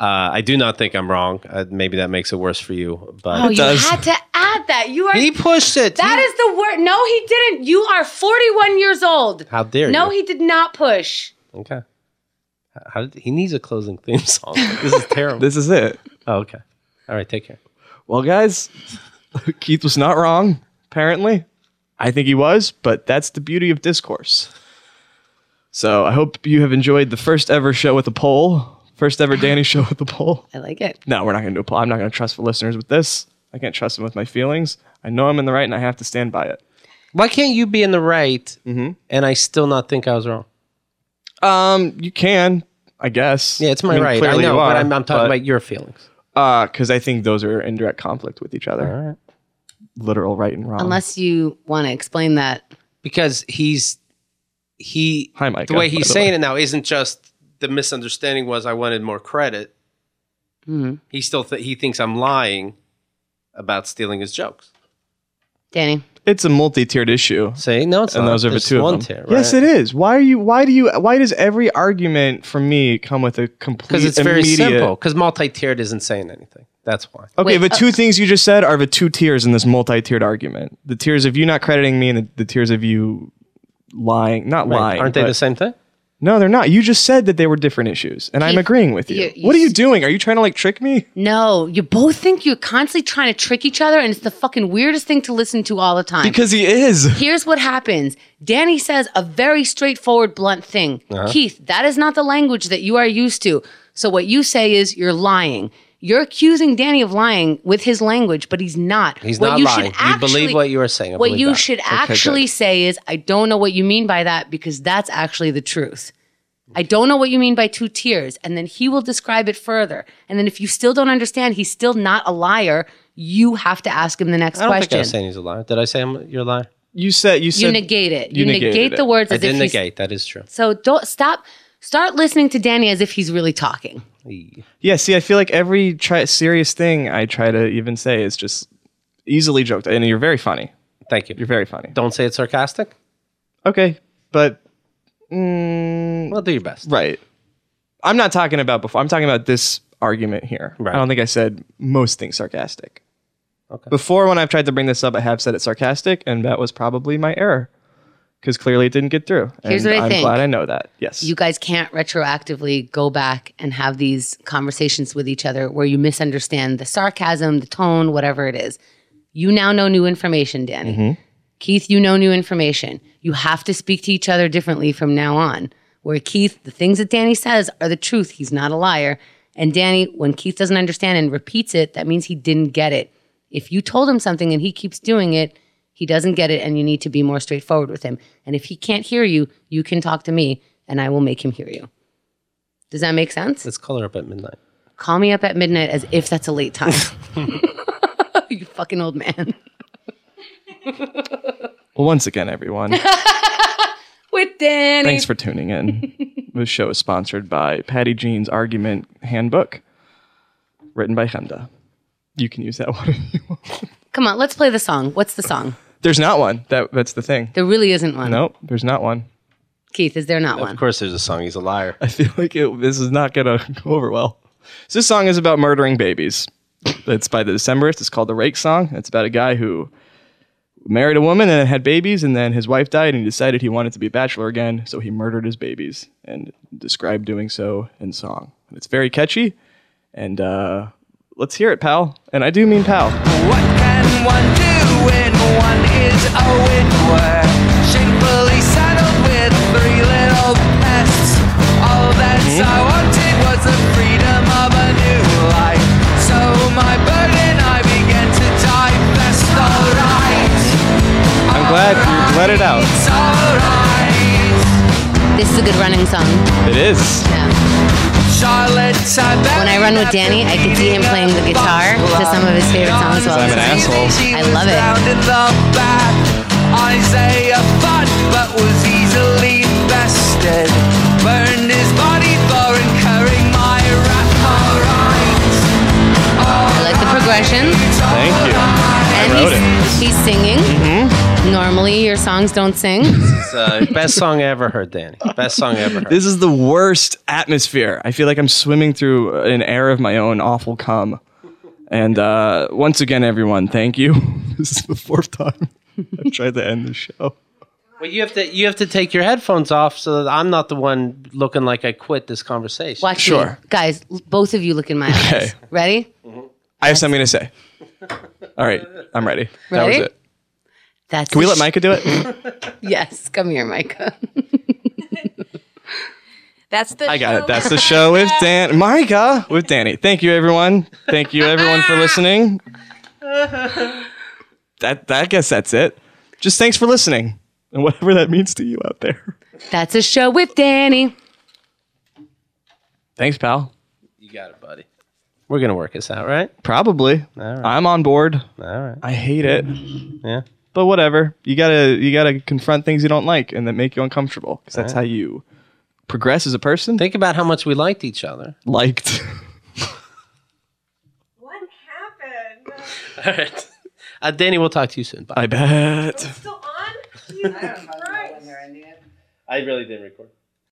Speaker 2: uh, I do not think I'm wrong. Uh, maybe that makes it worse for you, but
Speaker 1: Oh, you
Speaker 3: does.
Speaker 1: had to add that. You are.
Speaker 2: he pushed it.
Speaker 1: that is the word. No, he didn't. You are 41 years old.
Speaker 2: How dare
Speaker 1: No,
Speaker 2: you.
Speaker 1: he did not push.
Speaker 2: Okay. How did, he needs a closing
Speaker 1: <laughs>
Speaker 2: theme song. This is terrible.
Speaker 3: This is it.
Speaker 2: oh, okay. All right. Take care.
Speaker 3: Well, guys, <laughs> Keith was not wrong, apparently. I think he was, but that's the beauty of discourse. So I hope you have enjoyed the first ever show with a poll, first ever Danny show with a poll.
Speaker 1: I like it.
Speaker 3: No, we're not going to do a poll. I'm not going to trust the listeners with this. I can't trust them with my feelings. I know I'm in the right and I have to stand by it.
Speaker 2: Why can't you be in the right
Speaker 3: Mm-hmm.
Speaker 2: and I still not think I was wrong?
Speaker 3: Um, you can, I guess.
Speaker 2: Yeah, it's my
Speaker 3: I mean,
Speaker 2: right. I
Speaker 3: clearly
Speaker 2: know,
Speaker 3: you
Speaker 2: but
Speaker 3: are,
Speaker 2: I'm, I'm talking about your feelings.
Speaker 3: about because I think those are in direct conflict with each other.
Speaker 2: right.
Speaker 3: Literal right and wrong.
Speaker 1: Unless you want to explain that.
Speaker 2: Because he's he
Speaker 3: Hi, Micah,
Speaker 2: the way
Speaker 3: by
Speaker 2: he's
Speaker 3: the
Speaker 2: saying
Speaker 3: way.
Speaker 2: it now isn't just the misunderstanding was I wanted more credit. He still th- he thinks I'm lying about stealing his jokes.
Speaker 1: Danny,
Speaker 3: it's a multi-tiered issue.
Speaker 2: See, no, it's
Speaker 3: and
Speaker 2: not.
Speaker 3: those are the
Speaker 2: There's
Speaker 3: two
Speaker 2: one
Speaker 3: of them.
Speaker 2: tier,
Speaker 3: Yes,
Speaker 2: right?
Speaker 3: it is. Why are you? Why do you? Why does every argument from me come with a complete?
Speaker 2: Because it's very
Speaker 3: immediate-
Speaker 2: simple. Because multi-tiered isn't saying anything. That's why.
Speaker 3: Okay,
Speaker 1: Wait, uh
Speaker 3: the two things you just said are the two tiers in this multi-tiered argument: the tiers of you not crediting me, and the, the tiers of you lying, not lying.
Speaker 2: Aren't they
Speaker 3: but-
Speaker 2: the same thing?
Speaker 3: No, they're not. You just said that they were different issues, and I'm
Speaker 1: Keith,
Speaker 3: agreeing with you.
Speaker 1: you- you
Speaker 3: What are you
Speaker 1: s-
Speaker 3: doing? Are you trying to like trick me?
Speaker 1: no, you both think you're constantly trying to trick each other, and it's the fucking weirdest thing to listen to all the time.
Speaker 3: <laughs> Because he is.
Speaker 1: Here's what happens Danny says a very straightforward, blunt thing.
Speaker 2: Uh-huh.
Speaker 1: Keith, that is not the language that you are used to. So, what you say is you're lying. You're accusing Danny of lying with his language, but he's not.
Speaker 2: He's
Speaker 1: What
Speaker 2: not
Speaker 1: you should
Speaker 2: lying. you believe
Speaker 1: actually-
Speaker 2: what you are saying. I
Speaker 1: What
Speaker 2: believe
Speaker 1: you
Speaker 2: that.
Speaker 1: should actually
Speaker 3: good.
Speaker 1: say is, I don't know what you mean by that because that's actually the truth. I don't know what you mean by two tiers. And then he will describe it further. And then if you still don't understand, he's still not a liar. You have to ask him the next
Speaker 2: I don't think I
Speaker 1: question.
Speaker 2: was saying he's a liar. Did I say I'm, you're a liar?
Speaker 3: You said. You said.
Speaker 1: you negate it.
Speaker 3: you
Speaker 1: You,
Speaker 3: negated
Speaker 1: negate
Speaker 3: it.
Speaker 1: the words
Speaker 2: I
Speaker 1: as if
Speaker 2: did
Speaker 1: he's.
Speaker 2: negate. That is true.
Speaker 1: So don't stop. Start listening to Danny as if he's really talking.
Speaker 3: Yeah. See, I feel like every try, serious thing I try to even say is just easily joked, and you're very funny.
Speaker 2: Thank you.
Speaker 3: You're very funny.
Speaker 2: Don't say it's sarcastic.
Speaker 3: Okay, but
Speaker 2: Well, do your best.
Speaker 3: Right. I'm not talking about before. I'm talking about this argument here.
Speaker 2: Right.
Speaker 3: I don't think I said most things sarcastic.
Speaker 2: Okay.
Speaker 3: Before, when I've tried to bring this up, I have said it sarcastic, and that was probably my error. because clearly it didn't get through.
Speaker 1: Here's
Speaker 3: and
Speaker 1: what I
Speaker 3: I'm
Speaker 1: think.
Speaker 3: glad I know that. Yes.
Speaker 1: You guys can't retroactively go back and have these conversations with each other where you misunderstand the sarcasm, the tone, whatever it is. You now know new information, Danny. Keith, you know new information. You have to speak to each other differently from now on. Where Keith, the things that Danny says are the truth. He's not a liar. And Danny, when Keith doesn't understand and repeats it, that means he didn't get it. If you told him something and he keeps doing it, he doesn't get it, and you need to be more straightforward with him. And if he can't hear you, you can talk to me and I will make him hear you. Does that make sense?
Speaker 2: Let's call her up at midnight.
Speaker 1: Call me up at midnight as if that's a late <laughs> time. you fucking old man.
Speaker 3: well, once again, everyone,
Speaker 1: With Danny.
Speaker 3: thanks for tuning in. this show is sponsored by Patty Jean's Argument Handbook, written by Hemda. You can use that <laughs> one. if you want.
Speaker 1: Come on, let's play the song. What's the song?
Speaker 3: There's not one. That that's the thing.
Speaker 1: There really isn't one.
Speaker 3: Nope, there's not one.
Speaker 1: Keith, is there not
Speaker 2: Of
Speaker 1: one?
Speaker 2: course, there's a song. He's a liar.
Speaker 3: <laughs> I feel like it, this is not gonna <laughs> go over well. So this song is about murdering babies. It's by the Decemberists. It's called the Rake Song. It's about a guy who married a woman and had babies, and then his wife died, and he decided he wanted to be a bachelor again, so he murdered his babies and described doing so in song. And It's very catchy, and uh, let's hear it, pal. And I do mean pal.
Speaker 4: What can one do when one is a widower? Shamefully saddled with three little pests. All that I wanted was the freedom of a new life. So my burden I began to divest. Alright,
Speaker 3: I'm glad you let it out.
Speaker 4: it's alright.
Speaker 1: This is a good running song.
Speaker 3: It is.
Speaker 1: Yeah.
Speaker 4: Charlotte, I
Speaker 1: When I run with Danny, I can see him playing the guitar to some of his favorite songs while
Speaker 3: I'm an
Speaker 1: listening.
Speaker 3: asshole.
Speaker 1: I love it.
Speaker 4: Isaiah fought, but was easily bested. Burned his body for incurring my wrath. Alright,
Speaker 1: I like the progression.
Speaker 3: Thank you.
Speaker 1: And
Speaker 3: wrote Mm-hmm.
Speaker 1: he's, he's singing. Normally, your songs don't
Speaker 3: <laughs>
Speaker 1: sing.
Speaker 2: <laughs> It's, uh, best song I ever heard, Danny. Best song I ever heard.
Speaker 3: This is the worst atmosphere. I feel like I'm swimming through an air of my own awful cum. And uh, once again, everyone, thank you. <laughs> this is the fourth time I've tried to end the show.
Speaker 2: Well, you have to you have to take your headphones off so that I'm not the one looking like I quit this conversation.
Speaker 1: Watch me.
Speaker 3: Sure.
Speaker 1: Guys, l- both of you look in my eyes.
Speaker 3: Okay.
Speaker 1: Ready?
Speaker 3: I have something to say. All right, I'm ready. That was
Speaker 1: Ready?
Speaker 3: it.
Speaker 1: That's
Speaker 3: Can we
Speaker 1: a
Speaker 3: let
Speaker 1: sh-
Speaker 3: Micah do it?
Speaker 1: Yes, come here, Micah.
Speaker 5: <laughs> That's the.
Speaker 3: I got
Speaker 5: show.
Speaker 3: it. That's the show with Dan, Micah with Danny. Thank you, everyone. Thank you, everyone, for listening. That, that I guess that's it. Just thanks for listening, and whatever that means to you out there.
Speaker 1: That's a show with Danny.
Speaker 3: Thanks, pal.
Speaker 2: You got it, buddy. We're gonna work this out, right?
Speaker 3: Probably.
Speaker 2: right.
Speaker 3: I'm on board.
Speaker 2: All right.
Speaker 3: I hate it.
Speaker 2: Yeah.
Speaker 3: But whatever. You gotta you gotta confront things you don't like and that make you uncomfortable. Because that's how you progress as a person.
Speaker 2: Think about how much we liked each other.
Speaker 3: liked. <laughs>
Speaker 5: What happened?
Speaker 2: <laughs> All right. Uh, Danny, we'll talk to you soon. Bye.
Speaker 3: I bet.
Speaker 5: Still on? Jesus Christ.
Speaker 2: I really didn't record.